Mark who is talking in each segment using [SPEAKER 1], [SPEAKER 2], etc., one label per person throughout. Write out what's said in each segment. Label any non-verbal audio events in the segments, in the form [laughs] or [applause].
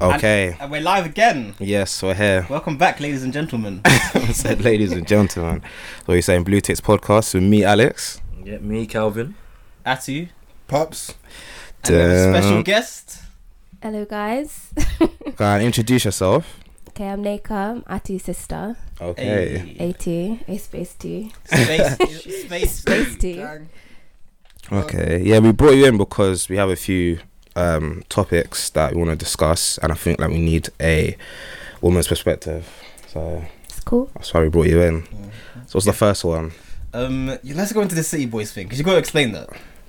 [SPEAKER 1] Okay.
[SPEAKER 2] And we're live again.
[SPEAKER 1] yes, we're here. [laughs]
[SPEAKER 2] Welcome back, ladies and gentlemen.
[SPEAKER 1] said, ladies and gentlemen, so you're saying Blue Tits podcast with me, Alex.
[SPEAKER 3] Yeah, me, Calvin.
[SPEAKER 2] At you.
[SPEAKER 4] Pops.
[SPEAKER 2] And we have a special
[SPEAKER 1] Dun.
[SPEAKER 2] guest.
[SPEAKER 5] Hello, guys. [laughs]
[SPEAKER 1] Go on, introduce yourself.
[SPEAKER 5] Okay, I'm Naka. I'm Atu's sister.
[SPEAKER 1] Okay.
[SPEAKER 5] A2, A space 2.
[SPEAKER 1] [laughs]
[SPEAKER 2] Space, space,
[SPEAKER 5] Space 2.
[SPEAKER 4] Gang.
[SPEAKER 1] Okay. Yeah, we brought you in because we have a few um topics that we want to discuss, and I think that we need a woman's perspective. So
[SPEAKER 5] It's cool.
[SPEAKER 1] that's why we brought you in. So what's the first one?
[SPEAKER 2] Um, yeah, let's go into the City Boys thing because you got to explain that.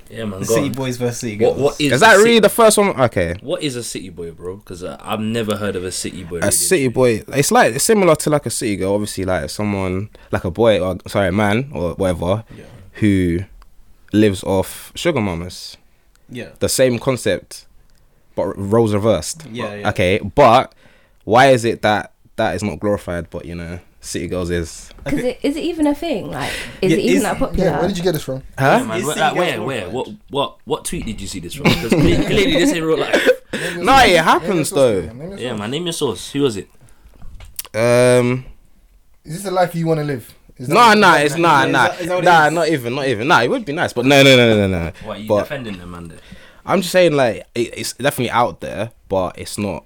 [SPEAKER 3] Yeah, man.
[SPEAKER 2] The
[SPEAKER 3] Go
[SPEAKER 2] City
[SPEAKER 3] on.
[SPEAKER 2] Boys versus City Girls.
[SPEAKER 3] What, what is
[SPEAKER 1] Is that
[SPEAKER 3] a ci-
[SPEAKER 1] really the first one? Okay.
[SPEAKER 3] What is a city boy, bro? Because uh, I've never heard of a city boy.
[SPEAKER 1] a city boy it's like it's similar to like a city girl obviously like someone like a boy or sorry a man or whatever
[SPEAKER 3] Yeah.
[SPEAKER 1] who lives off sugar mamas
[SPEAKER 2] Yeah.
[SPEAKER 1] the same concept but r- roles reversed
[SPEAKER 2] Yeah, yeah.
[SPEAKER 1] okay but why is it that that is not glorified but you know city girls is
[SPEAKER 5] Because
[SPEAKER 2] Okay.
[SPEAKER 5] it, is it even a thing? Like, is
[SPEAKER 2] Yeah,
[SPEAKER 5] it even
[SPEAKER 2] is-
[SPEAKER 5] that popular?
[SPEAKER 4] Yeah, where did you get this from?
[SPEAKER 3] Yeah,
[SPEAKER 1] huh
[SPEAKER 3] man,
[SPEAKER 2] Is
[SPEAKER 3] where,
[SPEAKER 2] city
[SPEAKER 3] like,
[SPEAKER 2] girls
[SPEAKER 3] where, where,
[SPEAKER 2] glorified?
[SPEAKER 3] what, what, what tweet did you see this from? Because clearly this ain't real life.
[SPEAKER 1] No, it happens, though.
[SPEAKER 3] Yeah, man. Name your source. Who was it?
[SPEAKER 1] um
[SPEAKER 4] Is this the life you want to live? Is that
[SPEAKER 1] no
[SPEAKER 4] what-
[SPEAKER 1] nah, it's nah
[SPEAKER 2] is
[SPEAKER 1] nah
[SPEAKER 2] that- is that what it
[SPEAKER 1] nah
[SPEAKER 2] is?
[SPEAKER 1] not even not even nah it would be nice but no no no no no no
[SPEAKER 3] Why you
[SPEAKER 1] But-
[SPEAKER 3] defending them, man? there?
[SPEAKER 1] i'm just saying like it, it's definitely out there but it's not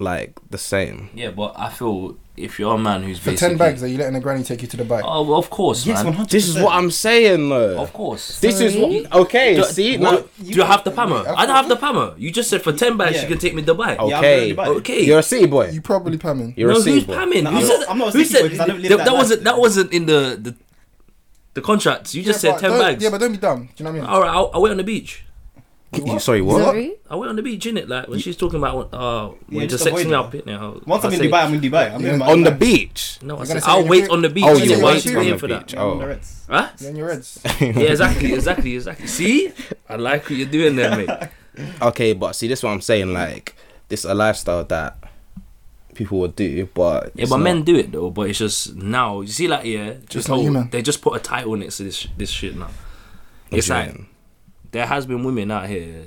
[SPEAKER 1] like the same
[SPEAKER 3] Yeah, but I feel if you're a man who's
[SPEAKER 4] For
[SPEAKER 3] basically,
[SPEAKER 4] ten bags, eh? are you letting a granny take you to the bike?
[SPEAKER 3] Oh, well, of course,
[SPEAKER 2] Yes,
[SPEAKER 3] man.
[SPEAKER 2] 100%.
[SPEAKER 1] this is what i'm saying though
[SPEAKER 3] Of course.
[SPEAKER 1] This is
[SPEAKER 5] Sorry?
[SPEAKER 1] what. Okay,
[SPEAKER 3] Do-
[SPEAKER 1] see,
[SPEAKER 3] what-
[SPEAKER 1] now-
[SPEAKER 3] do you have the pammer? I don't have the pammer. You just said for ten bags
[SPEAKER 2] Yeah.
[SPEAKER 3] you can take me to Dubai.
[SPEAKER 2] Oh, Yeah, I'm
[SPEAKER 1] okay,
[SPEAKER 2] really bad.
[SPEAKER 3] Okay.
[SPEAKER 1] you're a city boy.
[SPEAKER 4] You probably pamming.
[SPEAKER 1] You're
[SPEAKER 3] no,
[SPEAKER 1] a city
[SPEAKER 3] who's
[SPEAKER 1] boy.
[SPEAKER 3] pamming?
[SPEAKER 2] No,
[SPEAKER 3] who
[SPEAKER 2] I'm
[SPEAKER 3] said,
[SPEAKER 2] not- I'm not a
[SPEAKER 3] who
[SPEAKER 2] city
[SPEAKER 3] said
[SPEAKER 2] boy 'cause I don't live
[SPEAKER 3] that,
[SPEAKER 2] that
[SPEAKER 3] that
[SPEAKER 2] life,
[SPEAKER 3] wasn't that
[SPEAKER 2] though.
[SPEAKER 3] wasn't in the the, the contracts. You just said
[SPEAKER 4] Yeah, but
[SPEAKER 3] ten
[SPEAKER 4] don't-
[SPEAKER 3] bags. Oh,
[SPEAKER 4] Yeah, but don't be dumb. Do you know what I mean?
[SPEAKER 3] All right, I'll, I went on the beach.
[SPEAKER 1] You- Sorry, what?
[SPEAKER 5] Sorry?
[SPEAKER 3] I went on the beach, innit? Like when she's talking about, oh,
[SPEAKER 2] Yeah,
[SPEAKER 3] when
[SPEAKER 2] just
[SPEAKER 3] just sex
[SPEAKER 2] avoid
[SPEAKER 3] me
[SPEAKER 2] it.
[SPEAKER 3] up, innit?
[SPEAKER 2] Once I'm in Dubai, I'm in Dubai. I'm in my
[SPEAKER 1] On the beach.
[SPEAKER 3] No, I
[SPEAKER 4] You're
[SPEAKER 3] said
[SPEAKER 4] gonna say
[SPEAKER 3] I'll
[SPEAKER 4] you
[SPEAKER 3] wait
[SPEAKER 4] wait-
[SPEAKER 3] on the beach.
[SPEAKER 1] Oh,
[SPEAKER 4] Yeah,
[SPEAKER 1] you
[SPEAKER 4] yeah,
[SPEAKER 1] wait
[SPEAKER 4] yeah,
[SPEAKER 3] waiting
[SPEAKER 1] on the
[SPEAKER 3] for
[SPEAKER 1] beach.
[SPEAKER 3] that.
[SPEAKER 2] On the
[SPEAKER 1] Oh,
[SPEAKER 2] Reds.
[SPEAKER 3] Huh?
[SPEAKER 4] You're on your
[SPEAKER 3] [laughs]
[SPEAKER 4] reds.
[SPEAKER 3] [laughs] Yeah, exactly, exactly, exactly. See, I like what you're doing there,
[SPEAKER 1] [laughs]
[SPEAKER 3] mate.
[SPEAKER 1] okay, but see, this is what I'm saying. Like, this is a lifestyle that people would do, but
[SPEAKER 3] Yeah,
[SPEAKER 1] it's
[SPEAKER 3] but
[SPEAKER 1] not-
[SPEAKER 3] men do it though. But it's just now. You see, like yeah, just
[SPEAKER 4] not
[SPEAKER 3] whole,
[SPEAKER 4] you, man.
[SPEAKER 3] they just put a title next to this this shit now.
[SPEAKER 1] What
[SPEAKER 3] It's
[SPEAKER 1] do you
[SPEAKER 3] like
[SPEAKER 1] mean?
[SPEAKER 3] there has been women out here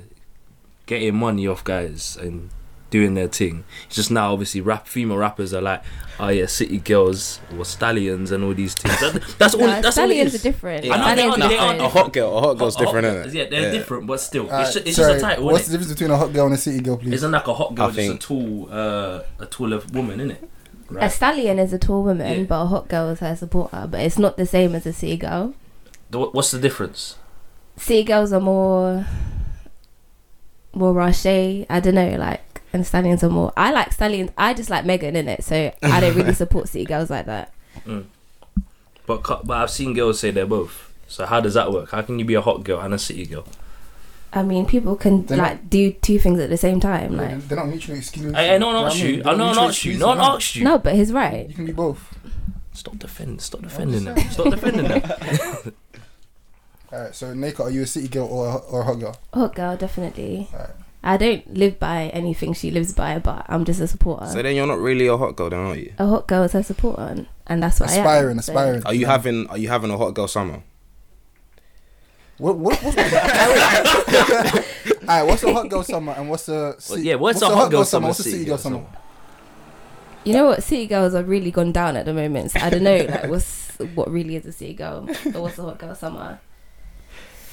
[SPEAKER 3] getting money off guys and doing their thing. It's just now, obviously, rap female rappers are like, oh yeah, city girls or stallions and all these things. That, that's all.
[SPEAKER 5] No,
[SPEAKER 3] that's all. It
[SPEAKER 5] stallions
[SPEAKER 3] is.
[SPEAKER 5] are different.
[SPEAKER 3] I know they
[SPEAKER 5] Stallions
[SPEAKER 3] are- they are
[SPEAKER 1] a
[SPEAKER 5] different.
[SPEAKER 1] hot girl, a hot girl's
[SPEAKER 3] Hot- hot
[SPEAKER 1] different,
[SPEAKER 3] girls,
[SPEAKER 1] isn't
[SPEAKER 3] Yeah,
[SPEAKER 1] it?
[SPEAKER 3] they're different, but still,
[SPEAKER 4] Alright,
[SPEAKER 3] it's, ju- it's
[SPEAKER 4] Uh, sorry,
[SPEAKER 3] just a title.
[SPEAKER 4] What's
[SPEAKER 3] What's
[SPEAKER 4] the difference between a hot girl and a city girl, please?
[SPEAKER 3] Isn't like a hot girl
[SPEAKER 1] I
[SPEAKER 3] just
[SPEAKER 1] think-
[SPEAKER 3] a tall, uh, a taller woman, isn't it?
[SPEAKER 5] A stallion is a tall woman,
[SPEAKER 3] Yeah.
[SPEAKER 5] but a hot girl is her supporter. But it's not the same as a seagull.
[SPEAKER 3] What's the difference?
[SPEAKER 5] Seagulls are more, more rache. I don't know, like, and stallions are more. I like stallions. I just like Megan in it, so I
[SPEAKER 3] [laughs]
[SPEAKER 5] don't really support seagulls like that.
[SPEAKER 3] But cu- but I've seen girls say they're both. So how does that work? How can you be a hot girl and a city girl?
[SPEAKER 5] I mean, people can
[SPEAKER 4] They're
[SPEAKER 5] like do two things at the same time.
[SPEAKER 4] They're
[SPEAKER 5] Like,
[SPEAKER 4] they're not mutually exclusive.
[SPEAKER 3] I, I no
[SPEAKER 4] Do
[SPEAKER 3] one
[SPEAKER 4] know
[SPEAKER 3] asked
[SPEAKER 4] what I mean?
[SPEAKER 3] you.
[SPEAKER 4] They're
[SPEAKER 3] I no
[SPEAKER 4] not
[SPEAKER 3] one
[SPEAKER 4] mutually
[SPEAKER 3] asked you.
[SPEAKER 4] exclusive,
[SPEAKER 3] No one
[SPEAKER 4] man.
[SPEAKER 3] asked you.
[SPEAKER 5] no, but he's right.
[SPEAKER 4] You can be both.
[SPEAKER 3] Stop defending. Stop defending them. Stop defending them.
[SPEAKER 4] [laughs] Alright, so Naka, are you a city girl or a, or a hot girl?
[SPEAKER 5] Hot Oh, girl, definitely.
[SPEAKER 4] Alright.
[SPEAKER 5] I don't live by anything she lives by, but I'm just a supporter.
[SPEAKER 1] So then you're not really a hot girl, then, are you?
[SPEAKER 5] a hot girl is her supporter, and that's what I
[SPEAKER 4] Aspiring,
[SPEAKER 5] am. so-
[SPEAKER 4] aspiring.
[SPEAKER 1] Are you having Are you having a hot girl summer?
[SPEAKER 4] What, what, what's the,
[SPEAKER 1] [laughs]
[SPEAKER 4] all right, what's the hot girl summer and what's the
[SPEAKER 3] Well, yeah, what's the hot girl summer?
[SPEAKER 4] What's the city girl summer?
[SPEAKER 5] You know what? City girls are really gone down at the moment. So I don't know, like, what's what really is a city girl or what's a hot girl summer?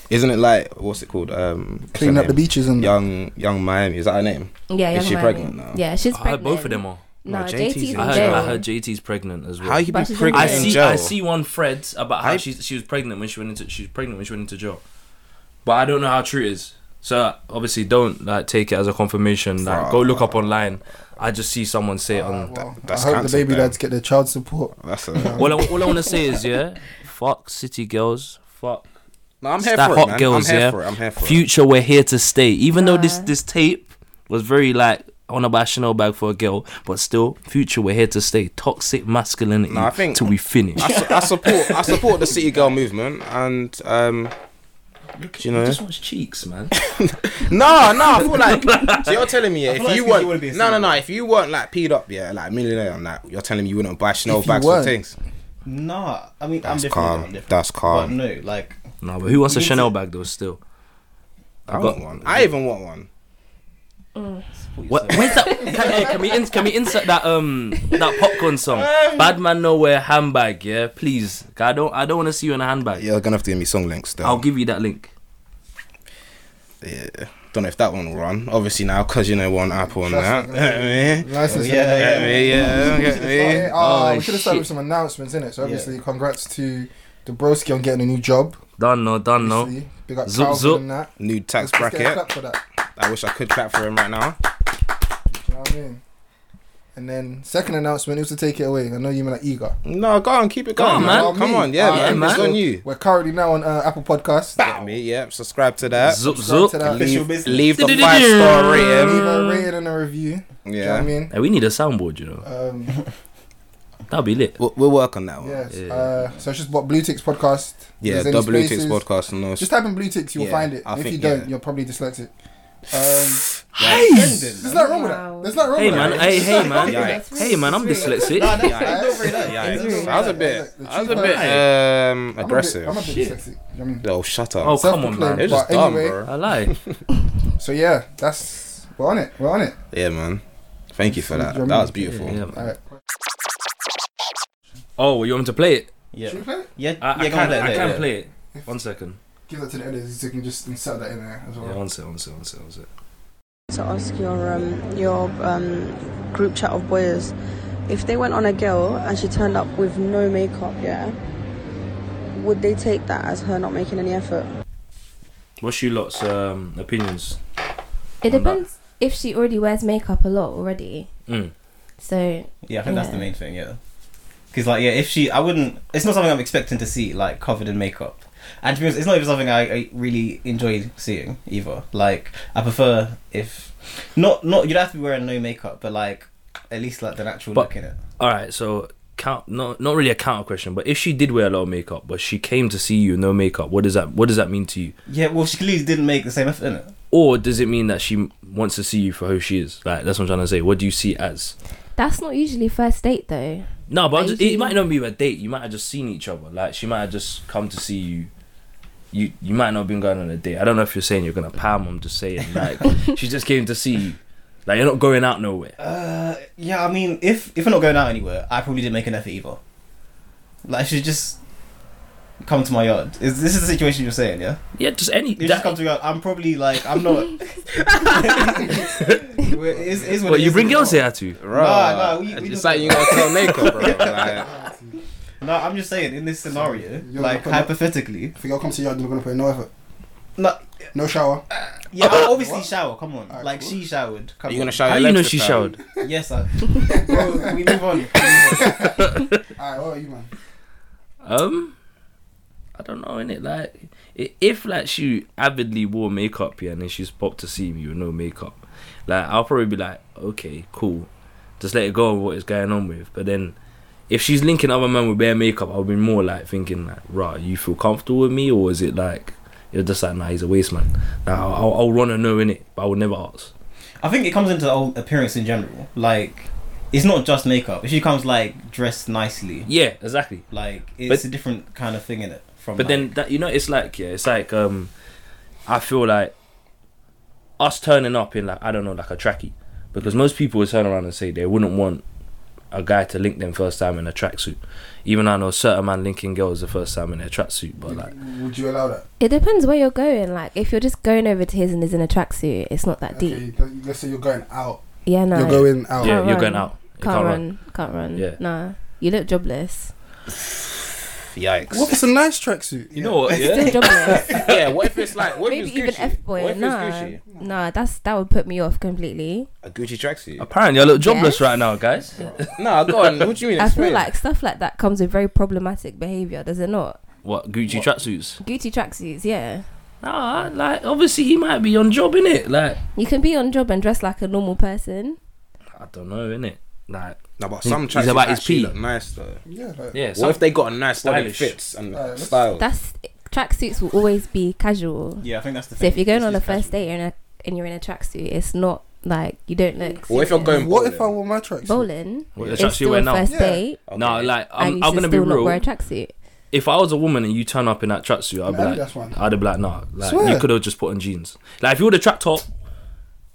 [SPEAKER 1] Isn't it like what's it called? Um, what's
[SPEAKER 4] Cleaning
[SPEAKER 1] her
[SPEAKER 4] up the
[SPEAKER 1] name?
[SPEAKER 4] beaches and
[SPEAKER 1] Young Young Miami. Is that her name?
[SPEAKER 5] Yeah,
[SPEAKER 1] Is
[SPEAKER 5] young
[SPEAKER 1] she
[SPEAKER 5] Miami.
[SPEAKER 1] pregnant now?
[SPEAKER 5] Yeah, she's
[SPEAKER 3] I heard
[SPEAKER 5] pregnant.
[SPEAKER 3] both of them are.
[SPEAKER 5] No,
[SPEAKER 1] No,
[SPEAKER 5] JT's,
[SPEAKER 1] JT's
[SPEAKER 5] in
[SPEAKER 3] I heard.
[SPEAKER 5] jail.
[SPEAKER 3] I heard JT's pregnant as well.
[SPEAKER 1] How you
[SPEAKER 5] But
[SPEAKER 1] been
[SPEAKER 5] she's in
[SPEAKER 1] pregnant
[SPEAKER 3] I
[SPEAKER 5] jail.
[SPEAKER 1] in
[SPEAKER 3] see.
[SPEAKER 1] jail?
[SPEAKER 3] I see one thread about how
[SPEAKER 1] I-
[SPEAKER 3] she she was pregnant when she went into she was pregnant when she went into jail, but I don't know how true it is. So obviously, don't like take it as a confirmation. Like, go look up online. I just see someone say it on
[SPEAKER 4] well,
[SPEAKER 1] that's
[SPEAKER 4] I hope the
[SPEAKER 1] cancer,
[SPEAKER 4] baby
[SPEAKER 1] man.
[SPEAKER 4] dads get their child support.
[SPEAKER 1] That's
[SPEAKER 3] [laughs]
[SPEAKER 1] a,
[SPEAKER 3] All I, all I want to say is, yeah, fuck city girls, fuck
[SPEAKER 1] no, I'm here
[SPEAKER 3] that
[SPEAKER 1] for it,
[SPEAKER 3] hot
[SPEAKER 1] man.
[SPEAKER 3] girls,
[SPEAKER 1] I'm here
[SPEAKER 3] yeah.
[SPEAKER 1] for it. I'm here for it.
[SPEAKER 3] future. We're here to stay. Even though this
[SPEAKER 5] Nah.
[SPEAKER 3] this tape was very like I want to buy a Chanel bag for a girl, but still, future. We're here to stay. Toxic masculinity
[SPEAKER 1] Nah, I think-
[SPEAKER 3] till we finish.
[SPEAKER 1] I, su- I support. I support the city girl movement, and um,
[SPEAKER 3] Look,
[SPEAKER 1] you know-
[SPEAKER 3] just wants cheeks, man.
[SPEAKER 1] no, no, I feel like so you're telling me yeah,
[SPEAKER 2] I
[SPEAKER 1] if
[SPEAKER 2] feel like
[SPEAKER 1] you
[SPEAKER 2] it's 'cause you
[SPEAKER 1] weren't
[SPEAKER 2] wanna be a
[SPEAKER 1] no, no,
[SPEAKER 2] singer.
[SPEAKER 1] no, if you weren't like peed up, yeah, like millionaire, I'm like you're telling me you wouldn't buy Chanel
[SPEAKER 4] If you
[SPEAKER 1] bags for
[SPEAKER 4] weren't.
[SPEAKER 1] things.
[SPEAKER 2] Nah, I mean, I'm
[SPEAKER 1] That's
[SPEAKER 2] different.
[SPEAKER 1] calm.
[SPEAKER 2] I'm different.
[SPEAKER 1] That's
[SPEAKER 2] But
[SPEAKER 1] calm.
[SPEAKER 2] no, like,
[SPEAKER 3] no, but who wants a
[SPEAKER 2] You need
[SPEAKER 3] Chanel
[SPEAKER 2] to-
[SPEAKER 3] bag though? Still,
[SPEAKER 1] I want one. I even want one.
[SPEAKER 5] Mm.
[SPEAKER 2] Support
[SPEAKER 3] What,
[SPEAKER 2] yourself.
[SPEAKER 3] where's that? Can, hey, can we ins- can we insert that um that popcorn song?
[SPEAKER 1] Um.
[SPEAKER 3] Bad man nowhere handbag. Yeah, please. I don't I don't want to see you in a handbag.
[SPEAKER 1] You're gonna have to give me song links though.
[SPEAKER 3] I'll give you that link.
[SPEAKER 1] yeah. Don't know if that one will run. Obviously now, cause you know we're on Apple and that.
[SPEAKER 4] That's not gonna
[SPEAKER 1] [laughs] Get me?
[SPEAKER 4] License.
[SPEAKER 2] Oh, yeah,
[SPEAKER 1] Get me? Yeah. Get me?
[SPEAKER 4] Yeah. Oh,
[SPEAKER 3] Oh,
[SPEAKER 4] we should have started
[SPEAKER 3] shit.
[SPEAKER 4] with some announcements, innit? So
[SPEAKER 2] Yeah.
[SPEAKER 4] obviously, congrats to the broski on getting a new job.
[SPEAKER 3] Done no, done no.
[SPEAKER 4] Obviously. Big up
[SPEAKER 3] Zup,
[SPEAKER 4] Calvin
[SPEAKER 3] zup.
[SPEAKER 4] and that.
[SPEAKER 1] New tax
[SPEAKER 4] Let's get a
[SPEAKER 1] bracket.
[SPEAKER 4] clap for that.
[SPEAKER 1] I wish I could clap for him right now.
[SPEAKER 4] Do you know what I mean? And then second announcement, who's to take it away? I know you mean like eager.
[SPEAKER 1] No, go on, keep it
[SPEAKER 3] Go
[SPEAKER 1] going,
[SPEAKER 3] on,
[SPEAKER 1] man.
[SPEAKER 4] man.
[SPEAKER 1] Come on, yeah,
[SPEAKER 4] Yeah,
[SPEAKER 1] man.
[SPEAKER 3] man.
[SPEAKER 1] It's on you.
[SPEAKER 4] We're currently now on uh, Apple Podcasts.
[SPEAKER 1] Get me? Yep. Subscribe to that.
[SPEAKER 3] Zup
[SPEAKER 4] Subscribe to
[SPEAKER 3] zup.
[SPEAKER 4] that.
[SPEAKER 2] Official
[SPEAKER 1] Leave,
[SPEAKER 2] business.
[SPEAKER 1] leave the five star rating.
[SPEAKER 4] Leave a rating and a review. Do you know what I
[SPEAKER 1] Yeah.
[SPEAKER 4] mean?
[SPEAKER 3] Hey, we need a soundboard, you know. [laughs]
[SPEAKER 4] Um,
[SPEAKER 3] That'll be lit.
[SPEAKER 1] We'll, we'll work on that one.
[SPEAKER 4] yes.
[SPEAKER 3] Yeah.
[SPEAKER 4] Uh, so it's just what Blue Ticks podcast.
[SPEAKER 1] Yeah,
[SPEAKER 4] If there's any
[SPEAKER 1] W Ticks
[SPEAKER 4] spaces,
[SPEAKER 1] podcast and those.
[SPEAKER 4] Just type in Blue Ticks, you'll
[SPEAKER 1] Yeah,
[SPEAKER 4] find it.
[SPEAKER 1] I
[SPEAKER 4] if
[SPEAKER 1] think,
[SPEAKER 4] you don't,
[SPEAKER 1] yeah.
[SPEAKER 4] you're probably dyslexic. Um,
[SPEAKER 2] Ending,
[SPEAKER 4] there's
[SPEAKER 2] man.
[SPEAKER 4] nothing wrong with
[SPEAKER 5] Wow.
[SPEAKER 4] that. There's nothing wrong
[SPEAKER 3] Hey
[SPEAKER 4] with
[SPEAKER 3] man,
[SPEAKER 4] that.
[SPEAKER 3] hey hey man,
[SPEAKER 1] Yeah.
[SPEAKER 5] That's really
[SPEAKER 3] hey man. I'm
[SPEAKER 5] sweet.
[SPEAKER 3] dyslexic.
[SPEAKER 2] Nah, that's-
[SPEAKER 1] Yikes.
[SPEAKER 2] don't bring that.
[SPEAKER 1] Yikes.
[SPEAKER 2] Don't bring
[SPEAKER 1] That was a
[SPEAKER 2] that.
[SPEAKER 1] bit.
[SPEAKER 4] The
[SPEAKER 1] That was a
[SPEAKER 4] truth
[SPEAKER 1] bit um,
[SPEAKER 4] I'm a bit-
[SPEAKER 1] aggressive.
[SPEAKER 4] I'm a bit
[SPEAKER 3] Shit.
[SPEAKER 4] dyslexic. Do you know what I mean?
[SPEAKER 1] Oh, shut up.
[SPEAKER 3] Oh come on,
[SPEAKER 4] Self-proclaimed.
[SPEAKER 3] man.
[SPEAKER 1] They're just
[SPEAKER 4] but
[SPEAKER 1] dumb,
[SPEAKER 4] anyway-
[SPEAKER 1] bro.
[SPEAKER 3] I lie.
[SPEAKER 4] So yeah, that's we're on it. We're on it.
[SPEAKER 1] Yeah, man. Thank you for that.
[SPEAKER 4] Yeah,
[SPEAKER 1] That was
[SPEAKER 4] man.
[SPEAKER 1] beautiful.
[SPEAKER 3] Yeah, yeah, man.
[SPEAKER 4] All right.
[SPEAKER 3] Oh, well, you want me to play it?
[SPEAKER 2] Yeah.
[SPEAKER 4] Should we play it?
[SPEAKER 2] Yeah,
[SPEAKER 3] I, I
[SPEAKER 2] yeah,
[SPEAKER 3] can.
[SPEAKER 2] go on,
[SPEAKER 3] I
[SPEAKER 2] play it,
[SPEAKER 3] can
[SPEAKER 2] yeah.
[SPEAKER 3] play it. One second.
[SPEAKER 4] Give that to the editors so you can just insert that in there as well.
[SPEAKER 3] Yeah, one sec, one sec, one sec, one sec.
[SPEAKER 6] to ask your um, your um, group chat of boys if they went on a girl and she turned up with no makeup, yeah, would they take that as her not making any effort?
[SPEAKER 3] What's your lot's um, opinions?
[SPEAKER 5] It
[SPEAKER 3] on that?
[SPEAKER 5] depends if she already wears makeup a lot already.
[SPEAKER 3] Mm.
[SPEAKER 5] So
[SPEAKER 2] Yeah, I think that's the
[SPEAKER 5] Yeah.
[SPEAKER 2] main thing. Yeah, because like yeah, if she, I wouldn't. It's not something I'm expecting to see like covered in makeup, and to be honest, it's not even something I, I really enjoy seeing either. Like I prefer if not not you'd have to be wearing no makeup, but like at least like the natural
[SPEAKER 3] But-
[SPEAKER 2] look in it.
[SPEAKER 3] All right, so count. Not not really a counter question, but if she did wear a lot of makeup, but she came to see you no makeup, what does that what does that mean to you?
[SPEAKER 2] Yeah, well, she clearly didn't make the same effort in it.
[SPEAKER 3] Or does it mean that she m- wants to see you for who she is? Like that's what I'm trying to say. What do you see it as?
[SPEAKER 5] that's not usually first date though.
[SPEAKER 3] No, but I'm just,
[SPEAKER 5] Maybe-
[SPEAKER 3] it might not be a date. You might have just seen each other. Like she might have just come to see you. You you might not have been going on a date. I don't know if you're saying you're gonna palm. I'm just saying like she just came to see you. Like you're not going out nowhere.
[SPEAKER 2] Uh, yeah, I mean, if if we're not going out anywhere, I probably didn't make an effort either. Like she just come to my yard. Is this is the situation you're saying? Yeah,
[SPEAKER 3] Yeah, just any.
[SPEAKER 2] you just
[SPEAKER 3] That,
[SPEAKER 2] come to my yard. I'm probably like I'm
[SPEAKER 4] [laughs]
[SPEAKER 2] not. Well, it is- it is what
[SPEAKER 3] well,
[SPEAKER 2] it
[SPEAKER 3] you
[SPEAKER 2] is,
[SPEAKER 3] bring
[SPEAKER 2] isn't
[SPEAKER 3] girls
[SPEAKER 2] it?
[SPEAKER 3] here too.
[SPEAKER 1] Bro,
[SPEAKER 2] Nah, nah, we- we
[SPEAKER 1] it's
[SPEAKER 2] just-
[SPEAKER 1] like you gotta tell makeup, bro. Like,
[SPEAKER 2] No, I'm just saying in this scenario,
[SPEAKER 4] You're
[SPEAKER 2] like
[SPEAKER 4] not gonna-
[SPEAKER 2] hypothetically.
[SPEAKER 4] If you all come to your yard, you're gonna put in no effort.
[SPEAKER 2] No,
[SPEAKER 4] No shower.
[SPEAKER 2] yeah,
[SPEAKER 3] [laughs]
[SPEAKER 2] I obviously
[SPEAKER 4] What?
[SPEAKER 2] shower. Come on,
[SPEAKER 4] Alright,
[SPEAKER 2] like
[SPEAKER 4] cool.
[SPEAKER 2] she showered. Come
[SPEAKER 1] Are you
[SPEAKER 2] on.
[SPEAKER 1] gonna shower
[SPEAKER 3] How
[SPEAKER 1] your
[SPEAKER 3] you know
[SPEAKER 1] legs
[SPEAKER 3] she
[SPEAKER 1] this time?
[SPEAKER 3] showered?
[SPEAKER 2] Yes, I. Bro, we move on. we move on.
[SPEAKER 4] Alright, what are you man?
[SPEAKER 3] Um, I don't know, innit? Like, i- if like she avidly wore makeup, yeah, and then she's popped to see me with no makeup, like I'll probably be like, okay, cool, just let it go on what it's going on with. But then, if she's linking other men with bare makeup, I'll be more like thinking like, right, you feel comfortable with me, or is it like you're just like, nah, he's a waste man. Now I'll, I'll, I'll run a no in it, but I would never ask.
[SPEAKER 2] I think it comes into the whole appearance in general. Like, it's not just makeup. If she comes like dressed nicely,
[SPEAKER 3] Yeah, exactly.
[SPEAKER 2] like it's
[SPEAKER 3] But-
[SPEAKER 2] a different kind of thing in it. From
[SPEAKER 3] But then that you know, it's like yeah, it's like um, I feel like us turning up in like I don't know, like a trackie, because most people would turn around and say they wouldn't want a guy to link them first time in a tracksuit. Even I know a certain man linking girls the first time in their tracksuit, but like
[SPEAKER 4] Would you allow that?
[SPEAKER 5] It depends where you're going. Like if you're just going over to his and is in a tracksuit, it's not that deep.
[SPEAKER 4] Okay, let- let's say you're going out.
[SPEAKER 5] Yeah, no.
[SPEAKER 4] You're going out.
[SPEAKER 3] yeah,
[SPEAKER 5] Can't
[SPEAKER 3] you're
[SPEAKER 5] run.
[SPEAKER 3] going out. You
[SPEAKER 5] Can't, run. Can't run.
[SPEAKER 3] Yeah.
[SPEAKER 5] Nah. You look jobless.
[SPEAKER 1] Yikes.
[SPEAKER 4] What? It's a nice tracksuit.
[SPEAKER 3] You know what?
[SPEAKER 5] Still [laughs]
[SPEAKER 3] Yeah.
[SPEAKER 5] jobless.
[SPEAKER 1] yeah, what [laughs] if it's like what if
[SPEAKER 5] Maybe
[SPEAKER 1] it's
[SPEAKER 5] even
[SPEAKER 1] Gucci?
[SPEAKER 5] F
[SPEAKER 1] What
[SPEAKER 5] boy.
[SPEAKER 1] if it's
[SPEAKER 5] Nah.
[SPEAKER 1] Gucci?
[SPEAKER 5] Nah, that's that would put me off completely.
[SPEAKER 1] A Gucci tracksuit?
[SPEAKER 3] Apparently, I look jobless
[SPEAKER 5] Yes.
[SPEAKER 3] right now, guys. [laughs]
[SPEAKER 1] Nah, go on. What do you mean?
[SPEAKER 5] [laughs] I feel
[SPEAKER 1] Explain.
[SPEAKER 5] like stuff like that comes with very problematic behaviour, does it not?
[SPEAKER 3] What Gucci tracksuits?
[SPEAKER 5] Gucci tracksuits, yeah.
[SPEAKER 3] Nah, like obviously he might be on job in it. Like
[SPEAKER 5] You can be on job and dress like a normal person.
[SPEAKER 3] I don't know in it. Like
[SPEAKER 1] Nah, but some
[SPEAKER 3] He's
[SPEAKER 1] tracksuits
[SPEAKER 3] about his
[SPEAKER 1] actually
[SPEAKER 3] pee.
[SPEAKER 1] look nice though.
[SPEAKER 4] Yeah, like,
[SPEAKER 3] yeah,
[SPEAKER 1] What if they got a nice body
[SPEAKER 3] Stylish.
[SPEAKER 1] fits and
[SPEAKER 4] Alright, let's-
[SPEAKER 1] style?
[SPEAKER 5] That's tracksuits will always be casual.
[SPEAKER 2] yeah, I think that's the
[SPEAKER 5] So
[SPEAKER 2] thing.
[SPEAKER 5] if you're going
[SPEAKER 2] It's
[SPEAKER 5] on a
[SPEAKER 2] just
[SPEAKER 5] first
[SPEAKER 2] casual.
[SPEAKER 5] date and, a, and you're in a tracksuit, it's not like you don't look.
[SPEAKER 1] Or if you're
[SPEAKER 5] serious.
[SPEAKER 1] going
[SPEAKER 4] What if I
[SPEAKER 1] bowling?
[SPEAKER 4] wore my tracksuit?
[SPEAKER 5] bowling,
[SPEAKER 3] What, the
[SPEAKER 5] it's
[SPEAKER 3] tracksuit
[SPEAKER 5] still
[SPEAKER 3] wear
[SPEAKER 5] a
[SPEAKER 3] now?
[SPEAKER 5] first
[SPEAKER 4] Yeah.
[SPEAKER 5] date,
[SPEAKER 1] Okay.
[SPEAKER 3] no, like
[SPEAKER 5] and
[SPEAKER 3] I'm, I'm
[SPEAKER 5] you should
[SPEAKER 3] gonna be
[SPEAKER 5] still not
[SPEAKER 3] real.
[SPEAKER 5] wear a tracksuit.
[SPEAKER 3] if I was a woman and you turn up in that tracksuit, I'd be
[SPEAKER 4] Maybe
[SPEAKER 3] like,
[SPEAKER 4] that's one.
[SPEAKER 3] I'd be like, nah, like
[SPEAKER 4] Swear.
[SPEAKER 3] you could have just put on jeans. Like if you would have track top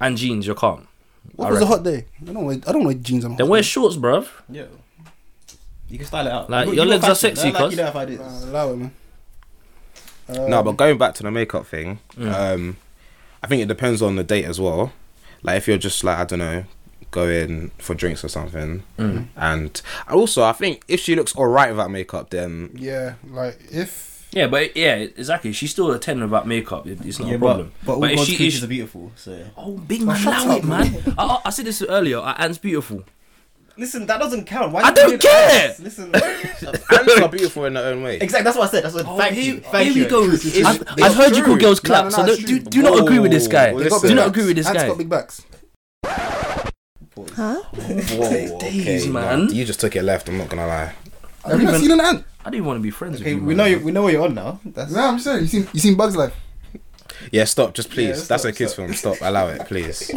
[SPEAKER 3] and jeans, you're calm.
[SPEAKER 4] What
[SPEAKER 3] I
[SPEAKER 4] was a
[SPEAKER 3] reckon.
[SPEAKER 4] hot day? I don't wear, I don't wear jeans on a hot
[SPEAKER 3] Then wear shorts, bruv.
[SPEAKER 2] Yo. You can style it out.
[SPEAKER 3] Like,
[SPEAKER 2] You-
[SPEAKER 3] your
[SPEAKER 2] you got
[SPEAKER 3] legs are
[SPEAKER 2] fashion,
[SPEAKER 3] sexy,
[SPEAKER 2] like,
[SPEAKER 3] cuz.
[SPEAKER 2] You know if I did.
[SPEAKER 4] day. Uh, allow it, man. Uh,
[SPEAKER 1] No, but going back to the makeup thing,
[SPEAKER 3] Mm.
[SPEAKER 1] um, I think it depends on the date as well. Like if you're just like I don't know, going for drinks or something,
[SPEAKER 3] Mm.
[SPEAKER 1] and also I think if she looks alright without makeup,
[SPEAKER 4] [laughs]
[SPEAKER 1] then
[SPEAKER 4] yeah, like if
[SPEAKER 3] Yeah, but yeah, exactly. She's still a ten without makeup. It, it's not
[SPEAKER 2] Yeah,
[SPEAKER 3] a problem.
[SPEAKER 2] But, but all
[SPEAKER 3] But if
[SPEAKER 2] God's
[SPEAKER 3] she-
[SPEAKER 2] creatures
[SPEAKER 3] if-
[SPEAKER 2] are beautiful, so.
[SPEAKER 3] Oh, big man,
[SPEAKER 4] shut
[SPEAKER 3] allow
[SPEAKER 4] up,
[SPEAKER 3] it, man. I, I said this earlier. Our aunt's beautiful.
[SPEAKER 2] Listen, that doesn't count. Why
[SPEAKER 3] I
[SPEAKER 2] you
[SPEAKER 3] don't
[SPEAKER 2] doing
[SPEAKER 3] care!
[SPEAKER 2] this? Listen. [laughs]
[SPEAKER 1] ants are beautiful in their own way.
[SPEAKER 2] exactly, that's what I said. That's what.
[SPEAKER 3] Oh,
[SPEAKER 2] thank
[SPEAKER 3] here,
[SPEAKER 2] you. Thank
[SPEAKER 3] here
[SPEAKER 2] you.
[SPEAKER 3] we go.
[SPEAKER 1] It's-
[SPEAKER 3] I've,
[SPEAKER 1] it's
[SPEAKER 3] I've heard
[SPEAKER 1] true.
[SPEAKER 3] you called girls
[SPEAKER 4] No,
[SPEAKER 3] clap,
[SPEAKER 4] no,
[SPEAKER 3] so
[SPEAKER 4] no,
[SPEAKER 3] don't,
[SPEAKER 4] it's
[SPEAKER 3] do,
[SPEAKER 4] true.
[SPEAKER 3] do not agree with this guy.
[SPEAKER 1] Whoa,
[SPEAKER 4] they
[SPEAKER 1] listen.
[SPEAKER 4] got
[SPEAKER 3] do
[SPEAKER 4] big
[SPEAKER 3] not
[SPEAKER 4] backs.
[SPEAKER 3] agree with this
[SPEAKER 4] Ants
[SPEAKER 3] guy.
[SPEAKER 4] got big backs.
[SPEAKER 5] Huh?
[SPEAKER 1] Whoa,
[SPEAKER 3] Days,
[SPEAKER 1] okay,
[SPEAKER 3] man.
[SPEAKER 1] man. you just took it left. I'm not gonna lie.
[SPEAKER 4] Have you not
[SPEAKER 3] even-
[SPEAKER 4] seen an ant?
[SPEAKER 3] I don't even want to be friends
[SPEAKER 2] Okay,
[SPEAKER 3] with you.
[SPEAKER 2] we
[SPEAKER 3] man.
[SPEAKER 2] know you, we know what you're on now. That's
[SPEAKER 4] No, I'm just saying. You seen you seen Bugs Life?
[SPEAKER 1] Yeah, stop. Just please.
[SPEAKER 2] Yeah,
[SPEAKER 1] That's
[SPEAKER 2] stop,
[SPEAKER 1] a kids'
[SPEAKER 2] stop.
[SPEAKER 1] film. Stop. Allow it, please.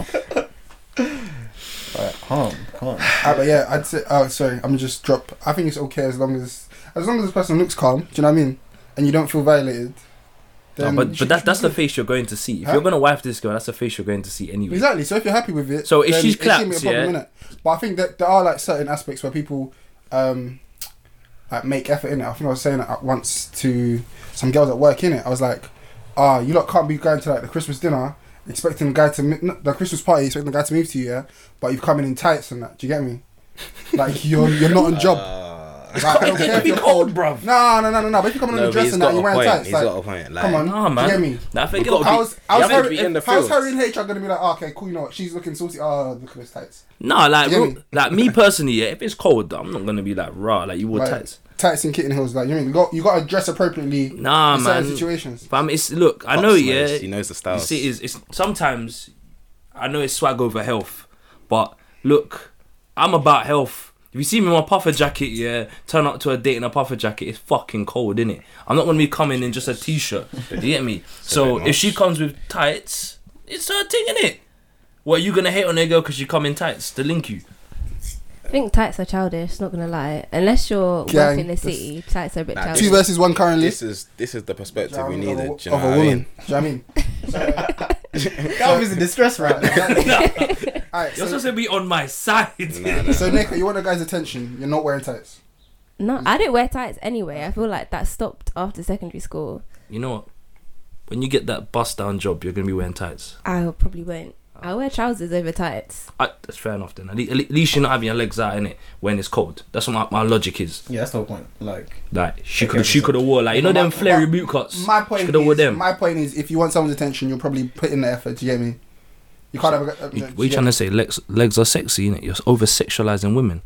[SPEAKER 2] Alright, calm, [laughs] calm.
[SPEAKER 4] Uh, but yeah, I'd say. Oh, sorry. I'm just drop. I think it's okay as long as as long as the person looks calm. Do you know what I mean? And you don't feel violated.
[SPEAKER 3] No,
[SPEAKER 4] then you
[SPEAKER 3] but but
[SPEAKER 4] should-
[SPEAKER 3] that, that's the face you're going to see. If
[SPEAKER 4] Huh?
[SPEAKER 3] you're gonna wife this girl, that's the face you're going to see anyway.
[SPEAKER 4] Exactly. So if you're happy with it,
[SPEAKER 3] So if
[SPEAKER 4] then
[SPEAKER 3] she's
[SPEAKER 4] it shouldn't
[SPEAKER 3] clapped,
[SPEAKER 4] be a problem,
[SPEAKER 3] yeah?
[SPEAKER 4] innit? But I think that there are like certain aspects where people um like make effort in it. I think I was saying it at once to some girls at work in it. I was like, ah, you lot can't be going to like the Christmas dinner expecting the guy to mi- no, the Christmas party expecting the guy to move to you, yeah. But you've come in in tights and that. Do you get me? Like you're you're not on job.
[SPEAKER 1] [laughs] Uh,
[SPEAKER 4] Like, I don't care
[SPEAKER 3] It'd
[SPEAKER 4] if
[SPEAKER 3] be
[SPEAKER 4] you're
[SPEAKER 3] cold, bruv.
[SPEAKER 4] No, no, no, no, no. But if you come in
[SPEAKER 1] no,
[SPEAKER 4] a
[SPEAKER 1] but
[SPEAKER 4] dress
[SPEAKER 1] he's
[SPEAKER 4] and that,
[SPEAKER 1] got
[SPEAKER 4] you're
[SPEAKER 1] a
[SPEAKER 4] wearing
[SPEAKER 1] point.
[SPEAKER 4] tights.
[SPEAKER 1] He's
[SPEAKER 4] Like,
[SPEAKER 1] got a point. Like,
[SPEAKER 4] come on,
[SPEAKER 3] Nah,
[SPEAKER 4] do
[SPEAKER 3] man.
[SPEAKER 4] you get me?
[SPEAKER 3] Nah, I think
[SPEAKER 1] We've
[SPEAKER 3] it'll
[SPEAKER 1] got
[SPEAKER 3] be-
[SPEAKER 4] How's how's
[SPEAKER 1] have to
[SPEAKER 4] Harry,
[SPEAKER 1] be in the
[SPEAKER 4] if- how's
[SPEAKER 1] field.
[SPEAKER 4] Harry and HR gonna be like, oh, okay, cool, you know what? She's looking saucy. Oh, look at those tights.
[SPEAKER 3] Nah, like
[SPEAKER 4] Yeah,
[SPEAKER 3] real-
[SPEAKER 4] me.
[SPEAKER 3] like me personally, yeah, if it's cold, I'm not gonna be like raw. Like you wore
[SPEAKER 4] Right.
[SPEAKER 3] tights.
[SPEAKER 4] Tights and kitten heels, like you mean you got you got to dress appropriately
[SPEAKER 3] Nah,
[SPEAKER 4] in
[SPEAKER 3] man.
[SPEAKER 4] certain situations.
[SPEAKER 3] But I'm, it's look, I
[SPEAKER 1] Fox
[SPEAKER 3] know,
[SPEAKER 1] knows.
[SPEAKER 3] yeah.
[SPEAKER 1] He knows the
[SPEAKER 3] You
[SPEAKER 1] styles.
[SPEAKER 3] see, it's, it's sometimes I know it's swag over health, but look, I'm about health. If you see me in my puffer jacket, yeah, turn up to a date in a puffer jacket, it's fucking cold, innit? I'm not gonna be coming in just a t-shirt. you
[SPEAKER 1] [laughs]
[SPEAKER 3] get me? So
[SPEAKER 1] bit
[SPEAKER 3] if she
[SPEAKER 1] much.
[SPEAKER 3] comes with tights, it's her thing, innit? What are you gonna hate on a girl because she come in tights? The link you. [laughs]
[SPEAKER 5] I think tights are childish, not gonna lie. Unless you're
[SPEAKER 4] Gang,
[SPEAKER 5] working in the
[SPEAKER 4] this-
[SPEAKER 5] city, tights are a bit
[SPEAKER 1] Nah,
[SPEAKER 5] childish.
[SPEAKER 4] Two versus one currently.
[SPEAKER 1] this is this is the perspective we
[SPEAKER 4] Of a-
[SPEAKER 1] needed.
[SPEAKER 4] of
[SPEAKER 1] do
[SPEAKER 4] a
[SPEAKER 1] you know what I
[SPEAKER 4] woman.
[SPEAKER 1] mean?
[SPEAKER 4] Do you know what I mean?
[SPEAKER 2] Galvin's in distress right now.
[SPEAKER 3] [laughs]
[SPEAKER 4] Alright,
[SPEAKER 3] You're
[SPEAKER 4] so,
[SPEAKER 3] supposed to be on my side.
[SPEAKER 1] [laughs] Nah, nah.
[SPEAKER 4] so Nick, you want the guy's attention? You're not wearing tights.
[SPEAKER 5] No, I didn't wear tights anyway. I feel like that stopped after secondary school.
[SPEAKER 3] You know what? When you get that bust down job, you're gonna be wearing tights.
[SPEAKER 5] I probably won't. I wear trousers over tights.
[SPEAKER 3] I, that's fair enough then. At le- at least you're not having your legs out in it when it's cold. That's what my, my logic is.
[SPEAKER 2] yeah, that's the whole point. Like,
[SPEAKER 3] Like she
[SPEAKER 2] Okay,
[SPEAKER 3] could she
[SPEAKER 2] so-
[SPEAKER 3] could have wore like Ah, you know them
[SPEAKER 4] My-
[SPEAKER 3] flary
[SPEAKER 4] my-
[SPEAKER 3] boot cuts.
[SPEAKER 4] My
[SPEAKER 3] She
[SPEAKER 4] point
[SPEAKER 3] could have wore
[SPEAKER 4] is,
[SPEAKER 3] them.
[SPEAKER 4] my point is, if you want someone's attention, you'll probably put in the effort. Do you get me? You can't have. A, uh,
[SPEAKER 3] You-
[SPEAKER 4] do
[SPEAKER 3] what you
[SPEAKER 4] get
[SPEAKER 3] trying
[SPEAKER 4] [laughs] me?
[SPEAKER 3] to say? Legs legs are sexy. Innit? You're over sexualizing women.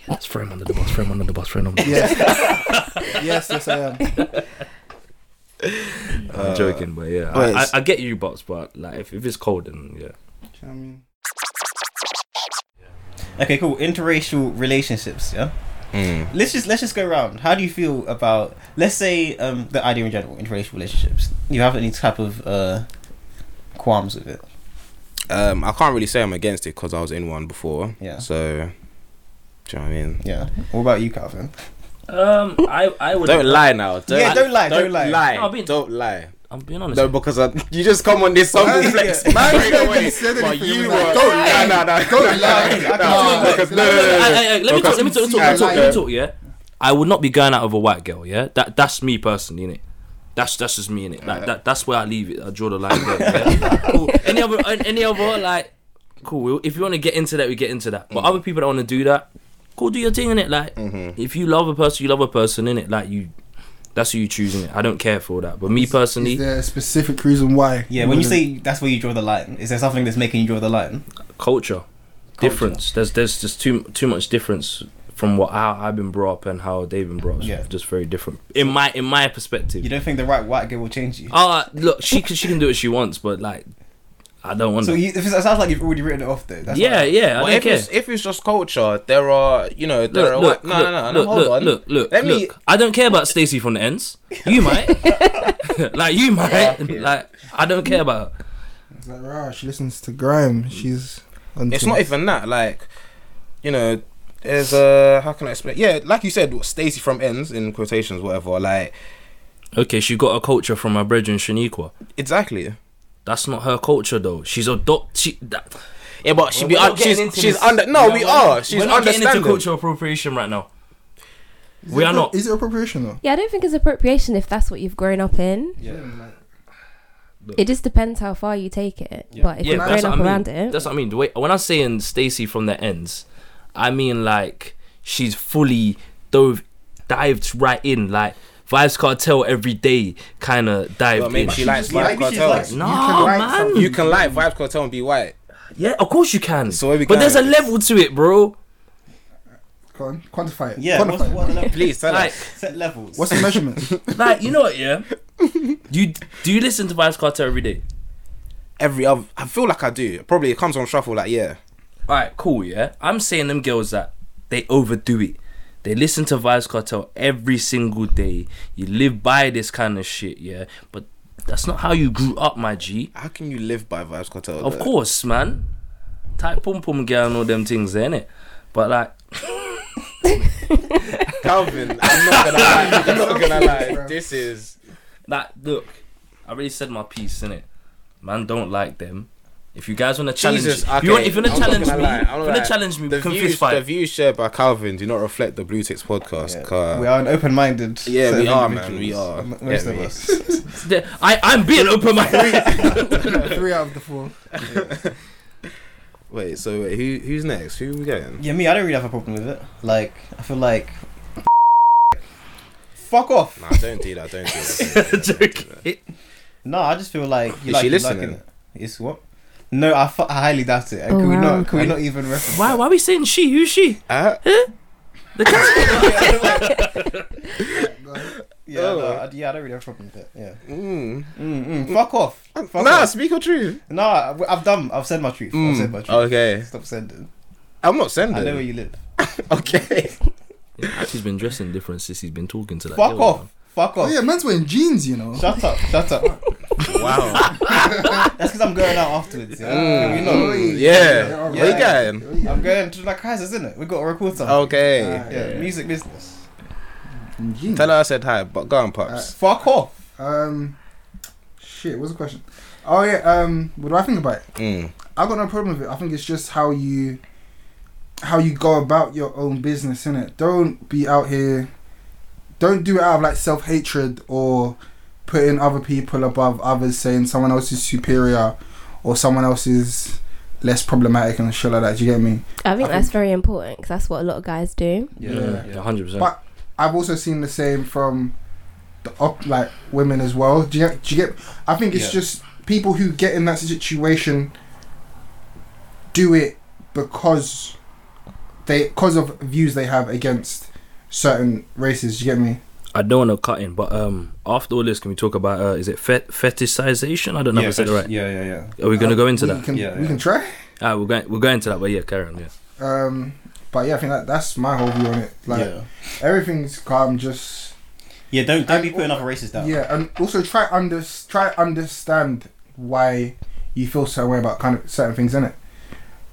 [SPEAKER 3] Yeah, let's throw him under the bus. Throw him under the bus. Throw him under the bus.
[SPEAKER 4] Yes. yes, yes, I am.
[SPEAKER 3] [laughs] I'm joking, but yeah,
[SPEAKER 1] but
[SPEAKER 3] I, I,
[SPEAKER 1] it's-
[SPEAKER 3] I get you, bots, but like if, if it's cold, then yeah.
[SPEAKER 4] Do you know what I mean?
[SPEAKER 2] okay, cool. Interracial relationships. Yeah.
[SPEAKER 1] Mm.
[SPEAKER 2] Let's just let's just go around. How do you feel about let's say um the idea in general, interracial relationships? You have any type of uh qualms with it?
[SPEAKER 1] Um, I can't really say I'm against it because I was in one before.
[SPEAKER 2] Yeah.
[SPEAKER 1] So, do you know what I mean?
[SPEAKER 2] Yeah. What about you, Calvin?
[SPEAKER 3] Um, I I would.
[SPEAKER 1] Don't lie now. Don't,
[SPEAKER 2] Yeah, don't lie, don't lie.
[SPEAKER 1] lie.
[SPEAKER 3] No, I've been-
[SPEAKER 1] don't lie.
[SPEAKER 3] I'm being honest.
[SPEAKER 1] No, because I, you just come on this song
[SPEAKER 4] Man,
[SPEAKER 1] and flex
[SPEAKER 4] yeah. Man
[SPEAKER 1] straight
[SPEAKER 4] said
[SPEAKER 1] away.
[SPEAKER 4] he said
[SPEAKER 1] But
[SPEAKER 4] anything, he
[SPEAKER 1] you
[SPEAKER 4] was
[SPEAKER 1] were.
[SPEAKER 4] like, don't lie.
[SPEAKER 1] Nah, nah, nah,
[SPEAKER 4] Don't
[SPEAKER 1] nah,
[SPEAKER 4] lie.
[SPEAKER 1] nah,
[SPEAKER 4] I can't
[SPEAKER 1] nah,
[SPEAKER 4] do it.
[SPEAKER 1] because- no, no, no,
[SPEAKER 3] I-
[SPEAKER 1] no,
[SPEAKER 3] I- I- let me
[SPEAKER 1] Because-
[SPEAKER 3] talk. Let me talk. Let me talk. Let me talk. Let me talk. Yeah, I would not be going out with a white girl. Yeah, that that's me personally, innit? That's that's just me, innit? Like that, that's where I leave it. I draw the line
[SPEAKER 1] [laughs]
[SPEAKER 3] there. yeah? cool. Any other an- any other like cool. we'll- If you want to get into that, we get into that. But other people that want to do that, cool. Do your thing, innit? Like
[SPEAKER 1] Mm-hmm.
[SPEAKER 3] if you love a person, you love a person, innit? Like you, that's who you choose, innit? I don't care for all that. But me personally,
[SPEAKER 4] Is there a specific reason why?
[SPEAKER 2] Yeah, when you
[SPEAKER 1] Mm.
[SPEAKER 2] say that's where you draw the line, is there something that's making you draw the line?
[SPEAKER 3] culture, difference. There's there's just too too much difference from what how I've been brought up and how they've been brought up.
[SPEAKER 2] Yeah.
[SPEAKER 3] just very different in my in my
[SPEAKER 2] You
[SPEAKER 3] perspective.
[SPEAKER 2] don't think the right white girl will change you?
[SPEAKER 3] Ah, look, she can she can do what she wants, but like I don't want.
[SPEAKER 2] So
[SPEAKER 3] that.
[SPEAKER 2] you, it sounds like you've already written it off, though. That's
[SPEAKER 3] yeah,
[SPEAKER 2] like-
[SPEAKER 3] yeah,
[SPEAKER 1] But
[SPEAKER 3] I don't
[SPEAKER 1] if
[SPEAKER 3] care.
[SPEAKER 1] it's, if it's just culture, there are, you know, there are.
[SPEAKER 3] Look, look,
[SPEAKER 1] no,
[SPEAKER 3] look,
[SPEAKER 1] no, no, no,
[SPEAKER 3] look,
[SPEAKER 1] hold
[SPEAKER 3] look,
[SPEAKER 1] on.
[SPEAKER 3] look, look,
[SPEAKER 1] Let me-
[SPEAKER 3] look. I don't care about Stacey from the ends.
[SPEAKER 1] [laughs]
[SPEAKER 3] You might, [laughs] like, you might, [laughs] like, I don't care about her.
[SPEAKER 4] It's like, rah, she listens to grime. She's.
[SPEAKER 1] It's not even that. Like, you know, there's a. How can I explain? Yeah, like you said, Stacy from ends, in quotations, whatever. Like,
[SPEAKER 3] Okay, she got a culture from her brethren Shaniqua.
[SPEAKER 1] exactly.
[SPEAKER 3] That's not her culture though. She's adopt. She, that,
[SPEAKER 1] Yeah, but she be
[SPEAKER 3] We're not
[SPEAKER 1] un- she's
[SPEAKER 3] getting into
[SPEAKER 1] she's
[SPEAKER 3] this.
[SPEAKER 1] under. No,
[SPEAKER 3] Yeah,
[SPEAKER 1] we
[SPEAKER 3] we're
[SPEAKER 1] are.
[SPEAKER 3] not-
[SPEAKER 1] She's
[SPEAKER 3] we're not getting into
[SPEAKER 1] understanding.
[SPEAKER 3] cultural appropriation right now. We are not.
[SPEAKER 7] Is it appropriation though?
[SPEAKER 5] Yeah, I don't think it's appropriation if that's what you've grown up in. It just depends how far you take it.
[SPEAKER 2] Yeah.
[SPEAKER 5] But if
[SPEAKER 3] yeah,
[SPEAKER 5] you've
[SPEAKER 3] that's what
[SPEAKER 5] grown up
[SPEAKER 3] I mean.
[SPEAKER 5] around it,
[SPEAKER 3] That's what I mean. The way when I'm saying Stacy from the ends, I mean like she's fully dove dived right in like Vibes Cartel every day kind of dived in.
[SPEAKER 1] maybe she likes Vibes
[SPEAKER 7] Maybe she's
[SPEAKER 1] Cartel.
[SPEAKER 7] like-
[SPEAKER 3] no
[SPEAKER 4] You can like
[SPEAKER 3] man.
[SPEAKER 4] something.
[SPEAKER 1] You can like Vibes Cartel and be white.
[SPEAKER 3] yeah, of course you can.
[SPEAKER 1] So where we
[SPEAKER 3] but
[SPEAKER 1] going
[SPEAKER 3] there's a
[SPEAKER 1] with this?
[SPEAKER 3] level to it, bro.
[SPEAKER 4] Go on, quantify it.
[SPEAKER 2] Yeah,
[SPEAKER 4] quantify
[SPEAKER 2] what's,
[SPEAKER 4] it.
[SPEAKER 2] what
[SPEAKER 1] [laughs]
[SPEAKER 2] level?
[SPEAKER 1] Please tell
[SPEAKER 3] Like-
[SPEAKER 1] us.
[SPEAKER 2] set levels.
[SPEAKER 4] What's
[SPEAKER 1] [laughs]
[SPEAKER 4] the measurements?
[SPEAKER 3] Like you know what? Yeah. do you do you listen to Vibes Cartel every day?
[SPEAKER 1] Every other, I feel like I do. Probably it comes on shuffle. Like yeah,
[SPEAKER 3] All right, cool. Yeah, I'm saying them girls that they overdo it. They listen to Vibes Cartel every single day. You live by this kind of shit, yeah. But that's not how you grew up, my G.
[SPEAKER 1] how can you live by Vibes Cartel?
[SPEAKER 3] Of
[SPEAKER 1] though?
[SPEAKER 3] course, man. Type pum pum girl and all them things, ain't it? But like,
[SPEAKER 1] Calvin. I'm not gonna lie.
[SPEAKER 2] [laughs]
[SPEAKER 1] I'm not gonna lie. This is
[SPEAKER 3] like, look, I already said my piece, innit? Man, don't like them. If you guys want to challenge,
[SPEAKER 1] Jesus.
[SPEAKER 3] if
[SPEAKER 1] Okay.
[SPEAKER 3] you want, if you're gonna
[SPEAKER 1] I'm not
[SPEAKER 3] challenge me,
[SPEAKER 1] gonna lie, I'm
[SPEAKER 3] if
[SPEAKER 1] not
[SPEAKER 3] you're
[SPEAKER 1] gonna
[SPEAKER 3] gonna
[SPEAKER 1] lie.
[SPEAKER 3] challenge me,
[SPEAKER 1] the
[SPEAKER 3] we can
[SPEAKER 1] views.
[SPEAKER 3] fist
[SPEAKER 1] The
[SPEAKER 3] fight.
[SPEAKER 1] views shared by Calvin do not reflect the Blue Tix podcast.
[SPEAKER 2] we
[SPEAKER 1] Yeah,
[SPEAKER 2] are an open-minded.
[SPEAKER 1] yeah
[SPEAKER 2] set
[SPEAKER 1] we
[SPEAKER 2] of
[SPEAKER 1] are, man. We
[SPEAKER 2] individuals.
[SPEAKER 1] are.
[SPEAKER 2] M-
[SPEAKER 1] Get
[SPEAKER 2] Most of
[SPEAKER 1] me.
[SPEAKER 2] us.
[SPEAKER 1] [laughs]
[SPEAKER 3] The- I, I'm being open minded.
[SPEAKER 4] Three out of the four.
[SPEAKER 1] Wait. So wait, who who's next? Who we
[SPEAKER 2] [laughs]
[SPEAKER 1] getting?
[SPEAKER 2] Yeah, me. I don't really have a problem with it. Like, I feel like. [laughs] Fuck off.
[SPEAKER 1] Nah, don't do that. Don't
[SPEAKER 3] [laughs]
[SPEAKER 1] do that. Don't do that, don't do that.
[SPEAKER 2] No, I just feel like you
[SPEAKER 1] Is
[SPEAKER 2] like
[SPEAKER 1] she
[SPEAKER 2] you
[SPEAKER 1] listening?
[SPEAKER 2] liking it. It's what? No, I, fu- I highly doubt it. And
[SPEAKER 5] Oh,
[SPEAKER 2] can we
[SPEAKER 5] wow.
[SPEAKER 2] not? Can we not even reference?
[SPEAKER 3] [laughs] Why? Why are we saying she? Who's she?
[SPEAKER 1] Uh,
[SPEAKER 2] [laughs] Yeah,
[SPEAKER 1] Oh.
[SPEAKER 2] no, I, yeah, I don't really have a problem with it. Yeah.
[SPEAKER 1] mm.
[SPEAKER 2] Mm, mm, fuck off. Fuck
[SPEAKER 1] Nah,
[SPEAKER 2] off.
[SPEAKER 1] speak your truth.
[SPEAKER 2] No, I've, I've done. I've said my truth. I've said my
[SPEAKER 1] Mm.
[SPEAKER 2] truth.
[SPEAKER 1] Okay.
[SPEAKER 2] Stop sending.
[SPEAKER 1] I'm not
[SPEAKER 2] I
[SPEAKER 1] sending. [laughs]
[SPEAKER 2] know where you live.
[SPEAKER 1] okay.
[SPEAKER 3] Yeah, she's been dressing different since he's been talking to that.
[SPEAKER 2] Fuck
[SPEAKER 3] girl,
[SPEAKER 2] off.
[SPEAKER 3] man.
[SPEAKER 2] Fuck
[SPEAKER 7] Oh
[SPEAKER 2] off.
[SPEAKER 7] yeah, man's wearing jeans, you know.
[SPEAKER 2] Shut up. Shut up.
[SPEAKER 1] Wow.
[SPEAKER 2] That's because I'm going out afterwards. Yeah. Can we not?
[SPEAKER 1] Mm, yeah.
[SPEAKER 4] Oh, Yeah,
[SPEAKER 1] Where
[SPEAKER 2] yeah.
[SPEAKER 1] you going?
[SPEAKER 2] I'm going to like Kaiser's, isn't it? We got a recorder.
[SPEAKER 1] Oh,
[SPEAKER 2] [laughs]
[SPEAKER 1] Okay.
[SPEAKER 4] Uh,
[SPEAKER 2] Yeah, music business.
[SPEAKER 7] Jeans.
[SPEAKER 1] Um, Tell her I said hi, but go on, pups.
[SPEAKER 2] Fuck off.
[SPEAKER 4] Um, shit. What's the question? Oh yeah. Um, what do I think about it?
[SPEAKER 1] mm.
[SPEAKER 4] I got no problem with it. I think it's just how you, how you go about your own business in it. Don't be out here. Don't do it out of like self hatred or putting other people above others, saying someone else is superior or someone else is less problematic and shit like that. Do you get me?
[SPEAKER 5] I think
[SPEAKER 4] I
[SPEAKER 5] that's very important because that's what a lot of guys do.
[SPEAKER 3] Yeah, yeah, hundred percent.
[SPEAKER 4] But- I've also seen the same from the op, like women as well. Do you, do you get? I think it's
[SPEAKER 2] Yeah.
[SPEAKER 4] just people who get in that situation do it because they because of views they have against certain races. Do you get me?
[SPEAKER 3] I don't want to cut in, but um, after all this, can we talk about uh, is it fet- fetishization? I don't know if I said it right.
[SPEAKER 2] Yeah, yeah, yeah.
[SPEAKER 3] Are we gonna go into
[SPEAKER 4] Uh, we
[SPEAKER 3] that?
[SPEAKER 4] Can,
[SPEAKER 2] Yeah,
[SPEAKER 4] we
[SPEAKER 2] yeah.
[SPEAKER 4] can try.
[SPEAKER 3] Ah, we're going we're going to that, but yeah, Karen, yeah.
[SPEAKER 4] Um, but yeah, I think that, that's my whole view on it. Like
[SPEAKER 2] yeah.
[SPEAKER 4] everything's calm, just
[SPEAKER 2] Yeah, don't don't
[SPEAKER 4] And
[SPEAKER 2] be putting
[SPEAKER 4] al-
[SPEAKER 2] other races down.
[SPEAKER 4] Yeah, and also try under try understand why you feel so way about kind of certain things in it.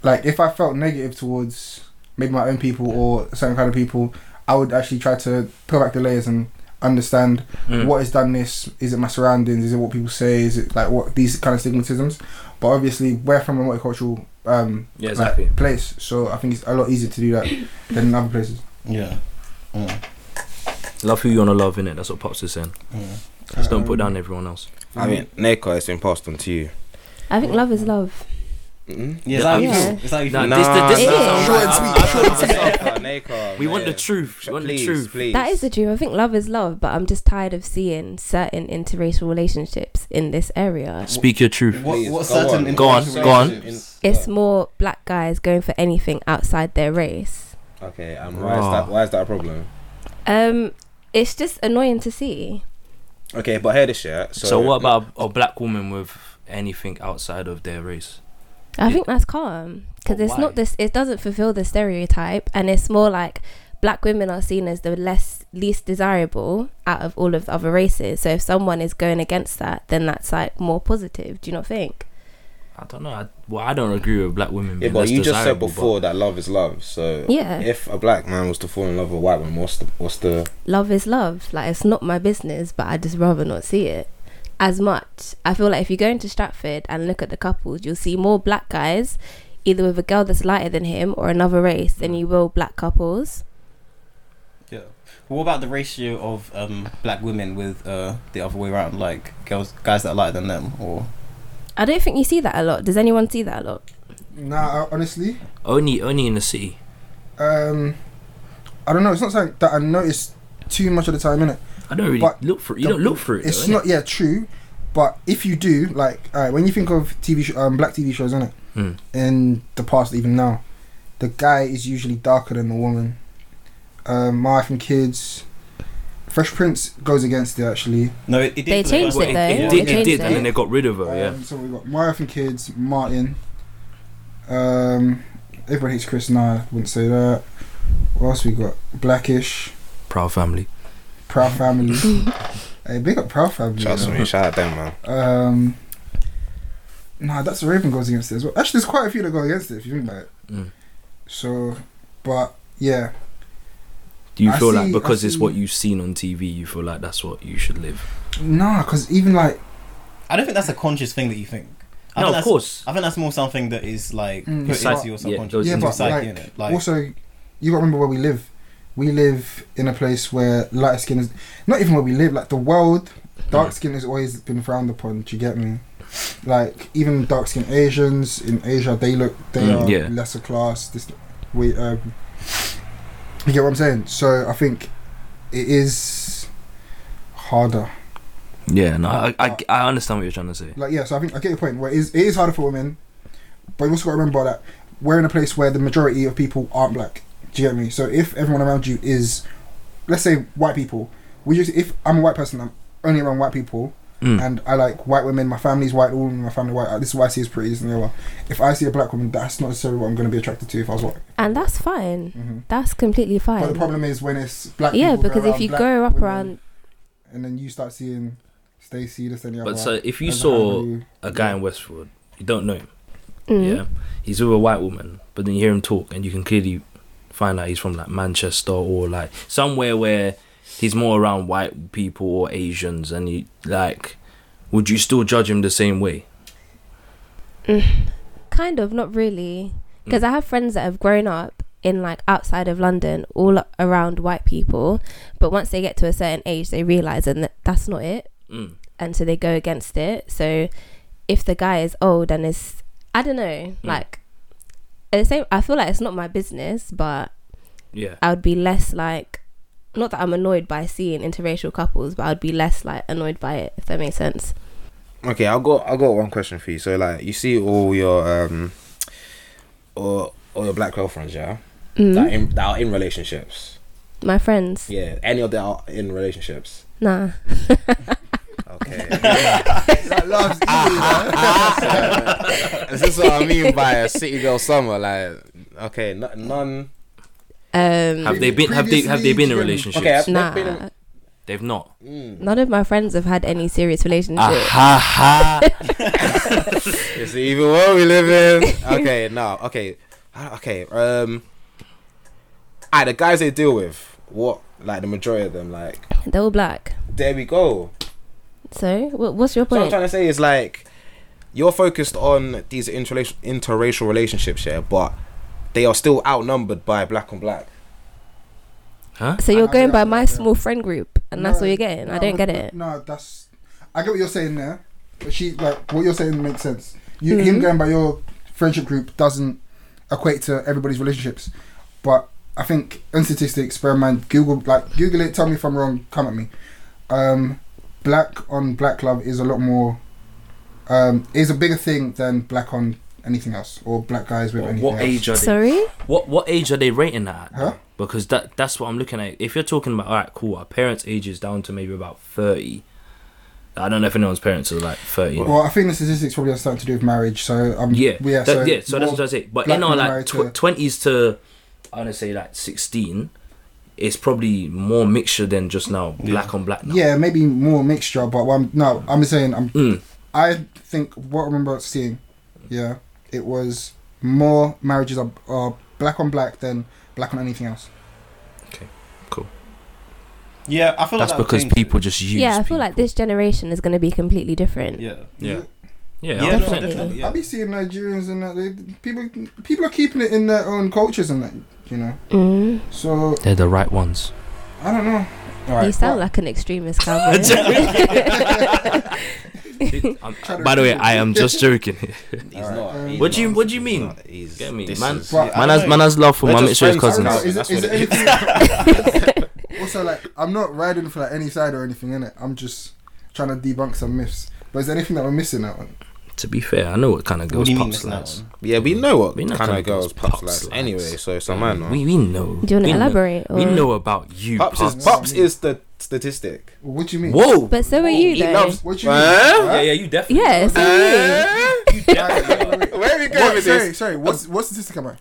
[SPEAKER 4] Like if I felt negative towards maybe my own people or certain kind of people, I would actually try to peel back the layers and understand
[SPEAKER 3] Mm.
[SPEAKER 4] what has done this. Is it my surroundings? Is it what people say? Is it like what these kind of stigmatisms? But obviously, we're from a multicultural um,
[SPEAKER 3] Yeah,
[SPEAKER 4] like,
[SPEAKER 3] exactly.
[SPEAKER 4] place, so I think it's a lot easier to do that than in other places.
[SPEAKER 2] Yeah. Mm,
[SPEAKER 3] Love who you wanna love, innit? That's what Pops is saying.
[SPEAKER 2] mm.
[SPEAKER 3] Just don't put
[SPEAKER 4] Um,
[SPEAKER 3] down everyone else.
[SPEAKER 1] I mean, Neko, it's been passed on to you.
[SPEAKER 5] I think love is love.
[SPEAKER 1] Mm-hmm.
[SPEAKER 2] Yeah, is that how you
[SPEAKER 5] Yeah.
[SPEAKER 2] feel? Is that how you feel?
[SPEAKER 3] Nah, this- this- this-
[SPEAKER 5] nah,
[SPEAKER 7] Short and sweet, short and sweet.
[SPEAKER 3] [laughs] We want the truth. We want
[SPEAKER 1] please,
[SPEAKER 3] the truth.
[SPEAKER 1] Please.
[SPEAKER 5] That is the truth. I think love is love, but I'm just tired of seeing certain interracial relationships in this area.
[SPEAKER 3] Speak your truth.
[SPEAKER 2] What,
[SPEAKER 1] Please,
[SPEAKER 2] what
[SPEAKER 1] go
[SPEAKER 2] certain
[SPEAKER 1] on.
[SPEAKER 3] Go on,
[SPEAKER 2] interracial
[SPEAKER 3] go on.
[SPEAKER 2] relationships?
[SPEAKER 5] It's more black guys going for anything outside their race.
[SPEAKER 1] Okay, and why is that? Why is that a problem?
[SPEAKER 5] Um, it's just annoying to see.
[SPEAKER 1] Okay, but hear this shit. So,
[SPEAKER 3] So, what about a, a black woman with anything outside of their race?
[SPEAKER 5] I
[SPEAKER 3] Yeah.
[SPEAKER 5] think that's calm because
[SPEAKER 3] But
[SPEAKER 5] it's
[SPEAKER 3] why?
[SPEAKER 5] not this. It doesn't fulfill the stereotype, and it's more like black women are seen as the less least desirable out of all of the other races. So if someone is going against that, then that's like more positive. Do you not think?
[SPEAKER 3] I don't know. I, well, I don't agree with black women.
[SPEAKER 1] Yeah,
[SPEAKER 3] being
[SPEAKER 1] but
[SPEAKER 3] less
[SPEAKER 1] you just said
[SPEAKER 3] desirable, but-
[SPEAKER 1] before that love is love. So
[SPEAKER 5] Yeah.
[SPEAKER 1] if a black man was to fall in love with a white woman, what's the what's the
[SPEAKER 5] Love is love. Like it's not my business, but I would just rather not see it. as much. I feel like if you go into Stratford and look at the couples, you'll see more black guys, either with a girl that's lighter than him or another race, than you will black couples.
[SPEAKER 2] Yeah. What about the ratio of um, black women with uh, the other way around, like girls, guys that are lighter than them, or
[SPEAKER 5] I don't think you see that a lot. Does anyone see that a lot?
[SPEAKER 4] Nah, I, honestly,
[SPEAKER 3] Only, only in the city.
[SPEAKER 4] um, I don't know. It's not something that I notice too much of the time, innit?
[SPEAKER 3] I don't really
[SPEAKER 4] But
[SPEAKER 3] look for it. You
[SPEAKER 4] the-
[SPEAKER 3] don't look for it.
[SPEAKER 4] It's
[SPEAKER 3] though,
[SPEAKER 4] not, yeah, true. But if you do, like, alright, when you think of TV, sh- um, black TV shows, innit?
[SPEAKER 3] innit?
[SPEAKER 4] in the past, even now, the guy is usually darker than the woman. Um, My Wife and Kids, Fresh Prince goes against it actually.
[SPEAKER 2] no? It, it did
[SPEAKER 5] They
[SPEAKER 2] for the
[SPEAKER 5] changed
[SPEAKER 2] first
[SPEAKER 5] it,
[SPEAKER 3] Well,
[SPEAKER 2] one.
[SPEAKER 5] though.
[SPEAKER 3] It,
[SPEAKER 5] They
[SPEAKER 3] did, it
[SPEAKER 5] changed
[SPEAKER 3] did,
[SPEAKER 5] it.
[SPEAKER 3] and then they got rid of her. yeah.
[SPEAKER 4] Um, so we got My Wife and Kids, Martin, um, Everyone Hates Chris. Nah, wouldn't say that. What else we got? Blackish,
[SPEAKER 3] Proud family.
[SPEAKER 4] Proud Family. hey, big up Proud Family.
[SPEAKER 1] Shout out
[SPEAKER 4] you
[SPEAKER 1] to
[SPEAKER 4] know.
[SPEAKER 1] me. Shout out them, man.
[SPEAKER 4] Um, nah, that's Raven goes against it as well. Actually, there's quite a few that go against it if you think about it.
[SPEAKER 3] Mm.
[SPEAKER 4] So, but yeah.
[SPEAKER 3] Do you
[SPEAKER 4] I
[SPEAKER 3] feel
[SPEAKER 4] see- I
[SPEAKER 3] like because it's
[SPEAKER 4] see.
[SPEAKER 3] what you've seen on TV, you feel like that's what you should live?
[SPEAKER 4] Nah, because even like
[SPEAKER 2] I don't think that's a conscious thing that you think. I think
[SPEAKER 3] No, of
[SPEAKER 2] that's-
[SPEAKER 3] course.
[SPEAKER 2] I think that's more something that is like
[SPEAKER 4] Mm.
[SPEAKER 2] put
[SPEAKER 4] It's like-
[SPEAKER 2] into your
[SPEAKER 3] yeah,
[SPEAKER 2] subconscious,
[SPEAKER 3] goes
[SPEAKER 4] yeah,
[SPEAKER 3] into
[SPEAKER 2] into
[SPEAKER 4] but
[SPEAKER 2] your psyche,
[SPEAKER 4] like,
[SPEAKER 2] innit? Like,
[SPEAKER 4] also you got to remember where we live. We live in a place where light skin is not even where we live. Like the world, dark skin has always been frowned upon. Do you get me? Like even dark skin Asians in Asia, they look they
[SPEAKER 3] Mm,
[SPEAKER 4] are
[SPEAKER 3] yeah.
[SPEAKER 4] lesser class. This we um, you get what I'm saying. So I think it is harder.
[SPEAKER 3] Yeah, no, I, I, I understand what you're trying to say.
[SPEAKER 4] Like yeah, so I think I get your point. Where it is, it is harder for women, but you also got to remember that we're in a place where the majority of people aren't black. Do you get me? So if everyone around you is, let's say white people, we just if I'm a white person, I'm only around white people,
[SPEAKER 3] Mm.
[SPEAKER 4] and I like white women. My family's white, all of my family white. This is what I see as pretty, isn't it? If I see a black woman, that's not necessarily what I'm going to be attracted to if I was white.
[SPEAKER 5] And that's fine.
[SPEAKER 4] hmm
[SPEAKER 5] That's completely
[SPEAKER 4] But
[SPEAKER 5] fine.
[SPEAKER 4] the problem is when it's black.
[SPEAKER 5] yeah,
[SPEAKER 4] people go
[SPEAKER 5] because if
[SPEAKER 4] around
[SPEAKER 5] you
[SPEAKER 4] black
[SPEAKER 5] grow up
[SPEAKER 4] women,
[SPEAKER 5] around,
[SPEAKER 4] and then you start seeing Stacey, this and the other.
[SPEAKER 3] But so if you
[SPEAKER 4] and
[SPEAKER 3] saw [laughs]
[SPEAKER 4] Andrew,
[SPEAKER 3] a guy in Westwood, you don't know him,
[SPEAKER 5] Mm.
[SPEAKER 3] yeah? He's with a white woman, but then you hear him talk and you can clearly find out he's from like Manchester or like somewhere where he's more around white people or Asians and you like, would you still judge him the same way?
[SPEAKER 5] kind of not really
[SPEAKER 1] Mm.
[SPEAKER 5] because i have friends that have grown up in like outside of london all around white people but once they get to a certain age they realize and that that's not it
[SPEAKER 3] Mm.
[SPEAKER 5] and so they go against it so if the guy is old and is i don't
[SPEAKER 1] Mm.
[SPEAKER 5] know like at the same i feel like it's not my business but
[SPEAKER 3] Yeah.
[SPEAKER 5] i would be less like not that i'm annoyed by seeing interracial couples but i'd be less like annoyed by it if that makes sense
[SPEAKER 1] Okay, I'll go. I'll go one question for you. So, like, you see all your um, or all your black girlfriends, yeah,
[SPEAKER 5] Mm.
[SPEAKER 1] that, in, that are in relationships.
[SPEAKER 5] my friends
[SPEAKER 1] Yeah, any of that are in relationships.
[SPEAKER 5] nah
[SPEAKER 1] [laughs] Okay,
[SPEAKER 3] [laughs]
[SPEAKER 4] that loves
[SPEAKER 1] this is what I mean by a city girl summer. Like, okay, n- none.
[SPEAKER 5] um
[SPEAKER 3] Have they been? Have they? Have they been in relationships?
[SPEAKER 1] Okay, I've
[SPEAKER 5] nah
[SPEAKER 1] never been. in-
[SPEAKER 3] They've not.
[SPEAKER 1] Mm.
[SPEAKER 5] None of my friends have had any serious relationship.
[SPEAKER 3] Aha ha!
[SPEAKER 1] It's the evil world we live in. Okay, no, okay, Uh, okay. Um, ah, the guys they deal with, what like the majority of them, like
[SPEAKER 5] They're all black.
[SPEAKER 1] there we go.
[SPEAKER 5] So, wha- what's your
[SPEAKER 1] So what I'm
[SPEAKER 5] point?
[SPEAKER 1] trying to say is like, you're focused on these interracial interracial relationships here, but they are still outnumbered by black on black.
[SPEAKER 3] Huh?
[SPEAKER 5] So you're
[SPEAKER 4] I- I
[SPEAKER 5] going
[SPEAKER 4] don't
[SPEAKER 5] by
[SPEAKER 4] know,
[SPEAKER 5] my
[SPEAKER 4] yeah.
[SPEAKER 5] small friend group, and that's
[SPEAKER 4] No,
[SPEAKER 5] all you're getting. I
[SPEAKER 4] no,
[SPEAKER 5] don't get
[SPEAKER 4] no,
[SPEAKER 5] it.
[SPEAKER 4] No, that's. I get what you're saying there. But she like what you're saying makes sense. You him
[SPEAKER 5] Mhm.
[SPEAKER 4] going by your friendship group doesn't equate to everybody's relationships. But I think in statistics, bear in mind, Google like Google it. Tell me if I'm wrong. Come at me. Um, black on black love is a lot more. Um, is a bigger thing than black on anything else or black guys with
[SPEAKER 3] What,
[SPEAKER 4] anything
[SPEAKER 3] what
[SPEAKER 4] else.
[SPEAKER 3] age are they?
[SPEAKER 5] Sorry?
[SPEAKER 3] What what age are they rating that? at?
[SPEAKER 4] Huh?
[SPEAKER 3] Because that that's what I'm looking at. If you're talking about all right, cool, our parents' age is down to maybe about thirty. I don't know if anyone's parents are like thirty.
[SPEAKER 4] Well, I think the statistics probably have something to do with marriage. So um,
[SPEAKER 3] yeah,
[SPEAKER 4] yeah,
[SPEAKER 3] That-
[SPEAKER 4] so
[SPEAKER 3] yeah. So that's
[SPEAKER 4] more-
[SPEAKER 3] what I say. But
[SPEAKER 4] black
[SPEAKER 3] in our
[SPEAKER 4] men
[SPEAKER 3] like
[SPEAKER 4] married to-
[SPEAKER 3] twenties to, I want to say like sixteen, it's probably more mixture than just now black on black. Now.
[SPEAKER 4] Yeah, maybe more mixture, but I'm, no, I'm saying I'm.
[SPEAKER 3] Mm.
[SPEAKER 4] I think what I remember seeing, yeah, it was more marriages are, are black on black than black on anything else.
[SPEAKER 3] Okay, cool.
[SPEAKER 2] Yeah, I feel like
[SPEAKER 3] That's
[SPEAKER 2] that would
[SPEAKER 3] because
[SPEAKER 2] change
[SPEAKER 3] people
[SPEAKER 2] it.
[SPEAKER 3] just use.
[SPEAKER 5] yeah, I feel
[SPEAKER 3] people.
[SPEAKER 5] like this generation is going to be completely different.
[SPEAKER 2] Yeah.
[SPEAKER 3] Yeah, yeah,
[SPEAKER 2] Yeah, no,
[SPEAKER 3] 100%.
[SPEAKER 2] definitely.
[SPEAKER 4] I
[SPEAKER 2] Yeah.
[SPEAKER 4] be seeing Nigerians and that they, people. People are keeping it in their own cultures and that you know.
[SPEAKER 5] Mm.
[SPEAKER 4] So
[SPEAKER 3] They're the right ones.
[SPEAKER 4] I don't know. All
[SPEAKER 5] you sound like
[SPEAKER 1] [laughs]
[SPEAKER 5] an extremist, Calvin.
[SPEAKER 3] By the way, I am just joking.
[SPEAKER 1] He's not. he's
[SPEAKER 3] What do you-
[SPEAKER 1] not.
[SPEAKER 3] what do you
[SPEAKER 1] He's
[SPEAKER 3] mean?
[SPEAKER 1] not. He's
[SPEAKER 3] Get me,
[SPEAKER 1] this
[SPEAKER 3] man.
[SPEAKER 1] is-
[SPEAKER 4] Bro,
[SPEAKER 3] man has man has love for
[SPEAKER 1] They're
[SPEAKER 3] my
[SPEAKER 1] just
[SPEAKER 3] mature
[SPEAKER 1] friends,
[SPEAKER 3] cousins.
[SPEAKER 1] I
[SPEAKER 4] No,
[SPEAKER 1] don't
[SPEAKER 4] is,
[SPEAKER 1] That's
[SPEAKER 4] it- is
[SPEAKER 1] what
[SPEAKER 4] it
[SPEAKER 1] it
[SPEAKER 4] anything? also, like, I'm not riding for like any side or anything in it. I'm just trying to debunk some myths. But is there anything that we're missing out on?
[SPEAKER 3] To be fair, I know what kind of
[SPEAKER 2] What
[SPEAKER 3] girls
[SPEAKER 2] do you mean
[SPEAKER 3] pops
[SPEAKER 2] miss that
[SPEAKER 3] likes.
[SPEAKER 2] one?
[SPEAKER 1] Yeah, we know what
[SPEAKER 3] We
[SPEAKER 1] kind
[SPEAKER 3] know
[SPEAKER 1] of girls Pops
[SPEAKER 3] likes.
[SPEAKER 1] likes anyway, so it's a man,
[SPEAKER 3] We we know.
[SPEAKER 5] Do you want
[SPEAKER 3] We
[SPEAKER 5] to
[SPEAKER 3] know-
[SPEAKER 5] elaborate?
[SPEAKER 3] We
[SPEAKER 5] or-
[SPEAKER 3] know about you,
[SPEAKER 1] Pops
[SPEAKER 3] pops.
[SPEAKER 1] is, Pops is the statistic.
[SPEAKER 4] What do you mean?
[SPEAKER 1] Whoa!
[SPEAKER 5] But so are you,
[SPEAKER 1] He
[SPEAKER 5] though.
[SPEAKER 1] loves-
[SPEAKER 4] What do you
[SPEAKER 1] Huh?
[SPEAKER 4] mean?
[SPEAKER 3] Yeah,
[SPEAKER 4] Huh?
[SPEAKER 3] yeah, you definitely.
[SPEAKER 5] yeah, so are you.
[SPEAKER 1] Eh? [laughs]
[SPEAKER 4] Alright,
[SPEAKER 1] Where are we going
[SPEAKER 4] What,
[SPEAKER 1] with
[SPEAKER 4] sorry,
[SPEAKER 1] this?
[SPEAKER 4] sorry. What's what statistic am I?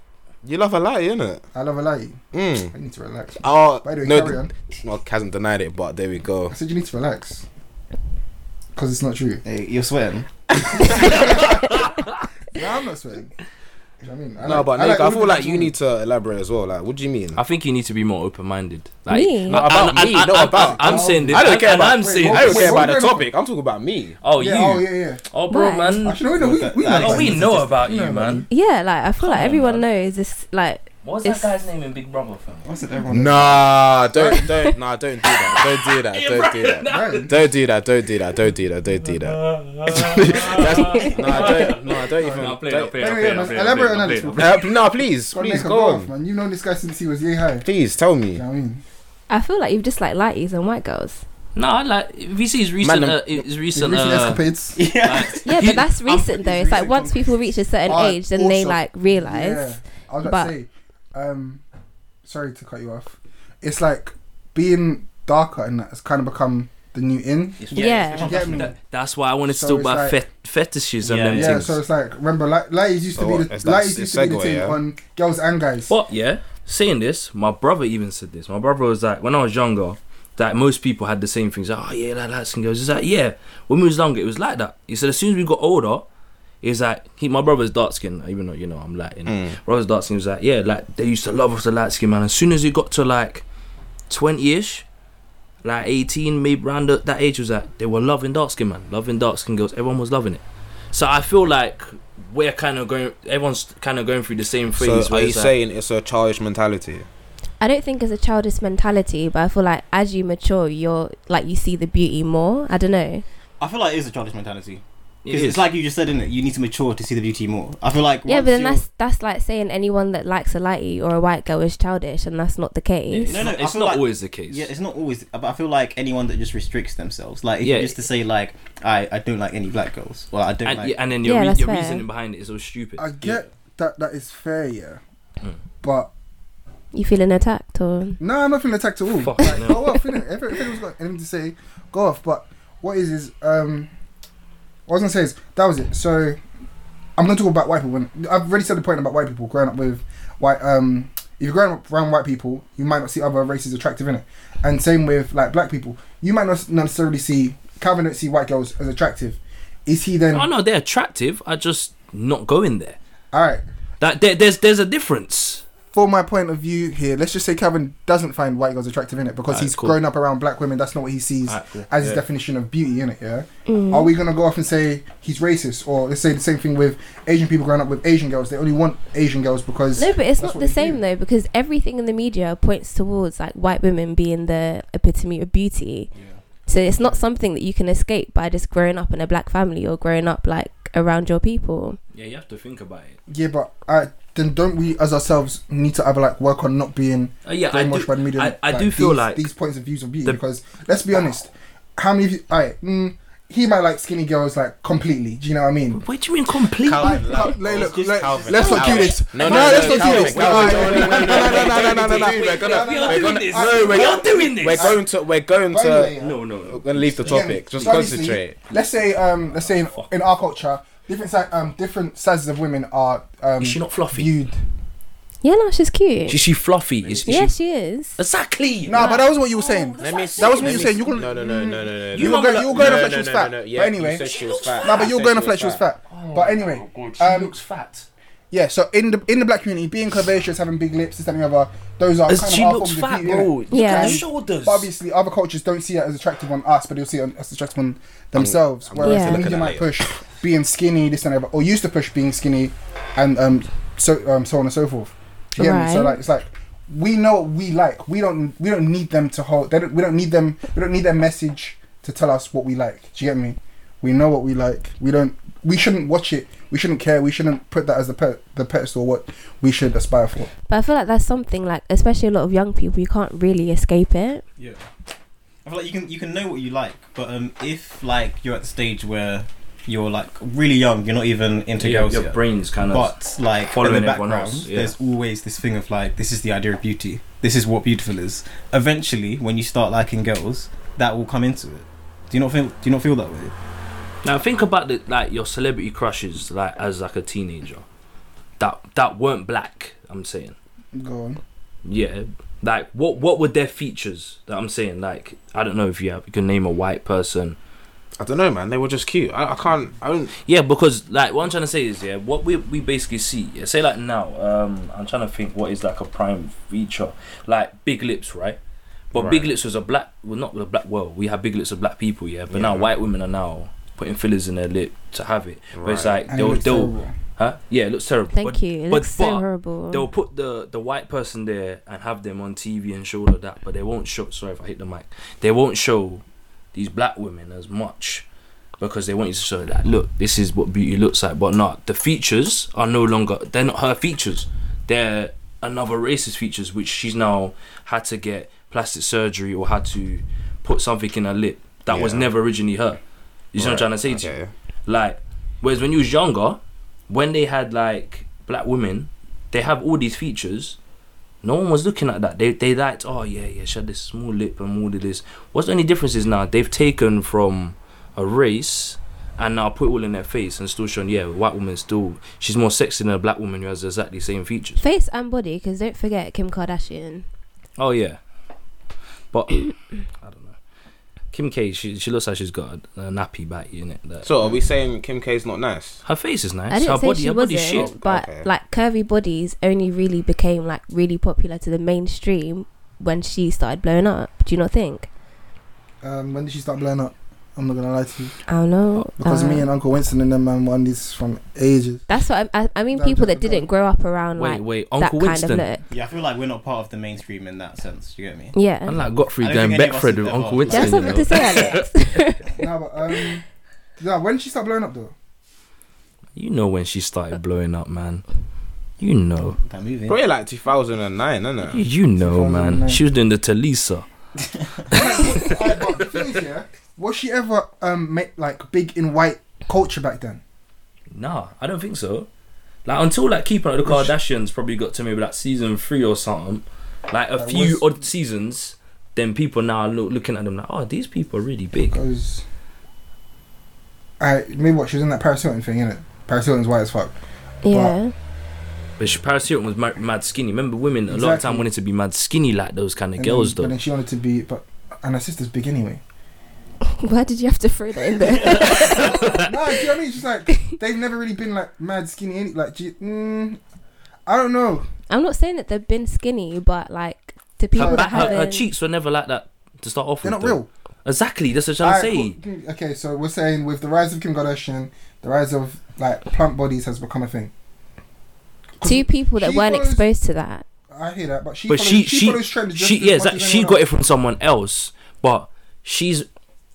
[SPEAKER 1] You love a lie, innit?
[SPEAKER 4] I love a lie.
[SPEAKER 1] Mm.
[SPEAKER 4] I need to relax.
[SPEAKER 1] Oh,
[SPEAKER 4] Hmm. By the way,
[SPEAKER 1] no,
[SPEAKER 4] carry on.
[SPEAKER 1] well, Kazim denied it, but there we go.
[SPEAKER 4] I said you need to relax because it's not true.
[SPEAKER 2] [laughs] Hey, you're
[SPEAKER 4] [laughs]
[SPEAKER 2] sweating.
[SPEAKER 4] No, I'm not sweating. You know what I mean, I
[SPEAKER 1] No,
[SPEAKER 4] like-
[SPEAKER 1] but
[SPEAKER 4] I
[SPEAKER 1] Nick,
[SPEAKER 4] like
[SPEAKER 1] I
[SPEAKER 4] all
[SPEAKER 1] feel
[SPEAKER 4] the
[SPEAKER 1] like you
[SPEAKER 4] material.
[SPEAKER 1] need to elaborate as well. Like, what do you mean?
[SPEAKER 3] I think you need to be more open-minded. Like,
[SPEAKER 5] Me?
[SPEAKER 1] Not about
[SPEAKER 3] and- and-
[SPEAKER 1] me,
[SPEAKER 3] and-
[SPEAKER 1] not
[SPEAKER 3] and-
[SPEAKER 1] about-
[SPEAKER 3] I'm saying this.
[SPEAKER 1] I don't
[SPEAKER 3] and-
[SPEAKER 1] care
[SPEAKER 3] and
[SPEAKER 1] about-
[SPEAKER 3] I'm
[SPEAKER 4] wait,
[SPEAKER 3] saying.
[SPEAKER 4] what-
[SPEAKER 1] I don't
[SPEAKER 3] this.
[SPEAKER 1] care
[SPEAKER 4] wait,
[SPEAKER 1] about the
[SPEAKER 4] wait, wait.
[SPEAKER 1] topic. I'm talking about me.
[SPEAKER 3] Oh,
[SPEAKER 4] yeah,
[SPEAKER 3] you.
[SPEAKER 4] Oh yeah, yeah.
[SPEAKER 3] Oh, bro,
[SPEAKER 5] Why?
[SPEAKER 3] man.
[SPEAKER 4] Actually, no, no, we, we,
[SPEAKER 2] Like,
[SPEAKER 4] know
[SPEAKER 3] Oh,
[SPEAKER 4] about
[SPEAKER 3] we
[SPEAKER 4] this.
[SPEAKER 3] know about
[SPEAKER 4] You
[SPEAKER 3] you,
[SPEAKER 4] know
[SPEAKER 3] man.
[SPEAKER 5] Yeah, like I feel
[SPEAKER 3] Come
[SPEAKER 5] like
[SPEAKER 3] on,
[SPEAKER 5] everyone
[SPEAKER 3] man.
[SPEAKER 5] knows this. Like,
[SPEAKER 3] What's
[SPEAKER 5] that guy's
[SPEAKER 3] name in Big Brother film?
[SPEAKER 4] What's it everyone?
[SPEAKER 1] Nah, don't, don't, nah, don't do that. Don't do [laughs] that. Don't do that.
[SPEAKER 4] Right.
[SPEAKER 1] Don't do that. Don't do that. Don't do that. Don't do that. That's, nah, don't, nah, don't even.
[SPEAKER 3] I'll play it. I'll
[SPEAKER 1] don't-
[SPEAKER 3] play it. I'll play it,
[SPEAKER 4] Anyway, man,
[SPEAKER 3] I'll play it,
[SPEAKER 4] elaborate
[SPEAKER 3] I'll
[SPEAKER 4] on
[SPEAKER 3] play
[SPEAKER 4] that.
[SPEAKER 3] it, I'll play it.
[SPEAKER 1] Uh, no, please,
[SPEAKER 4] God,
[SPEAKER 1] please
[SPEAKER 4] make a
[SPEAKER 1] go
[SPEAKER 4] laugh,
[SPEAKER 1] on.
[SPEAKER 4] man. You've known this guy since he was yay high.
[SPEAKER 1] Please tell me.
[SPEAKER 4] You know what I mean?
[SPEAKER 5] I feel like you've just like lighties and white girls.
[SPEAKER 3] No, I like if you see his recent,
[SPEAKER 1] Man,
[SPEAKER 3] uh, his
[SPEAKER 4] His
[SPEAKER 3] recent,
[SPEAKER 4] recent
[SPEAKER 3] uh,
[SPEAKER 1] [laughs]
[SPEAKER 4] escapades.
[SPEAKER 2] Yeah. [laughs]
[SPEAKER 5] Yeah,
[SPEAKER 3] He-
[SPEAKER 5] but that's
[SPEAKER 3] I'm-
[SPEAKER 5] recent though. It's like
[SPEAKER 4] recent
[SPEAKER 5] once people reach a certain
[SPEAKER 4] Oh,
[SPEAKER 5] age, then they
[SPEAKER 4] also-
[SPEAKER 5] like [laughs] realize.
[SPEAKER 4] Yeah, I was about
[SPEAKER 5] but-
[SPEAKER 4] to say. Um, sorry to cut you off. It's like being darker and that has kind of become the new in.
[SPEAKER 5] Yeah.
[SPEAKER 4] You get me?
[SPEAKER 3] That- that's why I wanted
[SPEAKER 4] So
[SPEAKER 3] to talk
[SPEAKER 4] it's
[SPEAKER 3] about
[SPEAKER 4] like-
[SPEAKER 3] fet- fetishes and
[SPEAKER 2] Yeah,
[SPEAKER 3] them
[SPEAKER 2] yeah.
[SPEAKER 4] Yeah,
[SPEAKER 3] things.
[SPEAKER 4] so it's like remember, like lighties used
[SPEAKER 1] So
[SPEAKER 4] to be
[SPEAKER 1] what,
[SPEAKER 4] the
[SPEAKER 1] is that
[SPEAKER 4] lighties
[SPEAKER 1] a
[SPEAKER 4] used to be the
[SPEAKER 1] segue,
[SPEAKER 4] thing
[SPEAKER 1] yeah?
[SPEAKER 4] on girls and guys.
[SPEAKER 3] But yeah, saying this, my brother even said this. My brother was like, when I was younger, that most people had the same things. Like, oh yeah, that light skin girls. It's like yeah, when we was younger, it was like that. He said as soon as we got older, he's like he, my brother's dark skin. Even though you know I'm light, you know.
[SPEAKER 1] Mm.
[SPEAKER 3] brother's dark skin. He was like yeah, like they used to love us the light skin man. As soon as he got to like twenty ish. Like 18, maybe around the- that age was like they were loving dark skin man, loving dark skin girls. Everyone was loving it. So I feel like we're kind of going, everyone's kind of going through the same
[SPEAKER 1] So
[SPEAKER 3] phase.
[SPEAKER 1] are
[SPEAKER 3] where
[SPEAKER 1] you
[SPEAKER 3] it's like-
[SPEAKER 1] saying it's a childish mentality?
[SPEAKER 5] I don't think it's a childish mentality, but I feel like as you mature, you're like you see the beauty more. I don't know.
[SPEAKER 2] I feel like it is a childish mentality.
[SPEAKER 3] It
[SPEAKER 2] 'Cause
[SPEAKER 3] is.
[SPEAKER 2] It's like you just said, innit? You need to mature to see the beauty more. I feel like
[SPEAKER 5] yeah,
[SPEAKER 2] once
[SPEAKER 5] but then
[SPEAKER 2] you're-
[SPEAKER 5] that's that's like saying anyone that likes a lighty or a white girl is childish, and that's not the case.
[SPEAKER 2] No, no,
[SPEAKER 3] no, no,
[SPEAKER 2] I
[SPEAKER 3] it's
[SPEAKER 2] feel
[SPEAKER 3] not
[SPEAKER 2] like-
[SPEAKER 3] always the case.
[SPEAKER 2] yeah, it's not always. But I feel like anyone that just restricts themselves, like if
[SPEAKER 3] Yeah.
[SPEAKER 2] you just to say like I I don't like any black girls, or I don't
[SPEAKER 3] and,
[SPEAKER 2] like.
[SPEAKER 3] yeah, and then your,
[SPEAKER 5] Yeah,
[SPEAKER 3] rea-
[SPEAKER 5] that's
[SPEAKER 3] your
[SPEAKER 5] fair.
[SPEAKER 3] reasoning behind it is all stupid.
[SPEAKER 4] I get that that is fair, yeah.
[SPEAKER 3] Mm.
[SPEAKER 4] But
[SPEAKER 5] You feeling attacked or?
[SPEAKER 4] no, I'm not feeling attacked at all.
[SPEAKER 3] Fuck,
[SPEAKER 4] like,
[SPEAKER 3] no.
[SPEAKER 4] go off, innit? Oh, If, if anyone's got anything to say, go off. But what is is um, what I was gonna say is that was it. So I'm gonna talk about white people. When I've already said the point about white people growing up with white um. If you're growing up around white people, you might not see other races attractive in it, and same with like black people. You might not necessarily see Calvin don't see white girls as attractive. Is he then
[SPEAKER 3] oh no, they're attractive. I just not going there.
[SPEAKER 4] all right?
[SPEAKER 3] That there, there's there's a difference.
[SPEAKER 4] for my point of view here, let's just say Calvin doesn't find white girls attractive in it because
[SPEAKER 3] Alright,
[SPEAKER 4] he's
[SPEAKER 3] cool.
[SPEAKER 4] grown up around black women. That's not what he sees
[SPEAKER 3] Alright, cool.
[SPEAKER 4] as his
[SPEAKER 3] Yeah.
[SPEAKER 4] definition of beauty in it. Yeah. Are we gonna go off and say he's racist, or let's say the same thing with Asian people growing up with Asian girls? They only want Asian girls because
[SPEAKER 5] No, but it's not
[SPEAKER 4] That's what
[SPEAKER 5] the
[SPEAKER 4] we
[SPEAKER 5] same
[SPEAKER 4] do.
[SPEAKER 5] though because everything in the media points towards like white women being the epitome of beauty. So it's not something that you can escape by just growing up in a black family or growing up like around your people.
[SPEAKER 3] Yeah, you have to think about it.
[SPEAKER 4] yeah, but uh, then don't we as ourselves need to either like work on not being
[SPEAKER 3] Uh, yeah, I
[SPEAKER 4] brainwashed
[SPEAKER 3] do,
[SPEAKER 4] by the media?
[SPEAKER 3] I, I
[SPEAKER 4] like,
[SPEAKER 3] do feel
[SPEAKER 4] these,
[SPEAKER 3] like
[SPEAKER 4] these points of views of beauty
[SPEAKER 3] the-
[SPEAKER 4] because let's be honest, how many? Of you, all right, mm, he might like skinny girls like completely. Do you know what I mean?
[SPEAKER 3] What do you mean complete?
[SPEAKER 1] Calvin,
[SPEAKER 4] Like, Cal- like, look, like,
[SPEAKER 1] Calvin,
[SPEAKER 4] let's not do
[SPEAKER 1] Calvin.
[SPEAKER 4] this.
[SPEAKER 1] No,
[SPEAKER 4] No,
[SPEAKER 1] no,
[SPEAKER 4] let's
[SPEAKER 1] no,
[SPEAKER 4] not do this.
[SPEAKER 1] Calvin,
[SPEAKER 4] No,
[SPEAKER 1] Calvin,
[SPEAKER 4] no, no,
[SPEAKER 1] Calvin,
[SPEAKER 4] no, no, no,
[SPEAKER 1] Calvin,
[SPEAKER 4] no, no, no,
[SPEAKER 1] Calvin,
[SPEAKER 4] no.
[SPEAKER 1] we're gonna-
[SPEAKER 4] We
[SPEAKER 3] are
[SPEAKER 1] we're
[SPEAKER 3] doing
[SPEAKER 1] gonna-
[SPEAKER 3] this.
[SPEAKER 1] no, we're
[SPEAKER 3] We
[SPEAKER 1] gonna-
[SPEAKER 3] are doing this.
[SPEAKER 1] We're going to. We're going
[SPEAKER 4] But
[SPEAKER 1] to.
[SPEAKER 4] anyway,
[SPEAKER 3] No, no,
[SPEAKER 1] We're
[SPEAKER 3] no.
[SPEAKER 1] gonna leave the
[SPEAKER 4] Again,
[SPEAKER 1] topic. Just
[SPEAKER 4] so obviously,
[SPEAKER 1] concentrate.
[SPEAKER 4] Let's say, um, let's say in, in our culture, different si- um, different sizes of women are um,
[SPEAKER 3] Is she not fluffy?
[SPEAKER 4] viewed.
[SPEAKER 5] Yeah, no, she's cute.
[SPEAKER 3] Is she fluffy? Is, is
[SPEAKER 5] yeah,
[SPEAKER 3] she
[SPEAKER 5] she is.
[SPEAKER 3] exactly?
[SPEAKER 4] Nah, but that was what you were saying.
[SPEAKER 1] Let me.
[SPEAKER 4] That was what you said. You
[SPEAKER 1] No,
[SPEAKER 4] couldn't-
[SPEAKER 1] no, no, no, no, no.
[SPEAKER 4] You
[SPEAKER 1] no.
[SPEAKER 4] were going, you were going
[SPEAKER 1] No, no,
[SPEAKER 4] off that she was
[SPEAKER 1] no,
[SPEAKER 4] fat.
[SPEAKER 1] no, no.
[SPEAKER 4] but
[SPEAKER 1] Yeah, you
[SPEAKER 4] anyway,
[SPEAKER 1] said she was fat.
[SPEAKER 4] nah, but
[SPEAKER 1] You
[SPEAKER 4] you're
[SPEAKER 1] said
[SPEAKER 4] going
[SPEAKER 1] she
[SPEAKER 4] off like she was fat. But anyway,
[SPEAKER 3] Oh, God, she
[SPEAKER 4] um,
[SPEAKER 3] looks fat.
[SPEAKER 4] Yeah, so in the in the black community, being curvaceous, having big lips, this that, and the other, those are kind of our forms of beauty. innit?
[SPEAKER 5] Look at her Yeah.
[SPEAKER 8] shoulders.
[SPEAKER 4] But obviously, other cultures don't see it as attractive on us, but they'll see it on- as attractive on themselves.
[SPEAKER 1] I'm
[SPEAKER 4] Whereas
[SPEAKER 5] gonna
[SPEAKER 4] the
[SPEAKER 5] look at
[SPEAKER 4] media
[SPEAKER 8] that
[SPEAKER 4] might push being skinny, this and that, or used to push being skinny, and um, so um, so on and so forth. Do you get me? So
[SPEAKER 5] Right.
[SPEAKER 4] like, it's like we know what we like. We don't we don't need them to hold. They don't, we don't need them. We don't need their message to tell us what we like. Do you get me? We know what we like. We don't. We shouldn't watch it. We shouldn't care. We shouldn't put that as the pet, the pedestal what we should aspire for.
[SPEAKER 5] But I feel like that's something like, especially a lot of young people, you can't really escape it.
[SPEAKER 2] Yeah. I feel like you can you can know what you like, but um, if like you're at the stage where you're like really young, you're not even into
[SPEAKER 3] your,
[SPEAKER 2] girls
[SPEAKER 3] your
[SPEAKER 2] yet.
[SPEAKER 3] brain's kind of
[SPEAKER 2] But like
[SPEAKER 3] following
[SPEAKER 2] in the
[SPEAKER 3] everyone
[SPEAKER 2] background,
[SPEAKER 3] else, yeah.
[SPEAKER 2] there's always this thing of like this is the idea of beauty. This is what beautiful is. Eventually, when you start liking girls, that will come into it. Do you not feel? Do you not feel that way?
[SPEAKER 3] Now think about the, like your celebrity crushes, like as like a teenager, that that weren't black. I'm saying,
[SPEAKER 4] Go on.
[SPEAKER 3] yeah. Like what what were their features? That I'm saying, like I don't know if you have, you can name a white person.
[SPEAKER 1] I don't know, man. They were just cute. I, I can't. I don't.
[SPEAKER 3] Yeah, because like what I'm trying to say is, yeah, what we we basically see, yeah, say like now, um, I'm trying to think what is like a prime feature, like big lips, right? But big
[SPEAKER 1] Right.
[SPEAKER 3] lips was a black, well, not a black. Well, we have big lips of black people, yeah. But
[SPEAKER 1] Yeah.
[SPEAKER 3] now white women are now putting fillers in their lip to have it. But it's
[SPEAKER 1] Right.
[SPEAKER 3] like
[SPEAKER 4] And it
[SPEAKER 3] they'll
[SPEAKER 4] looks
[SPEAKER 3] they'll
[SPEAKER 4] terrible.
[SPEAKER 3] huh? Yeah, it looks terrible.
[SPEAKER 5] Thank
[SPEAKER 3] But-
[SPEAKER 5] you. It
[SPEAKER 3] but-
[SPEAKER 5] looks so
[SPEAKER 3] but
[SPEAKER 5] horrible.
[SPEAKER 3] They'll put the the white person there and have them on TV and show all of that, but they won't show. Sorry if I hit the mic. They won't show these black women as much because they want you to show that look, this is what beauty looks like. But not the features are no longer. They're not her features. They're another racist features, which she's now had to get plastic surgery or had to put something in her lip that was
[SPEAKER 1] Yeah.
[SPEAKER 3] never originally her. You see what I'm trying to say to you?
[SPEAKER 1] okay.
[SPEAKER 3] Like, whereas when you was younger, when they had like black women, they have all these features. No one was looking at that. They they liked, oh yeah, yeah, she had this small lip and all of this. What's the only difference is now they've taken from a race and now put it all in their face and still showing, yeah, white woman still she's more sexy than a black woman who has exactly the same features.
[SPEAKER 5] Face and body, because don't forget Kim Kardashian.
[SPEAKER 3] Oh yeah, but [coughs] I don't know. Kim K, she she looks like she's got a, a nappy back unit. That
[SPEAKER 1] So are we saying Kim K's not nice?
[SPEAKER 3] her face is nice.
[SPEAKER 5] I didn't
[SPEAKER 3] her
[SPEAKER 5] say
[SPEAKER 3] body,
[SPEAKER 5] she
[SPEAKER 3] her body's shit.
[SPEAKER 5] wasn't, but
[SPEAKER 1] Okay.
[SPEAKER 5] like curvy bodies only really became like really popular to the mainstream when she started blowing up. Do you not think?
[SPEAKER 7] Um, when did she start blowing up? I'm not gonna lie to you.
[SPEAKER 5] I don't know.
[SPEAKER 7] Because
[SPEAKER 5] uh,
[SPEAKER 7] me and Uncle Winston and them man won these from ages.
[SPEAKER 5] that's what I, I, I mean.
[SPEAKER 7] That-
[SPEAKER 5] People that
[SPEAKER 7] that-
[SPEAKER 5] didn't grow up around
[SPEAKER 3] Wait,
[SPEAKER 5] like
[SPEAKER 3] wait,
[SPEAKER 5] that
[SPEAKER 3] Uncle
[SPEAKER 5] kind
[SPEAKER 3] Winston.
[SPEAKER 5] of look.
[SPEAKER 2] Yeah, I feel like we're not part of the mainstream in that sense. Do you get me?
[SPEAKER 5] Yeah,
[SPEAKER 3] Unlike Godfrey
[SPEAKER 2] I don't
[SPEAKER 3] going
[SPEAKER 2] think any of us
[SPEAKER 3] Beckford
[SPEAKER 2] have
[SPEAKER 3] with
[SPEAKER 2] ever-
[SPEAKER 3] Uncle
[SPEAKER 5] that's
[SPEAKER 3] Winston. you
[SPEAKER 5] something
[SPEAKER 3] know.
[SPEAKER 5] to say, Alex.
[SPEAKER 3] [laughs]
[SPEAKER 5] [laughs]
[SPEAKER 7] no, but um, yeah, when did she start blowing up though?
[SPEAKER 3] You know when she started blowing up, man. You know.
[SPEAKER 2] That movie.
[SPEAKER 1] Probably like 2009,
[SPEAKER 3] You,
[SPEAKER 1] isn't it?
[SPEAKER 3] you know,
[SPEAKER 7] 2009.
[SPEAKER 3] man. She was doing the Talisa.
[SPEAKER 4] Alright, but the thing is, yeah,
[SPEAKER 7] Was she ever um made, like big in white culture back then?
[SPEAKER 3] Nah, I don't think so. Like until like keeping up with the Kardashians probably got to maybe like season three or something. Like a
[SPEAKER 7] That
[SPEAKER 3] few
[SPEAKER 7] was-
[SPEAKER 3] odd seasons, then people now look, looking at them like, oh, these people are really big.
[SPEAKER 7] Because
[SPEAKER 4] I maybe what she was in that Paris Hilton thing, innit? Paris Hilton's white as fuck.
[SPEAKER 5] yeah,
[SPEAKER 3] But she, Paris Hilton was mad, mad skinny. Remember, women a lot of time
[SPEAKER 4] Exactly.
[SPEAKER 3] wanted to be mad skinny like those kind of
[SPEAKER 4] And
[SPEAKER 3] girls,
[SPEAKER 4] then, But
[SPEAKER 3] though.
[SPEAKER 4] then she wanted to be, but and her sister's
[SPEAKER 3] [laughs]
[SPEAKER 4] big anyway.
[SPEAKER 5] why did you have to throw that in there?
[SPEAKER 4] no, do you know what I mean? She's like they've never really been like mad skinny. Any, like, do you- mm, I don't know.
[SPEAKER 5] I'm not saying that they've been skinny, but like to people
[SPEAKER 3] Her,
[SPEAKER 5] that
[SPEAKER 3] back, her, her
[SPEAKER 5] haven't-
[SPEAKER 3] cheeks were never like that to start off
[SPEAKER 4] They're
[SPEAKER 3] with.
[SPEAKER 4] not
[SPEAKER 3] though.
[SPEAKER 4] real.
[SPEAKER 3] Exactly, that's what I'm trying to say.
[SPEAKER 4] Alright, cool. Okay, so we're saying with the rise of Kim Kardashian, the rise of like plump bodies has become a thing. 'Cause
[SPEAKER 5] Two people that
[SPEAKER 4] she
[SPEAKER 5] weren't
[SPEAKER 4] follows-
[SPEAKER 5] exposed to that.
[SPEAKER 4] I hear that, but she
[SPEAKER 3] but
[SPEAKER 4] follows,
[SPEAKER 3] she
[SPEAKER 4] she,
[SPEAKER 3] she
[SPEAKER 4] follows trends. Just
[SPEAKER 3] she
[SPEAKER 4] as
[SPEAKER 3] yeah
[SPEAKER 4] much
[SPEAKER 3] exactly.
[SPEAKER 4] as
[SPEAKER 3] she
[SPEAKER 4] anyone
[SPEAKER 3] got it
[SPEAKER 4] else.
[SPEAKER 3] from someone else but she's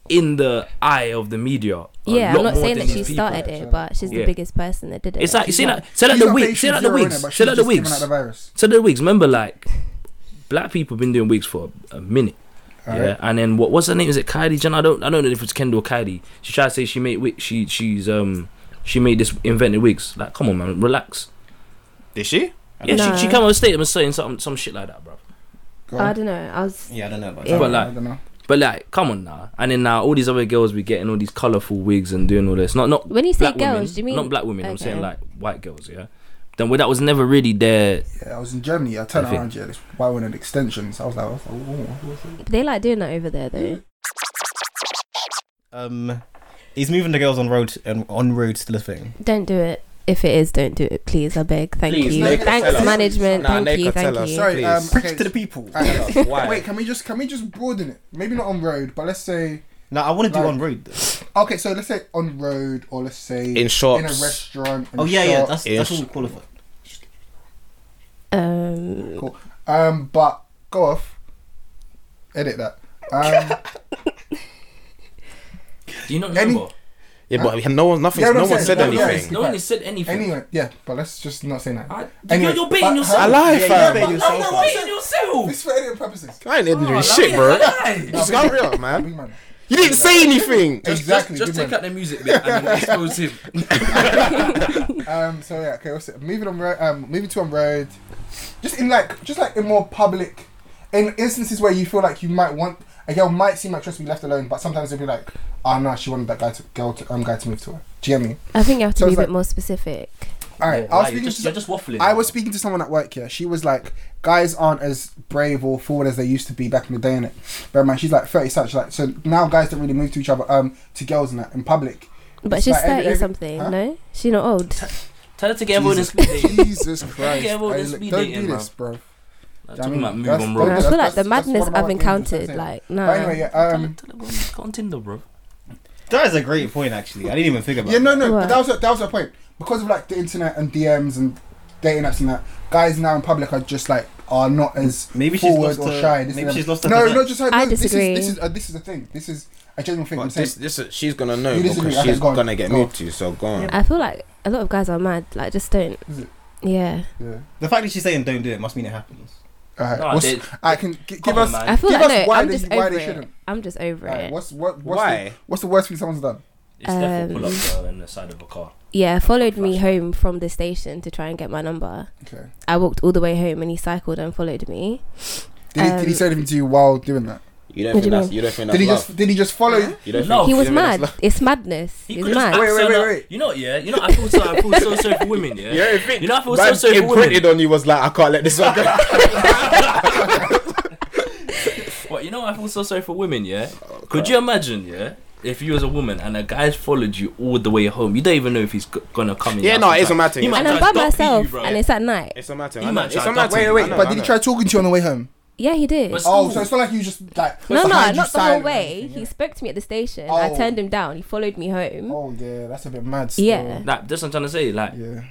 [SPEAKER 3] in the eye of the media a
[SPEAKER 5] yeah,
[SPEAKER 3] lot
[SPEAKER 5] I'm not
[SPEAKER 3] more
[SPEAKER 5] saying
[SPEAKER 3] than
[SPEAKER 5] that she
[SPEAKER 3] these people.
[SPEAKER 5] started it, but she's
[SPEAKER 3] Yeah.
[SPEAKER 5] the biggest person that did it.
[SPEAKER 3] it's like
[SPEAKER 5] She's
[SPEAKER 3] see
[SPEAKER 5] not-
[SPEAKER 3] like say like
[SPEAKER 4] She's
[SPEAKER 3] the
[SPEAKER 4] not
[SPEAKER 3] wigs
[SPEAKER 4] Patient
[SPEAKER 3] say like the
[SPEAKER 4] Zero, innit?
[SPEAKER 3] wigs
[SPEAKER 4] But
[SPEAKER 3] say
[SPEAKER 4] she's
[SPEAKER 3] like the
[SPEAKER 4] just giving out
[SPEAKER 3] wigs
[SPEAKER 4] the virus.
[SPEAKER 3] so the wigs remember like black people been doing wigs for a, a minute yeah
[SPEAKER 4] Alright.
[SPEAKER 3] and then what what's her name is it Kylie Jenner I don't I don't know if it's Kendall or Kylie she tried to say she made wig she she's um she made this invented wigs like come on man relax
[SPEAKER 1] Did she?
[SPEAKER 3] yeah
[SPEAKER 5] No.
[SPEAKER 3] she, she came on stage and was saying something some shit like that bro
[SPEAKER 4] Go
[SPEAKER 5] I
[SPEAKER 4] on.
[SPEAKER 5] don't know. I was
[SPEAKER 2] Yeah, I don't know about
[SPEAKER 5] Yeah.
[SPEAKER 2] that.
[SPEAKER 3] but like
[SPEAKER 4] I don't know.
[SPEAKER 3] But like, come on now. And then now all these other girls be getting all these colourful wigs and doing all this. Not not
[SPEAKER 5] when you say
[SPEAKER 3] black
[SPEAKER 5] girls,
[SPEAKER 3] women.
[SPEAKER 5] do you mean
[SPEAKER 3] not black women? I'm
[SPEAKER 5] Okay.
[SPEAKER 3] saying like white girls. Yeah. Then well, that was never really their.
[SPEAKER 4] Yeah, I was in Germany. I turned
[SPEAKER 3] I think-
[SPEAKER 4] around, yeah, this white woman had extensions. I was like, I was
[SPEAKER 3] [laughs]
[SPEAKER 4] like, "Ooh."
[SPEAKER 5] they like doing that over there though.
[SPEAKER 2] Um, is moving the girls on road and on road still a thing?
[SPEAKER 5] Don't do it. if it is, don't do it, please. I beg. Thank
[SPEAKER 2] Please,
[SPEAKER 5] you.
[SPEAKER 2] Nate
[SPEAKER 4] could
[SPEAKER 5] Thanks,
[SPEAKER 4] tell us.
[SPEAKER 5] management.
[SPEAKER 1] Nah, Nate
[SPEAKER 5] Uh, thank you.
[SPEAKER 1] could
[SPEAKER 5] Thank
[SPEAKER 1] tell us.
[SPEAKER 5] you.
[SPEAKER 4] Sorry, um,
[SPEAKER 1] Please.
[SPEAKER 2] Preach
[SPEAKER 4] okay.
[SPEAKER 2] to the people.
[SPEAKER 4] I know.
[SPEAKER 1] Why?
[SPEAKER 4] Wait, can we just can we just broaden it? Maybe not on road, but let's say
[SPEAKER 2] [laughs] No, I want to do
[SPEAKER 4] Like-
[SPEAKER 2] on road. Though.
[SPEAKER 4] okay. So let's say on road, or let's say
[SPEAKER 1] In shops.
[SPEAKER 4] in a restaurant. In
[SPEAKER 2] Oh
[SPEAKER 4] a
[SPEAKER 2] yeah,
[SPEAKER 4] shop.
[SPEAKER 2] yeah. That's that's
[SPEAKER 1] Ish.
[SPEAKER 2] all qualified.
[SPEAKER 5] Um,
[SPEAKER 4] Um, but go off. Edit that.
[SPEAKER 3] [laughs]
[SPEAKER 4] Um,
[SPEAKER 3] Do you not
[SPEAKER 4] Any-
[SPEAKER 3] remember?
[SPEAKER 1] Yeah, but no one, nothing,
[SPEAKER 4] Yeah,
[SPEAKER 1] no
[SPEAKER 4] what I'm
[SPEAKER 1] one said
[SPEAKER 4] saying, yeah, yeah.
[SPEAKER 1] anything.
[SPEAKER 3] No one has said anything.
[SPEAKER 4] anyway, yeah, but let's just not say that.
[SPEAKER 3] I,
[SPEAKER 4] Anyway,
[SPEAKER 3] you're, you're
[SPEAKER 4] but-
[SPEAKER 3] baiting yourself.
[SPEAKER 1] I lie,
[SPEAKER 2] Yeah,
[SPEAKER 1] fam.
[SPEAKER 2] you're
[SPEAKER 4] No, no,
[SPEAKER 2] yourself.
[SPEAKER 4] what?
[SPEAKER 2] out.
[SPEAKER 3] Baiting yourself.
[SPEAKER 4] It's for editing purposes.
[SPEAKER 1] I ain't
[SPEAKER 3] Oh,
[SPEAKER 1] doing
[SPEAKER 3] I
[SPEAKER 1] shit,
[SPEAKER 3] lie,
[SPEAKER 1] bro.
[SPEAKER 3] [laughs] I lie.
[SPEAKER 1] Just go real,
[SPEAKER 4] [laughs]
[SPEAKER 1] man.
[SPEAKER 4] Big man.
[SPEAKER 1] You didn't say anything.
[SPEAKER 3] Just-
[SPEAKER 4] Exactly,
[SPEAKER 3] Just,
[SPEAKER 4] good
[SPEAKER 3] just take
[SPEAKER 4] man.
[SPEAKER 3] out the music bit and then expose
[SPEAKER 4] [laughs]
[SPEAKER 3] him.
[SPEAKER 4] Um, so yeah, okay. What's it? Moving on road. Um, moving to on road. Just in like, just like in more public, in instances where you feel like you might want a girl might seem like just to be left alone, but sometimes they'll be like, oh no, she wanted that guy to girl to um guy to move to her. Do you get me?
[SPEAKER 5] I think you have to
[SPEAKER 4] So
[SPEAKER 5] be a
[SPEAKER 4] it's
[SPEAKER 5] bit
[SPEAKER 4] like-
[SPEAKER 5] more specific.
[SPEAKER 4] All right.
[SPEAKER 3] Yeah,
[SPEAKER 4] I
[SPEAKER 3] lie,
[SPEAKER 4] was speaking
[SPEAKER 3] you're, just,
[SPEAKER 4] to
[SPEAKER 3] you're just waffling.
[SPEAKER 4] I was speaking to someone at work here. She was like, guys aren't as brave or forward as they used to be back in the day, innit? Bear in mind, she's like 30 such. Like, so now guys don't really move to each other, um, to girls and that in public.
[SPEAKER 5] But
[SPEAKER 4] It's
[SPEAKER 5] she's
[SPEAKER 4] like every-
[SPEAKER 5] thirty
[SPEAKER 4] every-
[SPEAKER 5] something.
[SPEAKER 4] huh?
[SPEAKER 5] No, she's not old.
[SPEAKER 3] Tell her to get everyone in speed dating.
[SPEAKER 4] Jesus Christ.
[SPEAKER 3] Yeah, well,
[SPEAKER 4] Hey,
[SPEAKER 3] this
[SPEAKER 4] look,
[SPEAKER 3] be
[SPEAKER 4] don't
[SPEAKER 3] dating,
[SPEAKER 4] do
[SPEAKER 3] man.
[SPEAKER 4] this, bro.
[SPEAKER 3] I'm
[SPEAKER 4] I
[SPEAKER 3] talking
[SPEAKER 4] mean,
[SPEAKER 3] about move
[SPEAKER 4] that's-
[SPEAKER 3] on,
[SPEAKER 5] And I
[SPEAKER 3] bro.
[SPEAKER 4] that's- um,
[SPEAKER 5] feel like the
[SPEAKER 4] that's one of
[SPEAKER 5] madness
[SPEAKER 4] my
[SPEAKER 5] I've
[SPEAKER 4] things, that's
[SPEAKER 5] encountered,
[SPEAKER 4] it.
[SPEAKER 5] like
[SPEAKER 4] But
[SPEAKER 5] nah.
[SPEAKER 4] anyway, yeah,
[SPEAKER 3] Tell her-
[SPEAKER 4] um,
[SPEAKER 3] tell her, go on- go on Tinder, bro.
[SPEAKER 2] That is a great point, actually. I didn't even think about.
[SPEAKER 4] yeah, no, no,
[SPEAKER 5] What?
[SPEAKER 4] but that was her, that was her point. Because of like the internet and DMs and dating apps and that, guys now in public are just like are not as
[SPEAKER 2] Maybe she's
[SPEAKER 4] forward
[SPEAKER 2] lost
[SPEAKER 4] or
[SPEAKER 2] her-
[SPEAKER 4] shy. This
[SPEAKER 2] maybe
[SPEAKER 4] and
[SPEAKER 2] she's
[SPEAKER 4] that.
[SPEAKER 2] lost her
[SPEAKER 4] No,
[SPEAKER 2] touch.
[SPEAKER 4] not just her.
[SPEAKER 5] I
[SPEAKER 4] no, this is-
[SPEAKER 5] disagree.
[SPEAKER 4] This is uh, this is the thing. This is a genuine thing. I'm
[SPEAKER 1] But
[SPEAKER 4] saying.
[SPEAKER 1] this, this, she's gonna know
[SPEAKER 4] You disagree.
[SPEAKER 1] because
[SPEAKER 4] Okay,
[SPEAKER 1] she's
[SPEAKER 4] go on,
[SPEAKER 1] gonna get
[SPEAKER 4] go on.
[SPEAKER 1] moved to. So go on.
[SPEAKER 5] I feel like a lot of guys are mad. Like just don't.
[SPEAKER 4] Is it?
[SPEAKER 5] Yeah,
[SPEAKER 4] Yeah.
[SPEAKER 2] The fact that she's saying don't do it must mean it happens.
[SPEAKER 4] All right.
[SPEAKER 3] No,
[SPEAKER 4] what's-
[SPEAKER 3] they-
[SPEAKER 4] I can g- give
[SPEAKER 3] come
[SPEAKER 4] us.
[SPEAKER 3] on, man.
[SPEAKER 5] I feel
[SPEAKER 4] Give
[SPEAKER 5] like
[SPEAKER 4] us
[SPEAKER 5] no.
[SPEAKER 4] why
[SPEAKER 5] I'm
[SPEAKER 4] they-
[SPEAKER 5] just
[SPEAKER 4] why
[SPEAKER 5] over
[SPEAKER 4] they
[SPEAKER 5] it.
[SPEAKER 4] shouldn't.
[SPEAKER 5] I'm just over
[SPEAKER 4] Alright,
[SPEAKER 5] it.
[SPEAKER 4] what's what? What's
[SPEAKER 1] Why?
[SPEAKER 4] The, what's the worst thing someone's done?
[SPEAKER 3] It's definitely
[SPEAKER 5] Um,
[SPEAKER 3] pull up girl in the side of a car.
[SPEAKER 5] Yeah, followed me
[SPEAKER 3] Flashback.
[SPEAKER 5] home from the station to try and get my number.
[SPEAKER 4] Okay.
[SPEAKER 5] I walked all the way home and he cycled and followed me.
[SPEAKER 4] Did, he, did he
[SPEAKER 1] Uh,
[SPEAKER 5] Um,
[SPEAKER 4] say anything to you while doing that?
[SPEAKER 1] You don't
[SPEAKER 5] What do
[SPEAKER 1] think
[SPEAKER 5] you
[SPEAKER 1] that's
[SPEAKER 5] mean?
[SPEAKER 1] you don't think
[SPEAKER 4] Did
[SPEAKER 1] that's
[SPEAKER 4] he
[SPEAKER 1] love.
[SPEAKER 4] just? Did he just follow you?
[SPEAKER 1] You don't
[SPEAKER 3] No.
[SPEAKER 1] think-
[SPEAKER 5] he
[SPEAKER 1] you
[SPEAKER 5] was
[SPEAKER 1] don't think that's
[SPEAKER 5] mad. It's madness.
[SPEAKER 3] He
[SPEAKER 5] It's
[SPEAKER 3] could've
[SPEAKER 5] mad.
[SPEAKER 3] just
[SPEAKER 4] Wait, wait,
[SPEAKER 3] axed her
[SPEAKER 4] wait,
[SPEAKER 3] up.
[SPEAKER 4] wait.
[SPEAKER 3] You know, yeah. You know, I feel so. I feel so sorry for women,
[SPEAKER 1] [laughs]
[SPEAKER 3] yeah.
[SPEAKER 1] love. You don't think
[SPEAKER 3] You know, I feel so
[SPEAKER 1] man
[SPEAKER 3] sorry for women.
[SPEAKER 1] imprinted on you was like, I can't let this one go.
[SPEAKER 3] But you know, I feel so sorry for women, yeah. Could you imagine, yeah, if you was a woman and a guy followed you all the way home? You don't even know if he's g- gonna come in.
[SPEAKER 1] Yeah,
[SPEAKER 3] your
[SPEAKER 1] no,
[SPEAKER 3] house
[SPEAKER 1] it's a
[SPEAKER 3] sometime.
[SPEAKER 1] matter.
[SPEAKER 3] He
[SPEAKER 1] It's
[SPEAKER 3] might
[SPEAKER 5] and
[SPEAKER 1] a-
[SPEAKER 5] I'm
[SPEAKER 3] try
[SPEAKER 5] by
[SPEAKER 3] to stop
[SPEAKER 5] myself,
[SPEAKER 3] you, bro.
[SPEAKER 5] and it's at night.
[SPEAKER 1] It's a matter.
[SPEAKER 3] You
[SPEAKER 1] I know.
[SPEAKER 3] might
[SPEAKER 1] It's
[SPEAKER 3] try
[SPEAKER 1] a
[SPEAKER 3] to
[SPEAKER 1] matter.
[SPEAKER 3] dump
[SPEAKER 1] I
[SPEAKER 3] him.
[SPEAKER 1] know,
[SPEAKER 3] Wait,
[SPEAKER 1] I
[SPEAKER 3] wait,
[SPEAKER 1] know,
[SPEAKER 4] But
[SPEAKER 1] I
[SPEAKER 4] did he
[SPEAKER 1] know.
[SPEAKER 4] try talking to you on the way home?
[SPEAKER 5] Yeah, he did.
[SPEAKER 3] But
[SPEAKER 4] Oh,
[SPEAKER 3] still,
[SPEAKER 4] so it's not like you just like.
[SPEAKER 5] No, no,
[SPEAKER 4] behind you
[SPEAKER 5] not the whole
[SPEAKER 4] silent
[SPEAKER 5] way.
[SPEAKER 4] and
[SPEAKER 5] He
[SPEAKER 4] everything,
[SPEAKER 5] spoke to me at the station. I
[SPEAKER 4] Oh.
[SPEAKER 5] turned him down. He followed me home.
[SPEAKER 4] yeah. Oh yeah, that's a bit mad. Still.
[SPEAKER 5] yeah.
[SPEAKER 3] Like, that's what I'm trying to say. Like,
[SPEAKER 4] Yeah.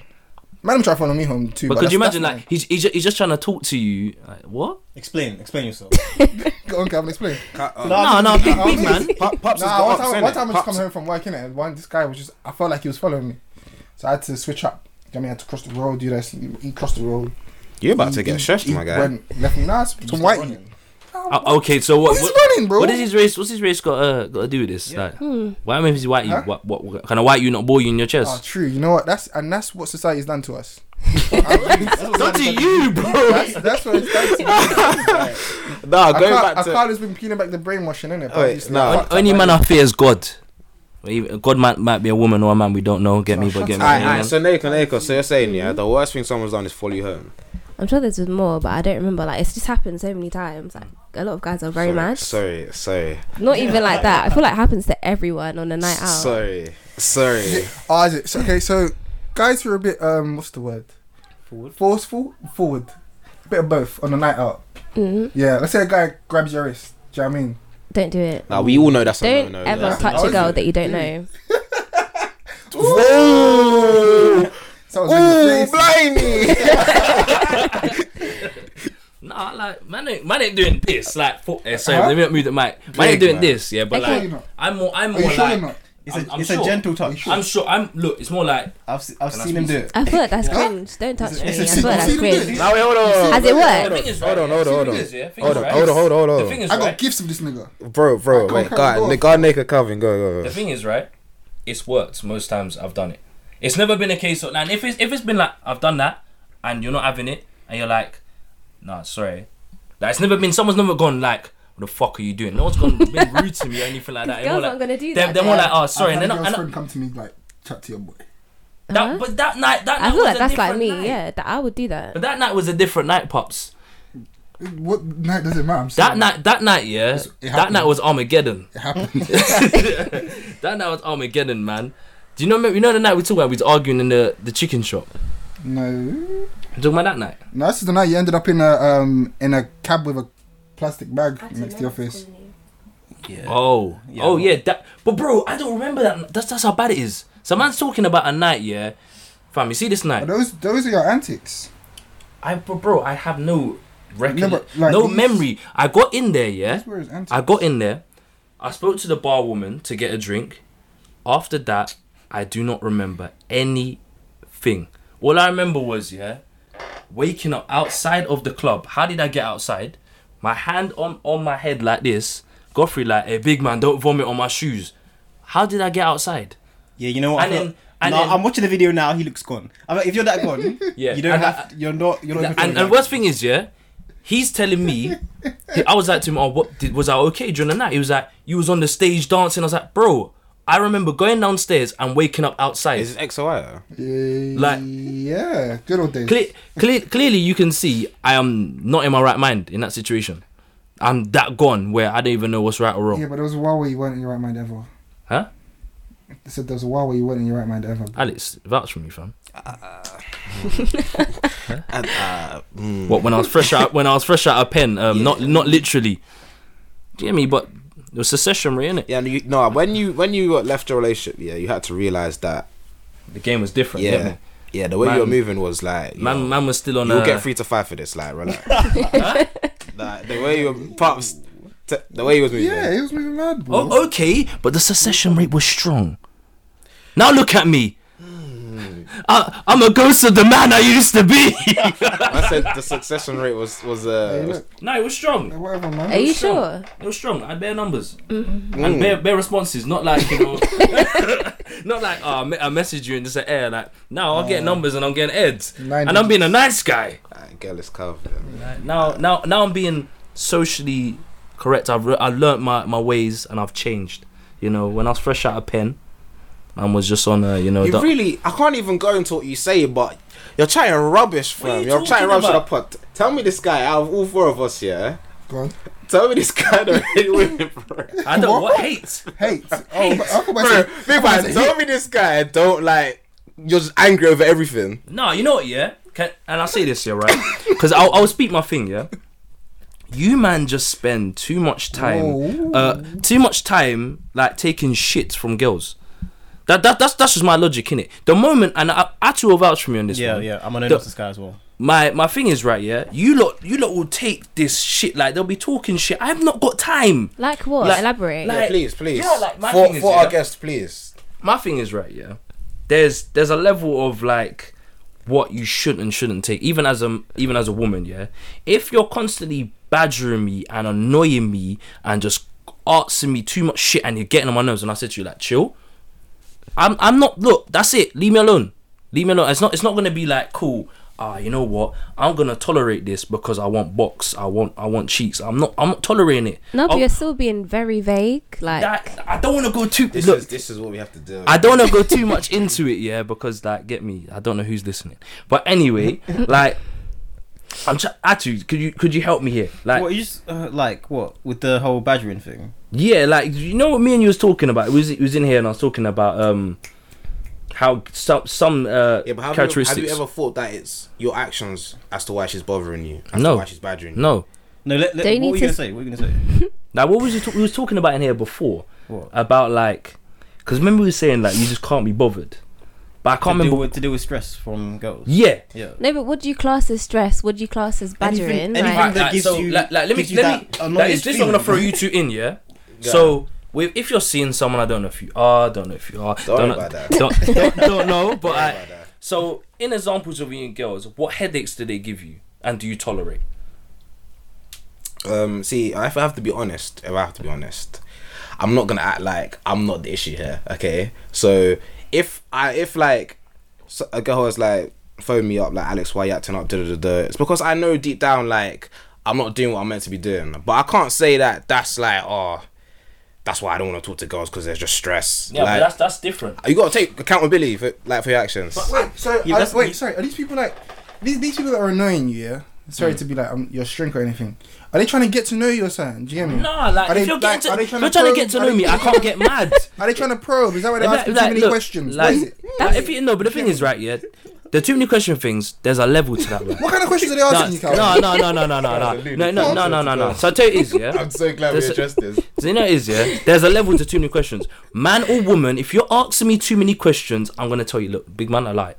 [SPEAKER 4] Madam tried following me home too.
[SPEAKER 3] but
[SPEAKER 4] but
[SPEAKER 3] could you
[SPEAKER 4] that's-
[SPEAKER 3] imagine,
[SPEAKER 4] that's
[SPEAKER 3] like, he's, he's ju- he's just trying to talk to you. Like, what?
[SPEAKER 2] Explain, explain
[SPEAKER 3] [laughs]
[SPEAKER 2] yourself.
[SPEAKER 4] fine. [laughs] Go on, Gavin, explain.
[SPEAKER 1] Cut uh, up.
[SPEAKER 2] No,
[SPEAKER 3] No, no, big,
[SPEAKER 4] no,
[SPEAKER 3] big
[SPEAKER 4] no.
[SPEAKER 3] man.
[SPEAKER 1] Pu- Pups has
[SPEAKER 4] Nah,
[SPEAKER 1] got
[SPEAKER 4] one
[SPEAKER 1] ups,
[SPEAKER 4] time, one time I
[SPEAKER 1] innit?
[SPEAKER 4] just come
[SPEAKER 1] Pups-
[SPEAKER 4] home from work innit, and one this guy was just I felt like he was following me, so I had to switch up. Do you know what I mean, I had to cross the road, do this. He crossed the road.
[SPEAKER 1] You're about
[SPEAKER 4] He-
[SPEAKER 1] to get
[SPEAKER 4] he-
[SPEAKER 1] stressed,
[SPEAKER 4] he
[SPEAKER 1] my guy.
[SPEAKER 4] Went left me. Nah, it's some white. What
[SPEAKER 3] Uh, okay, so what?
[SPEAKER 4] is
[SPEAKER 3] What,
[SPEAKER 4] running, bro?
[SPEAKER 3] what is his race? What's his race got uh, got to do with this?
[SPEAKER 2] Yeah.
[SPEAKER 3] Like,
[SPEAKER 5] Hmm.
[SPEAKER 3] why am I if he's white? You,
[SPEAKER 4] Huh?
[SPEAKER 3] what, what, what- can a white you not ball you in your
[SPEAKER 4] Ah,
[SPEAKER 3] chest?
[SPEAKER 4] true. You know what? That's and that's what society's done
[SPEAKER 3] [laughs]
[SPEAKER 4] to us.
[SPEAKER 3] not to you, bro.
[SPEAKER 4] That's, that's what it's done to us.
[SPEAKER 1] Nah,
[SPEAKER 4] I
[SPEAKER 1] going
[SPEAKER 4] can't,
[SPEAKER 1] back
[SPEAKER 4] I
[SPEAKER 1] to.
[SPEAKER 4] can't has been peeling back the brainwashing, innit?
[SPEAKER 1] Wait, nah.
[SPEAKER 3] On- Only man I fear is God. Even- God might, might be a woman or a man we don't know. Get me,
[SPEAKER 4] Oh,
[SPEAKER 3] but get
[SPEAKER 4] shut
[SPEAKER 3] me.
[SPEAKER 1] Alright,
[SPEAKER 3] yeah,
[SPEAKER 1] alright,
[SPEAKER 3] man.
[SPEAKER 1] so Naker, Naker, so you're saying, yeah, the worst thing someone's done is follow you home.
[SPEAKER 5] I'm sure there's been more, but I don't remember. Like it's just happened so many times. Like a lot of guys are very
[SPEAKER 1] sorry,
[SPEAKER 5] mad.
[SPEAKER 1] Sorry, sorry.
[SPEAKER 5] Not even like that. I
[SPEAKER 1] [laughs]
[SPEAKER 5] feel like it happens to everyone on a night out.
[SPEAKER 1] Sorry. Sorry.
[SPEAKER 4] Ah, is it? So, okay, so guys who are a bit um, what's the word?
[SPEAKER 2] Forward?
[SPEAKER 4] Forceful, forward, bit of both on the night out.
[SPEAKER 5] Mm,
[SPEAKER 4] Yeah, let's say a guy grabs your wrist. Do you know what I mean?
[SPEAKER 5] don't do it.
[SPEAKER 1] Now we all know that's a
[SPEAKER 5] don't
[SPEAKER 1] no no.
[SPEAKER 5] ever [laughs]
[SPEAKER 4] that's-
[SPEAKER 5] touch
[SPEAKER 4] that
[SPEAKER 5] a
[SPEAKER 4] was
[SPEAKER 5] girl
[SPEAKER 4] it.
[SPEAKER 5] that you don't
[SPEAKER 4] Dude.
[SPEAKER 5] know.
[SPEAKER 1] Whoa!
[SPEAKER 4] Someone's in
[SPEAKER 1] Ooh,
[SPEAKER 4] the face.
[SPEAKER 1] [laughs] blimey!
[SPEAKER 3] Nah, like man ain't man ain't doing this. Like, for, eh, sorry,
[SPEAKER 4] Huh?
[SPEAKER 3] let me not move the mic. Man
[SPEAKER 1] Big
[SPEAKER 3] ain't doing
[SPEAKER 1] man.
[SPEAKER 3] this, yeah. But
[SPEAKER 4] Sure
[SPEAKER 3] like,
[SPEAKER 4] you're not.
[SPEAKER 3] I'm more, I'm
[SPEAKER 4] Are you
[SPEAKER 3] more
[SPEAKER 4] sure you're
[SPEAKER 3] like,
[SPEAKER 4] not?
[SPEAKER 2] It's a,
[SPEAKER 3] I'm- I'm
[SPEAKER 2] it's
[SPEAKER 3] sure.
[SPEAKER 2] a gentle
[SPEAKER 4] Are you
[SPEAKER 2] touch.
[SPEAKER 4] sure?
[SPEAKER 3] I'm sure. I'm look. It's more like
[SPEAKER 2] I've, se- I've
[SPEAKER 3] Can I
[SPEAKER 2] seen him do
[SPEAKER 3] speak?
[SPEAKER 2] it.
[SPEAKER 5] I feel like that's
[SPEAKER 4] Yeah.
[SPEAKER 5] cringe. Don't touch
[SPEAKER 4] Is
[SPEAKER 5] me.
[SPEAKER 4] it-
[SPEAKER 5] I
[SPEAKER 4] it's a
[SPEAKER 5] feel like that's
[SPEAKER 4] secret.
[SPEAKER 5] cringe.
[SPEAKER 1] Now wait, hold on.
[SPEAKER 5] Has it
[SPEAKER 1] Hold on,
[SPEAKER 5] worked?
[SPEAKER 1] Hold on, hold on, hold on.
[SPEAKER 3] See, the thing
[SPEAKER 1] Hold
[SPEAKER 3] is,
[SPEAKER 1] on,
[SPEAKER 3] yeah,
[SPEAKER 1] hold on, hold on,
[SPEAKER 3] The
[SPEAKER 1] hold
[SPEAKER 3] thing
[SPEAKER 1] on.
[SPEAKER 3] is,
[SPEAKER 4] I got
[SPEAKER 3] right?
[SPEAKER 4] gifts from this nigga.
[SPEAKER 1] Bro, bro,
[SPEAKER 4] can't
[SPEAKER 1] wait,
[SPEAKER 4] come
[SPEAKER 1] God,
[SPEAKER 4] off.
[SPEAKER 1] Nick- God, Naker, Calvin, go, go,
[SPEAKER 3] The
[SPEAKER 1] go.
[SPEAKER 3] thing is, right? It's worked most times I've done it. It's never been a case of and if it's if it's been like I've done that and you're not having it and you're like, nah, sorry. Like it's never been someone's never gone like, what the fuck are you doing? No one's gone
[SPEAKER 4] [laughs]
[SPEAKER 3] been rude to me or anything like that. They're more
[SPEAKER 5] Girls aren't
[SPEAKER 3] like,
[SPEAKER 5] gonna do
[SPEAKER 3] they're,
[SPEAKER 5] that.
[SPEAKER 3] they're more like, oh, sorry,
[SPEAKER 4] I've
[SPEAKER 3] and then
[SPEAKER 4] had a
[SPEAKER 3] I,
[SPEAKER 4] girl's
[SPEAKER 3] and I,
[SPEAKER 4] friend come to me like, chat to your boy.
[SPEAKER 5] Huh?
[SPEAKER 3] that, but that night, that
[SPEAKER 5] I
[SPEAKER 3] night
[SPEAKER 5] feel
[SPEAKER 3] was
[SPEAKER 5] like
[SPEAKER 3] a
[SPEAKER 5] that's like
[SPEAKER 3] different
[SPEAKER 5] me.
[SPEAKER 3] night.
[SPEAKER 5] Yeah, that I would do that.
[SPEAKER 3] But that night was a different night, pops.
[SPEAKER 4] What night does it matter? I'm
[SPEAKER 3] That
[SPEAKER 4] sorry.
[SPEAKER 3] night, that night, yeah,
[SPEAKER 4] it
[SPEAKER 3] that
[SPEAKER 4] happened. [laughs]
[SPEAKER 3] night was Armageddon. [laughs]
[SPEAKER 4] It happened.
[SPEAKER 3] that night was Armageddon, man. Do you know? You know the night we talked about we was arguing in the the chicken shop.
[SPEAKER 4] No,
[SPEAKER 3] You talking about that night?
[SPEAKER 4] no, this is the night you ended up in a um in a cab with a plastic bag next to your face.
[SPEAKER 2] Yeah.
[SPEAKER 3] Oh,
[SPEAKER 2] Yeah,
[SPEAKER 3] oh
[SPEAKER 2] but-
[SPEAKER 3] yeah. That, but bro, I don't remember that. That's that's how bad it is. So man's talking about a night, yeah. Fam, you see this
[SPEAKER 4] But
[SPEAKER 3] night?
[SPEAKER 4] those those are your antics.
[SPEAKER 3] I, but bro, I have no record,
[SPEAKER 4] No, but, like,
[SPEAKER 3] no
[SPEAKER 4] these-
[SPEAKER 3] memory. I got in there, yeah.
[SPEAKER 4] These were his antics.
[SPEAKER 3] I got in there. I spoke to the bar woman to get a drink. After that, I do not remember anything. All I remember was, yeah, waking up outside of the club. How did I get outside? My hand on, on my head like this. Godfrey, like, hey, big man, don't vomit on my shoes. How did I get outside?
[SPEAKER 2] Yeah, you know what?
[SPEAKER 3] And
[SPEAKER 2] I
[SPEAKER 3] then-
[SPEAKER 2] thought-
[SPEAKER 3] and
[SPEAKER 2] No,
[SPEAKER 3] then-
[SPEAKER 2] I'm watching the video now. He looks gone. I'm like, if you're that gone,
[SPEAKER 3] [laughs] Yeah,
[SPEAKER 2] you don't
[SPEAKER 3] and
[SPEAKER 2] have. you're not. You're not. even
[SPEAKER 3] and,
[SPEAKER 2] talking
[SPEAKER 3] and
[SPEAKER 2] about
[SPEAKER 3] worst thing is, yeah, he's telling me. he- I was like to him, "Oh, what did, was I okay during the night?" He was like, "You was on the stage dancing." I was like, "Bro, I remember going downstairs and waking up outside."
[SPEAKER 1] Is this XOI?
[SPEAKER 3] Like-
[SPEAKER 4] yeah, good old days.
[SPEAKER 3] Cle- cle- clearly, you can see I am not in my right mind in that situation. I'm that gone where I don't even know what's right or wrong.
[SPEAKER 4] Yeah, but there was a while where you weren't in your right mind ever.
[SPEAKER 3] Huh?
[SPEAKER 4] They said there was a while where you weren't in your right mind ever.
[SPEAKER 3] Alex, vouch for me, fam.
[SPEAKER 1] Uh, [laughs] And, uh, mm.
[SPEAKER 3] What when I was fresh out when I was fresh out of pen? Um, not not literally. Do you hear me? But it was secessionary, innit?
[SPEAKER 1] Yeah, and you, no. When you when you left your relationship, yeah, you had to realize that.
[SPEAKER 3] The game was different.
[SPEAKER 1] Yeah,
[SPEAKER 3] innit?
[SPEAKER 1] yeah. The way
[SPEAKER 3] Man-
[SPEAKER 1] you were moving was like, you
[SPEAKER 3] Man,
[SPEAKER 1] know,
[SPEAKER 3] man was still on.
[SPEAKER 1] you'll
[SPEAKER 3] uh,
[SPEAKER 1] get three to five for this. Like,
[SPEAKER 4] [laughs]
[SPEAKER 1] relax. like the way you were pops, t- the way you was moving.
[SPEAKER 4] Yeah, he was moving mad, bro.
[SPEAKER 3] Oh, okay, but the secession rate was strong. Now look at me.
[SPEAKER 1] Hmm.
[SPEAKER 3] I, I'm a ghost of the man I used
[SPEAKER 1] [laughs]
[SPEAKER 3] to be.
[SPEAKER 1] I said the succession rate was was uh.
[SPEAKER 4] Hey,
[SPEAKER 1] was-
[SPEAKER 4] look,
[SPEAKER 3] no, it was strong.
[SPEAKER 4] whatever, man.
[SPEAKER 5] Are you
[SPEAKER 3] Strong.
[SPEAKER 5] sure?
[SPEAKER 3] It was strong. I had bare numbers and
[SPEAKER 1] Mm.
[SPEAKER 3] bare, bare responses. Not like you know, [laughs] not like oh, I me- I messaged you and just said air. Like now I'll
[SPEAKER 1] Oh.
[SPEAKER 3] get numbers and I'm getting heads
[SPEAKER 4] Nine
[SPEAKER 3] and I'm being a nice guy.
[SPEAKER 1] Ah, girl is covered. man.
[SPEAKER 3] Like, now, now, now I'm being socially correct. I've re- I learnt my, my ways and I've changed. You know, when I was fresh out of pen, and was just on a you know.
[SPEAKER 1] You
[SPEAKER 3] the-
[SPEAKER 1] really, I can't even go into what you say, but you're trying rubbish,
[SPEAKER 3] What are
[SPEAKER 1] fam.
[SPEAKER 3] you
[SPEAKER 1] You're trying
[SPEAKER 3] talking
[SPEAKER 1] rubbish
[SPEAKER 3] about?
[SPEAKER 1] the pot. Tell me this guy out of all four of us, yeah.
[SPEAKER 4] Go on.
[SPEAKER 1] Tell me this guy that hate women, bro.
[SPEAKER 4] [laughs]
[SPEAKER 3] I don't what, hate. [laughs]
[SPEAKER 4] Hate. Oh, but I thought
[SPEAKER 1] Bro,
[SPEAKER 4] about saying-
[SPEAKER 1] big man, tell me this guy don't like. You're just angry over everything.
[SPEAKER 3] No, you know what? Yeah, Can, and I'll say this, yeah, right? Because I'll, I'll speak my thing, yeah. You man just spend too much time, uh, too much time like taking shit from girls. That, that that's that's just my logic, innit? The moment, and I, I too will vouch for me on this.
[SPEAKER 2] Yeah,
[SPEAKER 3] one.
[SPEAKER 2] yeah. I'm on
[SPEAKER 3] The-
[SPEAKER 2] this guy as well.
[SPEAKER 3] My my thing is right, yeah. You lot, you lot will take this shit like they'll be talking shit. I've not got time.
[SPEAKER 5] Like what?
[SPEAKER 3] Like-
[SPEAKER 5] Elaborate.
[SPEAKER 3] like-
[SPEAKER 1] Yeah, please, please.
[SPEAKER 3] Yeah, like, my
[SPEAKER 1] for
[SPEAKER 3] thing is,
[SPEAKER 1] for
[SPEAKER 3] yeah.
[SPEAKER 1] our guest, please.
[SPEAKER 3] my thing is right yeah there's there's a level of like what you should and shouldn't take even as a even as a woman yeah if you're constantly badgering me and annoying me and just asking me too much shit and you're getting on my nerves and i said to you like chill i'm i'm not look that's it leave me alone leave me alone it's not it's not gonna be like cool ah you know what i'm gonna tolerate this because i want box i want i want cheeks i'm not i'm not tolerating it
[SPEAKER 5] no, but
[SPEAKER 3] I'll-
[SPEAKER 5] you're still being very vague. Like
[SPEAKER 3] oh. that, i don't want to go too
[SPEAKER 1] This
[SPEAKER 3] look,
[SPEAKER 1] is this is what we have to do.
[SPEAKER 3] I don't want to go too much into it, yeah, because like, get me, I don't know who's listening. But
[SPEAKER 1] [laughs]
[SPEAKER 3] anyway, like, I'm tr- Atu, could you could you help me here? Like,
[SPEAKER 2] What you just uh, like what with the whole badgering thing?
[SPEAKER 3] yeah, like you know what me and you was talking about. It was it was in here, and I was talking about um how some some uh,
[SPEAKER 1] Yeah, but have you, have
[SPEAKER 3] characteristics.
[SPEAKER 1] you ever thought that it's your actions as to why she's bothering you, as
[SPEAKER 3] No.
[SPEAKER 1] to why she's badgering you?
[SPEAKER 3] no,
[SPEAKER 2] No, let, let,
[SPEAKER 5] Don't
[SPEAKER 2] what
[SPEAKER 5] need
[SPEAKER 2] were you
[SPEAKER 5] to-
[SPEAKER 2] gonna say? What were you gonna say?
[SPEAKER 3] now what was you ta- we was talking about in here before
[SPEAKER 2] What?
[SPEAKER 3] about like because remember we were saying like you just can't be bothered, but I can't
[SPEAKER 2] to
[SPEAKER 3] remember.
[SPEAKER 2] do with, to do with stress from girls.
[SPEAKER 3] yeah,
[SPEAKER 2] Yeah.
[SPEAKER 5] no, but what do you class as stress? What do you class as badgering?
[SPEAKER 2] Anything-
[SPEAKER 5] Like-
[SPEAKER 2] anything that
[SPEAKER 3] Like,
[SPEAKER 2] gives
[SPEAKER 3] so,
[SPEAKER 2] you-
[SPEAKER 3] like, like, let me
[SPEAKER 2] gives you
[SPEAKER 3] let me
[SPEAKER 2] that
[SPEAKER 3] that
[SPEAKER 2] annoyance
[SPEAKER 3] is this I'm gonna
[SPEAKER 2] feeling.
[SPEAKER 3] throw you two in yeah.
[SPEAKER 1] Yeah.
[SPEAKER 3] So with, if you're seeing someone, I don't know if you are, don't know if you are,
[SPEAKER 1] Don't worry
[SPEAKER 3] know-
[SPEAKER 1] about that.
[SPEAKER 3] don't, don't, don't
[SPEAKER 4] [laughs]
[SPEAKER 3] know. But
[SPEAKER 1] worry
[SPEAKER 3] I,
[SPEAKER 1] about that.
[SPEAKER 3] so in examples of being girls, what headaches do they give you, and do you tolerate?
[SPEAKER 1] Um, see, if I have to be honest, if I have to be honest, I'm not gonna act like I'm not the issue here. Okay, so if I if like so- a girl is like phone me up like Alex, why you acting up? Da da da da. It's because I know deep down like I'm not doing what I'm meant to be doing, but I can't say that. That's like oh, that's why I don't want to talk to girls because there's just stress.
[SPEAKER 3] Yeah,
[SPEAKER 1] like,
[SPEAKER 3] but that's that's different.
[SPEAKER 1] you gotta take accountability for like for your actions.
[SPEAKER 4] Wait, so
[SPEAKER 2] Yeah,
[SPEAKER 4] uh,
[SPEAKER 2] that's-
[SPEAKER 4] wait, sorry. Are these people like these these people that are annoying you? Yeah, Sorry
[SPEAKER 3] Hmm.
[SPEAKER 4] to be like um, your shrink or anything. Are they trying to get to know you or something? Do you get me?
[SPEAKER 3] Nah, like
[SPEAKER 4] Are they-
[SPEAKER 3] if you're
[SPEAKER 4] like,
[SPEAKER 3] getting
[SPEAKER 4] are
[SPEAKER 3] to,
[SPEAKER 4] they
[SPEAKER 3] if
[SPEAKER 4] trying
[SPEAKER 3] you're
[SPEAKER 4] to
[SPEAKER 3] trying to
[SPEAKER 4] probe-
[SPEAKER 3] get to
[SPEAKER 4] are
[SPEAKER 3] know
[SPEAKER 4] they- [laughs]
[SPEAKER 3] me, I can't get mad.
[SPEAKER 4] Are they trying to probe? Is that why they're
[SPEAKER 3] Like,
[SPEAKER 4] asking too
[SPEAKER 3] like,
[SPEAKER 4] many
[SPEAKER 3] look,
[SPEAKER 4] questions?
[SPEAKER 3] like-
[SPEAKER 4] what, is it?
[SPEAKER 3] like, if you no, but the thing is, right? Yeah, the too many question things. There's a level to that. Right?
[SPEAKER 4] what kind of questions are they asking you,
[SPEAKER 3] No,
[SPEAKER 4] Cal?
[SPEAKER 3] no, no, no, no, no, no,
[SPEAKER 1] Absolutely.
[SPEAKER 3] no, no, no, no, no, no. So I tell you, it is
[SPEAKER 4] [laughs]
[SPEAKER 3] yeah.
[SPEAKER 1] I'm so glad we
[SPEAKER 3] Listen-
[SPEAKER 1] addressed this.
[SPEAKER 3] So you know it is yeah. There's a level to too many questions. Man or woman, if you're asking me too many questions, I'm gonna tell you. Look, big man, I lie.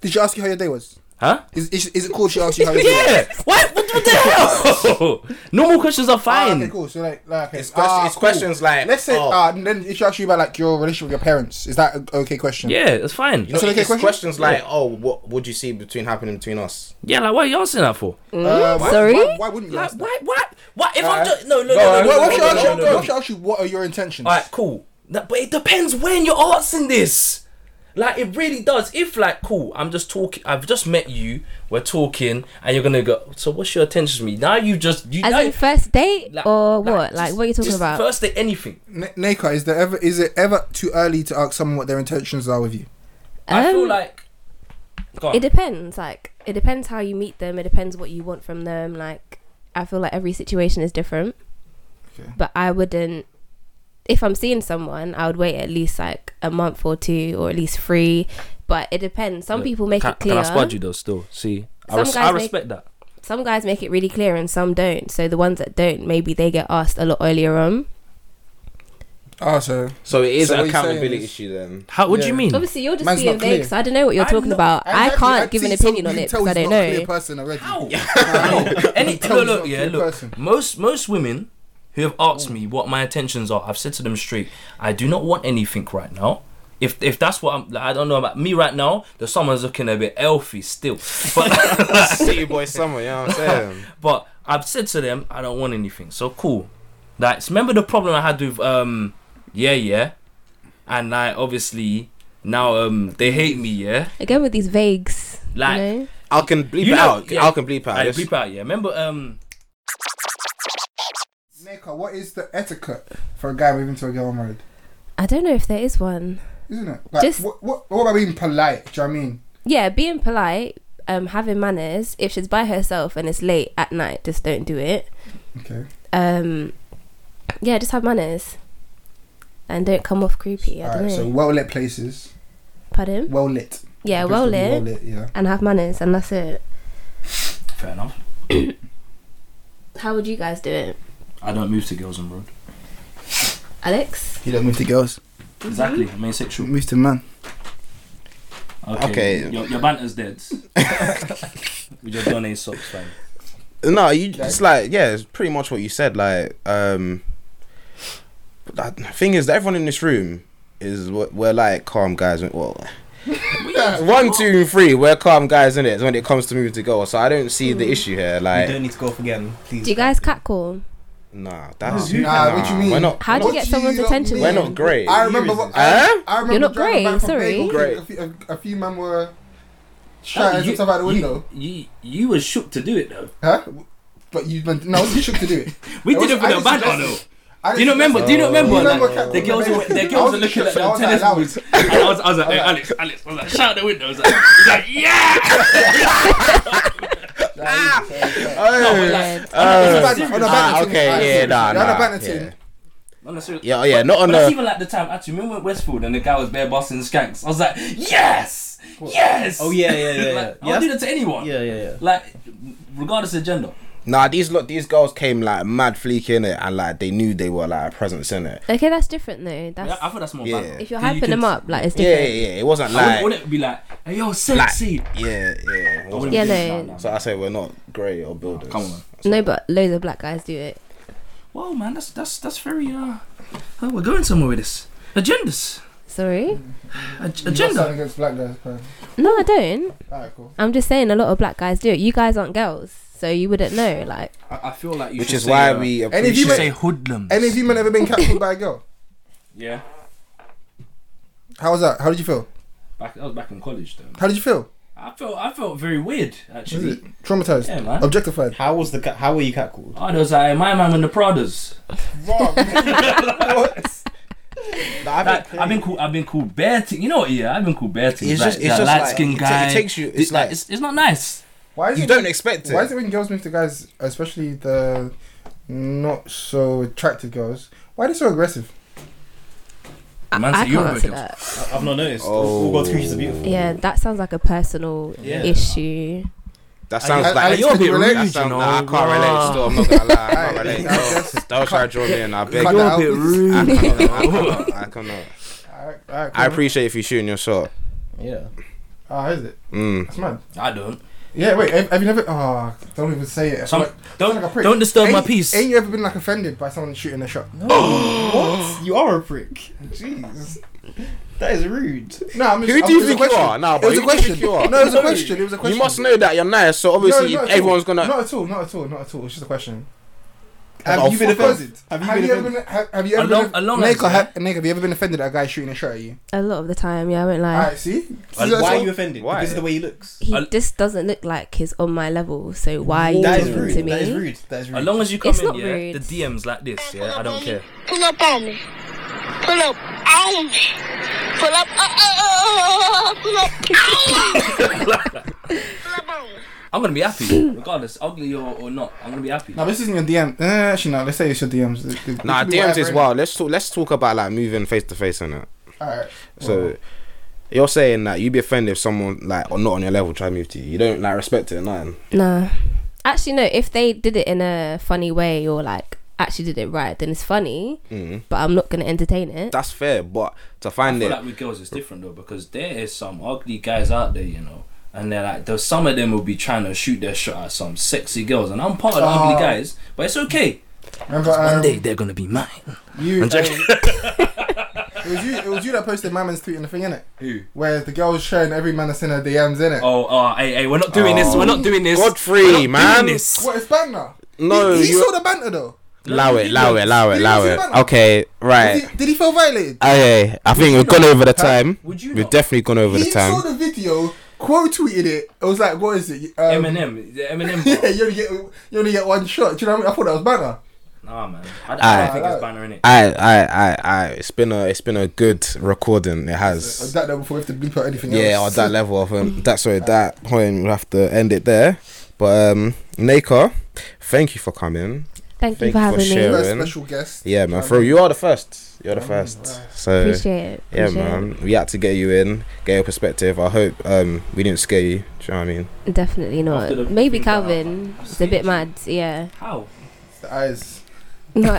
[SPEAKER 4] Did she ask you how your day was?
[SPEAKER 3] Huh?
[SPEAKER 4] Is, is, is it cool she asked you how your day
[SPEAKER 3] [laughs]
[SPEAKER 4] was?
[SPEAKER 3] Yeah. What? What, what the hell? [laughs] Normal questions are
[SPEAKER 4] Ah,
[SPEAKER 3] fine.
[SPEAKER 4] okay, cool. So like, like okay.
[SPEAKER 1] It's, question,
[SPEAKER 4] Ah,
[SPEAKER 1] it's
[SPEAKER 4] cool.
[SPEAKER 1] questions like
[SPEAKER 4] Let's say,
[SPEAKER 1] oh,
[SPEAKER 4] uh, and then if she asks you about like your relationship with your parents, is that an okay question?
[SPEAKER 3] Yeah, that's fine.
[SPEAKER 1] you know,
[SPEAKER 4] So they get
[SPEAKER 1] it's
[SPEAKER 4] questions-
[SPEAKER 1] questions like oh, what would you see between happening between us?
[SPEAKER 3] Yeah, like what are you asking that for?
[SPEAKER 4] Uh, why-
[SPEAKER 5] mm, Sorry?
[SPEAKER 4] Why, why wouldn't you?
[SPEAKER 3] Like
[SPEAKER 4] ask that?
[SPEAKER 3] why? What? What? If
[SPEAKER 1] Alright.
[SPEAKER 3] I'm just no, no, no,
[SPEAKER 1] Go
[SPEAKER 3] no,
[SPEAKER 1] on.
[SPEAKER 3] no, no,
[SPEAKER 4] Well, what
[SPEAKER 3] no,
[SPEAKER 4] should
[SPEAKER 3] no,
[SPEAKER 4] I ask
[SPEAKER 3] no,
[SPEAKER 4] you?
[SPEAKER 3] no, no.
[SPEAKER 4] What should I ask you? What are your intentions?
[SPEAKER 3] All right, cool. No, but it depends when you're asking this. Like it really does. If like, cool, I'm just talking. I've just met you. We're talking, and you're gonna go. So what's your attention to me? Now you just you
[SPEAKER 5] As
[SPEAKER 3] now,
[SPEAKER 5] in first date
[SPEAKER 3] like-
[SPEAKER 5] or what?
[SPEAKER 3] just-
[SPEAKER 5] like what are you talking
[SPEAKER 3] just
[SPEAKER 5] about?
[SPEAKER 3] First date, anything.
[SPEAKER 4] N- Neka, is there ever is it ever too early to ask someone what their intentions are with you?
[SPEAKER 3] I feel
[SPEAKER 5] Um,
[SPEAKER 3] like. Go on.
[SPEAKER 5] it depends. Like it depends how you meet them. It depends what you want from them. Like I feel like every situation is different.
[SPEAKER 4] Okay.
[SPEAKER 5] But I wouldn't. If I'm seeing someone, I would wait at least like a month or two, or at least three. But it depends. Some
[SPEAKER 3] Look,
[SPEAKER 5] people make
[SPEAKER 3] can,
[SPEAKER 5] it clear.
[SPEAKER 3] Can I spud you though? Still, see, I,
[SPEAKER 5] Some
[SPEAKER 3] res-
[SPEAKER 5] guys
[SPEAKER 3] I
[SPEAKER 5] make-
[SPEAKER 3] respect that.
[SPEAKER 5] some guys make it really clear and some don't. So the ones that don't, maybe they get asked a lot earlier on.
[SPEAKER 4] Ah, so
[SPEAKER 1] So it is
[SPEAKER 4] So what
[SPEAKER 1] an
[SPEAKER 4] you're saying
[SPEAKER 1] accountability
[SPEAKER 4] is-
[SPEAKER 1] issue [laughs] then.
[SPEAKER 3] How? What do you
[SPEAKER 4] Yeah.
[SPEAKER 3] mean?
[SPEAKER 5] Obviously, you're just
[SPEAKER 4] Man's
[SPEAKER 5] being
[SPEAKER 4] not clear.
[SPEAKER 5] vague, so I don't know what you're
[SPEAKER 3] I'm
[SPEAKER 5] talking
[SPEAKER 3] not-
[SPEAKER 5] about. I
[SPEAKER 4] Exactly,
[SPEAKER 5] can't
[SPEAKER 4] I'd
[SPEAKER 5] give an
[SPEAKER 4] see
[SPEAKER 5] opinion
[SPEAKER 4] some-
[SPEAKER 5] on
[SPEAKER 4] you
[SPEAKER 5] it
[SPEAKER 4] tell
[SPEAKER 5] because I
[SPEAKER 4] he's
[SPEAKER 5] don't
[SPEAKER 4] not a clear
[SPEAKER 5] know.
[SPEAKER 4] person
[SPEAKER 5] [laughs]
[SPEAKER 4] already.
[SPEAKER 3] How?
[SPEAKER 4] How?
[SPEAKER 3] Any,
[SPEAKER 4] Tell
[SPEAKER 3] no,
[SPEAKER 4] us
[SPEAKER 3] look,
[SPEAKER 4] about
[SPEAKER 3] yeah,
[SPEAKER 4] your
[SPEAKER 3] look.
[SPEAKER 4] person.
[SPEAKER 3] Most most women who have asked me what my intentions are, I've said to them straight, I do not want anything right now. If, if that's what I'm, like, I don't know about me right now. The summer's looking a bit elfy still,
[SPEAKER 5] [laughs]
[SPEAKER 3] but [laughs]
[SPEAKER 1] City boy summer, you know what I'm saying?
[SPEAKER 3] but I've said to them I don't want anything. So cool. Like remember the problem I had with um yeah yeah, and like obviously now um they hate me yeah.
[SPEAKER 5] Again, with these vagues.
[SPEAKER 3] Like,
[SPEAKER 5] you know?
[SPEAKER 1] I can bleep
[SPEAKER 3] You
[SPEAKER 1] it
[SPEAKER 3] know-
[SPEAKER 1] out.
[SPEAKER 3] yeah.
[SPEAKER 1] I can bleep it out.
[SPEAKER 3] I
[SPEAKER 1] Just-
[SPEAKER 3] bleep out yeah. Remember um
[SPEAKER 4] Neka, what is the etiquette for a guy moving to a girl married?
[SPEAKER 5] I don't know if there is one.
[SPEAKER 4] Isn't it? Like,
[SPEAKER 5] Just-
[SPEAKER 4] what, what, what about being polite? Do you know what I mean?
[SPEAKER 5] Yeah, being polite, um, having manners. If she's by herself and it's late at night, just don't do it.
[SPEAKER 4] Okay.
[SPEAKER 5] Um, yeah, just have manners. And don't come off creepy. I
[SPEAKER 4] All
[SPEAKER 5] don't
[SPEAKER 4] right.
[SPEAKER 5] know.
[SPEAKER 4] So well lit places,
[SPEAKER 5] Pardon?
[SPEAKER 4] well lit.
[SPEAKER 5] Yeah,
[SPEAKER 4] Places
[SPEAKER 5] well
[SPEAKER 4] to be
[SPEAKER 5] lit.
[SPEAKER 4] Well lit. Yeah.
[SPEAKER 5] And have manners, and that's it.
[SPEAKER 3] fair enough.
[SPEAKER 5] How would you guys do it?
[SPEAKER 3] I don't move to girls on road.
[SPEAKER 5] Alex?
[SPEAKER 4] He don't move to girls.
[SPEAKER 3] Exactly, I'm asexual.
[SPEAKER 4] Move to man.
[SPEAKER 1] Okay.
[SPEAKER 3] Your, your banter's dead. With your Donny socks, fam.
[SPEAKER 1] No, you it's like yeah, it's pretty much what you said. Like, um, but that- the thing is, that everyone in this room is we're, we're like calm guys. Well, one, two, and three, we're calm guys in it when it comes to moving to goal. So I don't see the issue here.
[SPEAKER 2] you
[SPEAKER 1] Like,
[SPEAKER 2] don't need to go off again, please.
[SPEAKER 5] Do you guys catcall?
[SPEAKER 1] nah, that's
[SPEAKER 4] Nah, what you mean?
[SPEAKER 1] We're not.
[SPEAKER 5] How do you
[SPEAKER 4] What
[SPEAKER 5] get someone's
[SPEAKER 4] lot
[SPEAKER 5] attention?
[SPEAKER 4] mean?
[SPEAKER 1] We're not great.
[SPEAKER 4] I remember. What,
[SPEAKER 1] Huh?
[SPEAKER 4] I, I remember
[SPEAKER 5] You're not
[SPEAKER 4] driving
[SPEAKER 5] great,
[SPEAKER 4] back from
[SPEAKER 5] sorry.
[SPEAKER 4] Bagel,
[SPEAKER 1] Great.
[SPEAKER 4] A few, a, a few men were
[SPEAKER 3] Oh,
[SPEAKER 4] shouting
[SPEAKER 3] you-
[SPEAKER 4] stuff out the
[SPEAKER 3] you-
[SPEAKER 4] window.
[SPEAKER 3] You, you, was shook to do it though.
[SPEAKER 4] Huh? But you meant no, you shook to do it.
[SPEAKER 3] We
[SPEAKER 4] It
[SPEAKER 3] did
[SPEAKER 4] was-
[SPEAKER 3] it for
[SPEAKER 4] I
[SPEAKER 3] the
[SPEAKER 4] just
[SPEAKER 3] band
[SPEAKER 4] suggested-
[SPEAKER 3] though.
[SPEAKER 4] I
[SPEAKER 3] Do you not
[SPEAKER 4] just-
[SPEAKER 3] remember? Do you not remember?
[SPEAKER 4] Oh. You remember
[SPEAKER 3] like, the
[SPEAKER 4] Captain
[SPEAKER 3] girls, were,
[SPEAKER 4] America?
[SPEAKER 3] the girls were
[SPEAKER 4] I was
[SPEAKER 3] looking at them
[SPEAKER 4] shook, I was like,
[SPEAKER 3] tennis
[SPEAKER 4] that
[SPEAKER 3] boots.
[SPEAKER 4] was-
[SPEAKER 3] And [laughs] I was, I was like, hey, Alex, Alex, I was like, shout out the window. I was like, I was like, [laughs] yeah.
[SPEAKER 1] Oh,
[SPEAKER 5] Red.
[SPEAKER 1] uh,
[SPEAKER 4] On a banter- on a
[SPEAKER 1] ah,
[SPEAKER 4] banter team,
[SPEAKER 1] okay,
[SPEAKER 4] I-
[SPEAKER 1] yeah, nah,
[SPEAKER 4] on a
[SPEAKER 1] nah,
[SPEAKER 4] banter
[SPEAKER 1] yeah.
[SPEAKER 4] team.
[SPEAKER 3] No, no, seriously.
[SPEAKER 1] yeah, yeah, not
[SPEAKER 3] But
[SPEAKER 1] on
[SPEAKER 3] that's
[SPEAKER 1] a.
[SPEAKER 3] even like the time. Actually, remember when Westfield and the guy was bare busting skanks? I was like, yes, yes.
[SPEAKER 2] Oh,
[SPEAKER 3] [laughs]
[SPEAKER 2] yeah, yeah, yeah, yeah.
[SPEAKER 3] like,
[SPEAKER 2] Yeah.
[SPEAKER 3] I'll do that to anyone.
[SPEAKER 2] Yeah, yeah, yeah.
[SPEAKER 3] Like, regardless of gender.
[SPEAKER 1] Nah, these look, these girls came like mad fleek in it, and like they knew they were like a presence in it.
[SPEAKER 5] Okay, that's different though. That's
[SPEAKER 3] Yeah, I thought that's more.
[SPEAKER 1] Yeah.
[SPEAKER 3] bad.
[SPEAKER 5] if you're
[SPEAKER 3] Then you
[SPEAKER 5] hyping
[SPEAKER 3] can-
[SPEAKER 5] them up, like it's
[SPEAKER 1] Yeah, yeah,
[SPEAKER 5] different.
[SPEAKER 1] yeah. It wasn't
[SPEAKER 3] I wouldn't,
[SPEAKER 1] like,
[SPEAKER 3] wouldn't be like, hey, yo, sexy.
[SPEAKER 1] yeah, yeah. it
[SPEAKER 3] I
[SPEAKER 1] wasn't.
[SPEAKER 3] wouldn't
[SPEAKER 5] Yeah,
[SPEAKER 3] be
[SPEAKER 5] no.
[SPEAKER 3] like, nah, nah.
[SPEAKER 1] So I say we're not great or builders.
[SPEAKER 3] Come on.
[SPEAKER 5] No, but loads of black guys do it.
[SPEAKER 3] Wow, man, that's that's that's very uh, oh, we're going somewhere with this. Agendas,
[SPEAKER 5] Sorry?
[SPEAKER 3] Ag-
[SPEAKER 4] You got something
[SPEAKER 3] agenda.
[SPEAKER 4] against black guys, bro.
[SPEAKER 5] No, I don't.
[SPEAKER 4] Alright, cool.
[SPEAKER 5] I'm just saying a lot of black guys do it. You guys aren't girls, so you wouldn't know. Like,
[SPEAKER 3] I, I feel like you
[SPEAKER 1] Which
[SPEAKER 3] should
[SPEAKER 1] is
[SPEAKER 3] say,
[SPEAKER 1] why
[SPEAKER 3] uh,
[SPEAKER 1] we
[SPEAKER 4] And if
[SPEAKER 1] appreciate.
[SPEAKER 4] you
[SPEAKER 3] you should
[SPEAKER 4] make-
[SPEAKER 3] say hoodlums.
[SPEAKER 4] Any of you men ever been captured by a girl?
[SPEAKER 3] Yeah,
[SPEAKER 4] How was that? How did you feel?
[SPEAKER 3] back that was back in college though.
[SPEAKER 4] How did you feel?
[SPEAKER 3] I felt I felt very weird
[SPEAKER 4] Was
[SPEAKER 3] actually.
[SPEAKER 4] it traumatized?
[SPEAKER 3] Yeah, man.
[SPEAKER 4] Objectified.
[SPEAKER 2] How was the ca- how were you catcalled?
[SPEAKER 3] I was like, my man with the Pradas.
[SPEAKER 1] I've
[SPEAKER 3] Like, I've been called, I've been called bear. T- you know what? Yeah, I've been called bear. T-
[SPEAKER 1] It's
[SPEAKER 3] like,
[SPEAKER 1] just- it's
[SPEAKER 3] that
[SPEAKER 1] just
[SPEAKER 3] light
[SPEAKER 1] like,
[SPEAKER 3] skinned
[SPEAKER 1] it ta- it
[SPEAKER 3] guy.
[SPEAKER 1] takes you- it's
[SPEAKER 3] Th-
[SPEAKER 1] like-
[SPEAKER 3] it's, it's not nice.
[SPEAKER 4] Why is
[SPEAKER 1] You
[SPEAKER 4] it,
[SPEAKER 1] don't expect it.
[SPEAKER 4] Why is it when girls move to guys, especially the not so attractive girls? Why are they so aggressive?
[SPEAKER 5] I,
[SPEAKER 3] Man said
[SPEAKER 5] I
[SPEAKER 3] you
[SPEAKER 5] can't
[SPEAKER 3] were
[SPEAKER 5] answer
[SPEAKER 3] making-
[SPEAKER 5] that.
[SPEAKER 2] I- I've not noticed. All God's creatures are beautiful.
[SPEAKER 5] Yeah, that sounds like a personal
[SPEAKER 2] Yeah.
[SPEAKER 5] issue.
[SPEAKER 1] That sounds
[SPEAKER 4] I-
[SPEAKER 1] like
[SPEAKER 4] I-
[SPEAKER 1] that
[SPEAKER 4] you're a bit
[SPEAKER 1] sounds- [laughs]
[SPEAKER 4] rude,
[SPEAKER 1] that
[SPEAKER 4] you
[SPEAKER 1] sounds-
[SPEAKER 3] know,
[SPEAKER 1] nah, I can't relate.
[SPEAKER 3] bruh.
[SPEAKER 1] Still, I'm not gonna lie. I
[SPEAKER 4] [laughs]
[SPEAKER 1] can't
[SPEAKER 4] I-
[SPEAKER 1] relate.
[SPEAKER 4] I just-
[SPEAKER 1] Don't try to draw me in. I beg.
[SPEAKER 4] Cut
[SPEAKER 1] you.
[SPEAKER 4] that
[SPEAKER 3] You're a
[SPEAKER 4] out.
[SPEAKER 3] bit
[SPEAKER 1] I
[SPEAKER 3] rude.
[SPEAKER 1] cannot. I cannot. I cannot.
[SPEAKER 4] [laughs] Alright, alright,
[SPEAKER 1] I
[SPEAKER 4] cool.
[SPEAKER 1] appreciate if you shooting your shot.
[SPEAKER 2] Yeah.
[SPEAKER 4] Ah, is it?
[SPEAKER 1] Mm.
[SPEAKER 4] That's mad.
[SPEAKER 3] I don't.
[SPEAKER 4] Yeah, wait. Have, have you never? Oh, don't even say it. I feel
[SPEAKER 3] Some-
[SPEAKER 4] like- I feel
[SPEAKER 3] Don't
[SPEAKER 4] like a prick.
[SPEAKER 3] don't disturb
[SPEAKER 4] ain't,
[SPEAKER 3] my peace.
[SPEAKER 4] Ain't you ever been like offended by someone shooting a shot?
[SPEAKER 1] [gasps]
[SPEAKER 2] What? You are a prick. Jeez. That is rude.
[SPEAKER 4] No, I'm just,
[SPEAKER 1] Who
[SPEAKER 4] I'm-
[SPEAKER 1] do you
[SPEAKER 4] it's
[SPEAKER 1] think
[SPEAKER 4] a
[SPEAKER 1] you
[SPEAKER 4] question.
[SPEAKER 1] are? Nah,
[SPEAKER 4] It
[SPEAKER 1] but
[SPEAKER 4] was
[SPEAKER 1] who do
[SPEAKER 4] a
[SPEAKER 1] you think
[SPEAKER 4] question.
[SPEAKER 1] you are?
[SPEAKER 4] No, it was a question. It was a question.
[SPEAKER 1] You must know that you're nice. So obviously,
[SPEAKER 4] No, not at all.
[SPEAKER 1] everyone's gonna.
[SPEAKER 4] Not at all. Not at all. Not at all. It's just a question.
[SPEAKER 2] Have
[SPEAKER 1] Oh,
[SPEAKER 2] you been
[SPEAKER 1] fuck off.
[SPEAKER 2] offended? Have you
[SPEAKER 4] Have
[SPEAKER 2] been
[SPEAKER 4] you ever
[SPEAKER 2] offended?
[SPEAKER 4] been? Have, have you ever?
[SPEAKER 3] Along-
[SPEAKER 4] been,
[SPEAKER 3] along
[SPEAKER 4] Nick,
[SPEAKER 3] as-
[SPEAKER 4] have, Nick, have you ever been offended at a guy shooting a shot at you?
[SPEAKER 5] A lot of the time, yeah, I won't lie.
[SPEAKER 4] Alright, see. See,
[SPEAKER 2] Why
[SPEAKER 4] that's
[SPEAKER 2] are
[SPEAKER 4] all-
[SPEAKER 2] you offended?
[SPEAKER 1] Why?
[SPEAKER 2] Because of the way he looks.
[SPEAKER 5] He
[SPEAKER 3] Al-
[SPEAKER 5] just doesn't look like he's on my level, so why are you
[SPEAKER 2] That
[SPEAKER 5] talking
[SPEAKER 2] is rude.
[SPEAKER 5] to me?
[SPEAKER 2] That is rude. That is rude.
[SPEAKER 3] As long as you come
[SPEAKER 5] It's
[SPEAKER 3] in,
[SPEAKER 5] not
[SPEAKER 3] yeah,
[SPEAKER 5] rude.
[SPEAKER 3] the DM's like this, yeah, I don't care.
[SPEAKER 8] Pull up on me. Pull up on me. Pull up. Uh, uh, uh, pull up on me. Pull up on me.
[SPEAKER 3] I'm gonna be
[SPEAKER 5] [laughs]
[SPEAKER 3] happy, regardless, ugly or, or not. I'm gonna be happy.
[SPEAKER 4] No, this isn't your DM. Uh, actually, no. Let's say it's your DMs. It- it- it
[SPEAKER 1] Nah,
[SPEAKER 4] could be
[SPEAKER 1] DMs
[SPEAKER 4] whatever,
[SPEAKER 1] is wild. Let's talk. Let's talk about like moving face to face and that.
[SPEAKER 4] innit? Alright.
[SPEAKER 1] So.
[SPEAKER 4] Oh.
[SPEAKER 1] You're saying that you'd be offended if someone like or not on your level try to move to you. You don't like respect it or nothing.
[SPEAKER 5] No. Actually, no. If they did it in a funny way or like actually did it right, then it's funny.
[SPEAKER 2] Mm-hmm.
[SPEAKER 1] Mm.
[SPEAKER 5] But I'm not gonna entertain it.
[SPEAKER 1] That's fair, but to
[SPEAKER 3] I
[SPEAKER 1] find
[SPEAKER 3] feel
[SPEAKER 1] it,
[SPEAKER 3] like with girls it's different though because there is some ugly guys out there, you know, and they're like, there's some of them will be trying to shoot their shot at some sexy girls, and I'm part of the
[SPEAKER 4] Oh.
[SPEAKER 3] ugly guys, but it's okay.
[SPEAKER 4] Remember, um,
[SPEAKER 3] One day they're gonna be mine.
[SPEAKER 4] you.
[SPEAKER 3] I'm [laughs] joking.
[SPEAKER 4] um, it was you. It was you that posted my man's tweet and the thing in it,
[SPEAKER 3] Who?
[SPEAKER 4] where the girl's showing every man that's in her DMs in it.
[SPEAKER 3] Oh, oh, hey, hey, we're not doing this. We're not doing this.
[SPEAKER 1] Oh. Godfrey,
[SPEAKER 3] We're not
[SPEAKER 1] man.
[SPEAKER 3] doing this.
[SPEAKER 4] What is banter?
[SPEAKER 1] no,
[SPEAKER 4] He, he
[SPEAKER 1] you
[SPEAKER 4] saw the banter though.
[SPEAKER 1] allow it, allow it, allow it,
[SPEAKER 4] Did you
[SPEAKER 1] allow
[SPEAKER 4] see
[SPEAKER 1] it.
[SPEAKER 4] that?
[SPEAKER 1] Okay, right.
[SPEAKER 4] Did, he, did he feel violated?
[SPEAKER 1] Okay, I think we've gone over the time.
[SPEAKER 3] Would you?
[SPEAKER 1] We've
[SPEAKER 3] Not?
[SPEAKER 1] definitely gone over
[SPEAKER 4] he
[SPEAKER 1] the time.
[SPEAKER 4] saw the video, quote tweeted it. It was like, what is it? Um, [laughs]
[SPEAKER 3] Eminem, the Eminem.
[SPEAKER 4] Yeah,
[SPEAKER 1] [laughs]
[SPEAKER 3] bar.
[SPEAKER 4] you only get you only get one shot. Do you know what I mean? I thought that was banter.
[SPEAKER 3] Nah, man. I, I
[SPEAKER 1] Aye.
[SPEAKER 3] don't think it's banner in it.
[SPEAKER 1] I, I, I, I. It's been a, it's been a good recording. It
[SPEAKER 4] I was
[SPEAKER 1] has.
[SPEAKER 4] that there before we have to bleep out anything
[SPEAKER 1] Yeah, on
[SPEAKER 4] else.
[SPEAKER 1] that level of um, that sorry, that point we'll have to end it there. But um, Naker, thank you for coming. Thank
[SPEAKER 5] Thank you for
[SPEAKER 1] you for
[SPEAKER 5] having
[SPEAKER 1] sharing.
[SPEAKER 5] me.
[SPEAKER 4] We're a
[SPEAKER 1] Aaron.
[SPEAKER 4] special guest.
[SPEAKER 1] Yeah, man. Bro, you are the first. You're the first. So
[SPEAKER 5] Appreciate it.
[SPEAKER 1] yeah,
[SPEAKER 5] appreciate
[SPEAKER 1] man. We had to get you in, get your perspective. I hope um we didn't scare you. Do you know what I mean?
[SPEAKER 5] it. Definitely
[SPEAKER 3] After the
[SPEAKER 5] not. Maybe
[SPEAKER 3] thing that happened,
[SPEAKER 5] Calvin.
[SPEAKER 3] I'm
[SPEAKER 5] It's a
[SPEAKER 3] scared.
[SPEAKER 5] bit mad.
[SPEAKER 3] [laughs]
[SPEAKER 5] Yeah.
[SPEAKER 3] How?
[SPEAKER 4] The eyes.
[SPEAKER 5] No.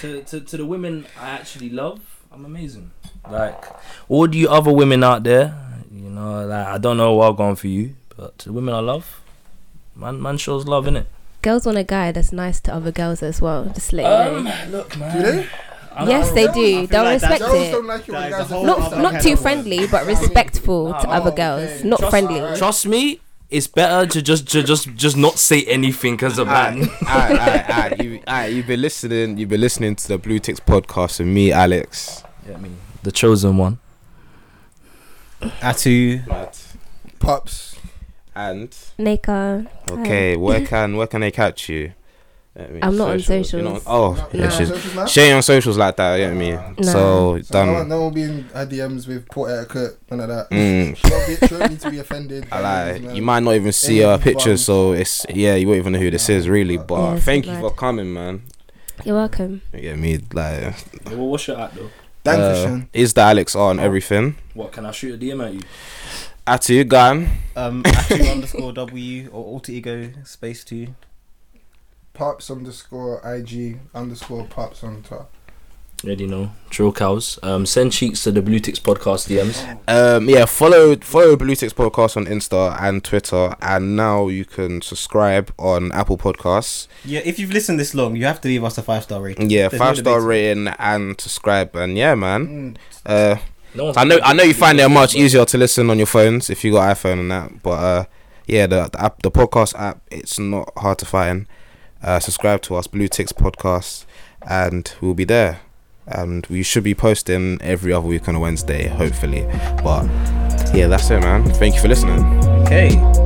[SPEAKER 3] to, to, to the women I actually love, I'm amazing. Like all the other women out there, you know, like I don't know what gone for you, but to the women I love, man, man shows love in it.
[SPEAKER 5] girls want a guy that's nice to other girls as well. Just let you
[SPEAKER 3] Um,
[SPEAKER 5] know.
[SPEAKER 3] look,
[SPEAKER 4] Do they?
[SPEAKER 3] man. I'm-
[SPEAKER 5] Yes,
[SPEAKER 3] I'm-
[SPEAKER 5] they
[SPEAKER 4] I feel
[SPEAKER 5] do. They'll
[SPEAKER 2] like that-
[SPEAKER 5] respect
[SPEAKER 4] Girls
[SPEAKER 5] it.
[SPEAKER 4] don't like it when
[SPEAKER 2] That is
[SPEAKER 4] guys
[SPEAKER 2] a
[SPEAKER 4] are
[SPEAKER 2] whole
[SPEAKER 5] Not
[SPEAKER 2] other
[SPEAKER 5] not
[SPEAKER 2] kind
[SPEAKER 5] too
[SPEAKER 2] of
[SPEAKER 5] friendly,
[SPEAKER 2] word.
[SPEAKER 5] but respectful to
[SPEAKER 3] Oh,
[SPEAKER 5] other
[SPEAKER 4] okay.
[SPEAKER 5] girls. Not
[SPEAKER 3] Just-
[SPEAKER 5] friendly.
[SPEAKER 3] Trust me, it's better to just to just just not say anything as a man.
[SPEAKER 1] Alright, alright, alright. You, alright, you've been listening. You've been listening to the Blue Ticks podcast with me, Alex.
[SPEAKER 3] Yeah, I mean, the chosen one.
[SPEAKER 2] Atu.
[SPEAKER 4] Pops.
[SPEAKER 1] And
[SPEAKER 5] Naka.
[SPEAKER 1] okay, where can where can they catch you? Let me-
[SPEAKER 5] I'm not on
[SPEAKER 1] socials,
[SPEAKER 5] socials.
[SPEAKER 1] you're not on- oh,
[SPEAKER 4] Not-
[SPEAKER 1] yeah,
[SPEAKER 4] not
[SPEAKER 1] she's
[SPEAKER 4] socials now?
[SPEAKER 1] she ain't on socials like that. You know what I mean?
[SPEAKER 5] Nah.
[SPEAKER 1] So
[SPEAKER 4] So
[SPEAKER 1] done.
[SPEAKER 4] No, one, no one will be in her DMs with poor etiquette, none of that.
[SPEAKER 1] Mm.
[SPEAKER 4] She, won't be, she won't need to be offended.
[SPEAKER 1] [laughs]
[SPEAKER 4] by
[SPEAKER 1] I
[SPEAKER 4] things,
[SPEAKER 1] like
[SPEAKER 4] man.
[SPEAKER 1] you might not even see
[SPEAKER 4] Any
[SPEAKER 1] her pictures,
[SPEAKER 4] bum.
[SPEAKER 1] so it's yeah, you won't even know who this is really. But
[SPEAKER 5] Yeah,
[SPEAKER 1] thank you
[SPEAKER 5] it's
[SPEAKER 1] for
[SPEAKER 5] mad.
[SPEAKER 1] coming, man.
[SPEAKER 5] You're welcome.
[SPEAKER 1] You get me like
[SPEAKER 3] Well, what's your at though?
[SPEAKER 4] Thanks,
[SPEAKER 1] uh,
[SPEAKER 4] Sean.
[SPEAKER 1] is the Alex on everything?
[SPEAKER 3] What can I shoot a DM at you?
[SPEAKER 1] At you, gun.
[SPEAKER 2] Um, Atu [laughs] underscore W or alter ego space two.
[SPEAKER 4] Pops underscore IG underscore pops on top.
[SPEAKER 3] Already know. Drill cows. Um, send cheats to the Blue Ticks podcast DMs.
[SPEAKER 1] Um, yeah, follow follow Blue Ticks Podcast on Insta and Twitter, and now you can subscribe on Apple Podcasts.
[SPEAKER 2] Yeah, if you've listened this long, you have to leave us a five star rating.
[SPEAKER 1] Yeah,
[SPEAKER 2] There's no
[SPEAKER 1] five star
[SPEAKER 2] debate.
[SPEAKER 1] rating and subscribe, and yeah, man.
[SPEAKER 4] Mm.
[SPEAKER 1] Uh,
[SPEAKER 3] No one's
[SPEAKER 1] I know I know you find it
[SPEAKER 3] But-
[SPEAKER 1] much easier to listen on your phones if you got iPhone and that, but uh, yeah, the the, app, the podcast app it's not hard to find. Uh, subscribe to us, Blue Ticks Podcast, and we'll be there. And we should be posting every other week on a Wednesday, hopefully. But yeah, that's it, man. Thank you for listening.
[SPEAKER 2] Okay.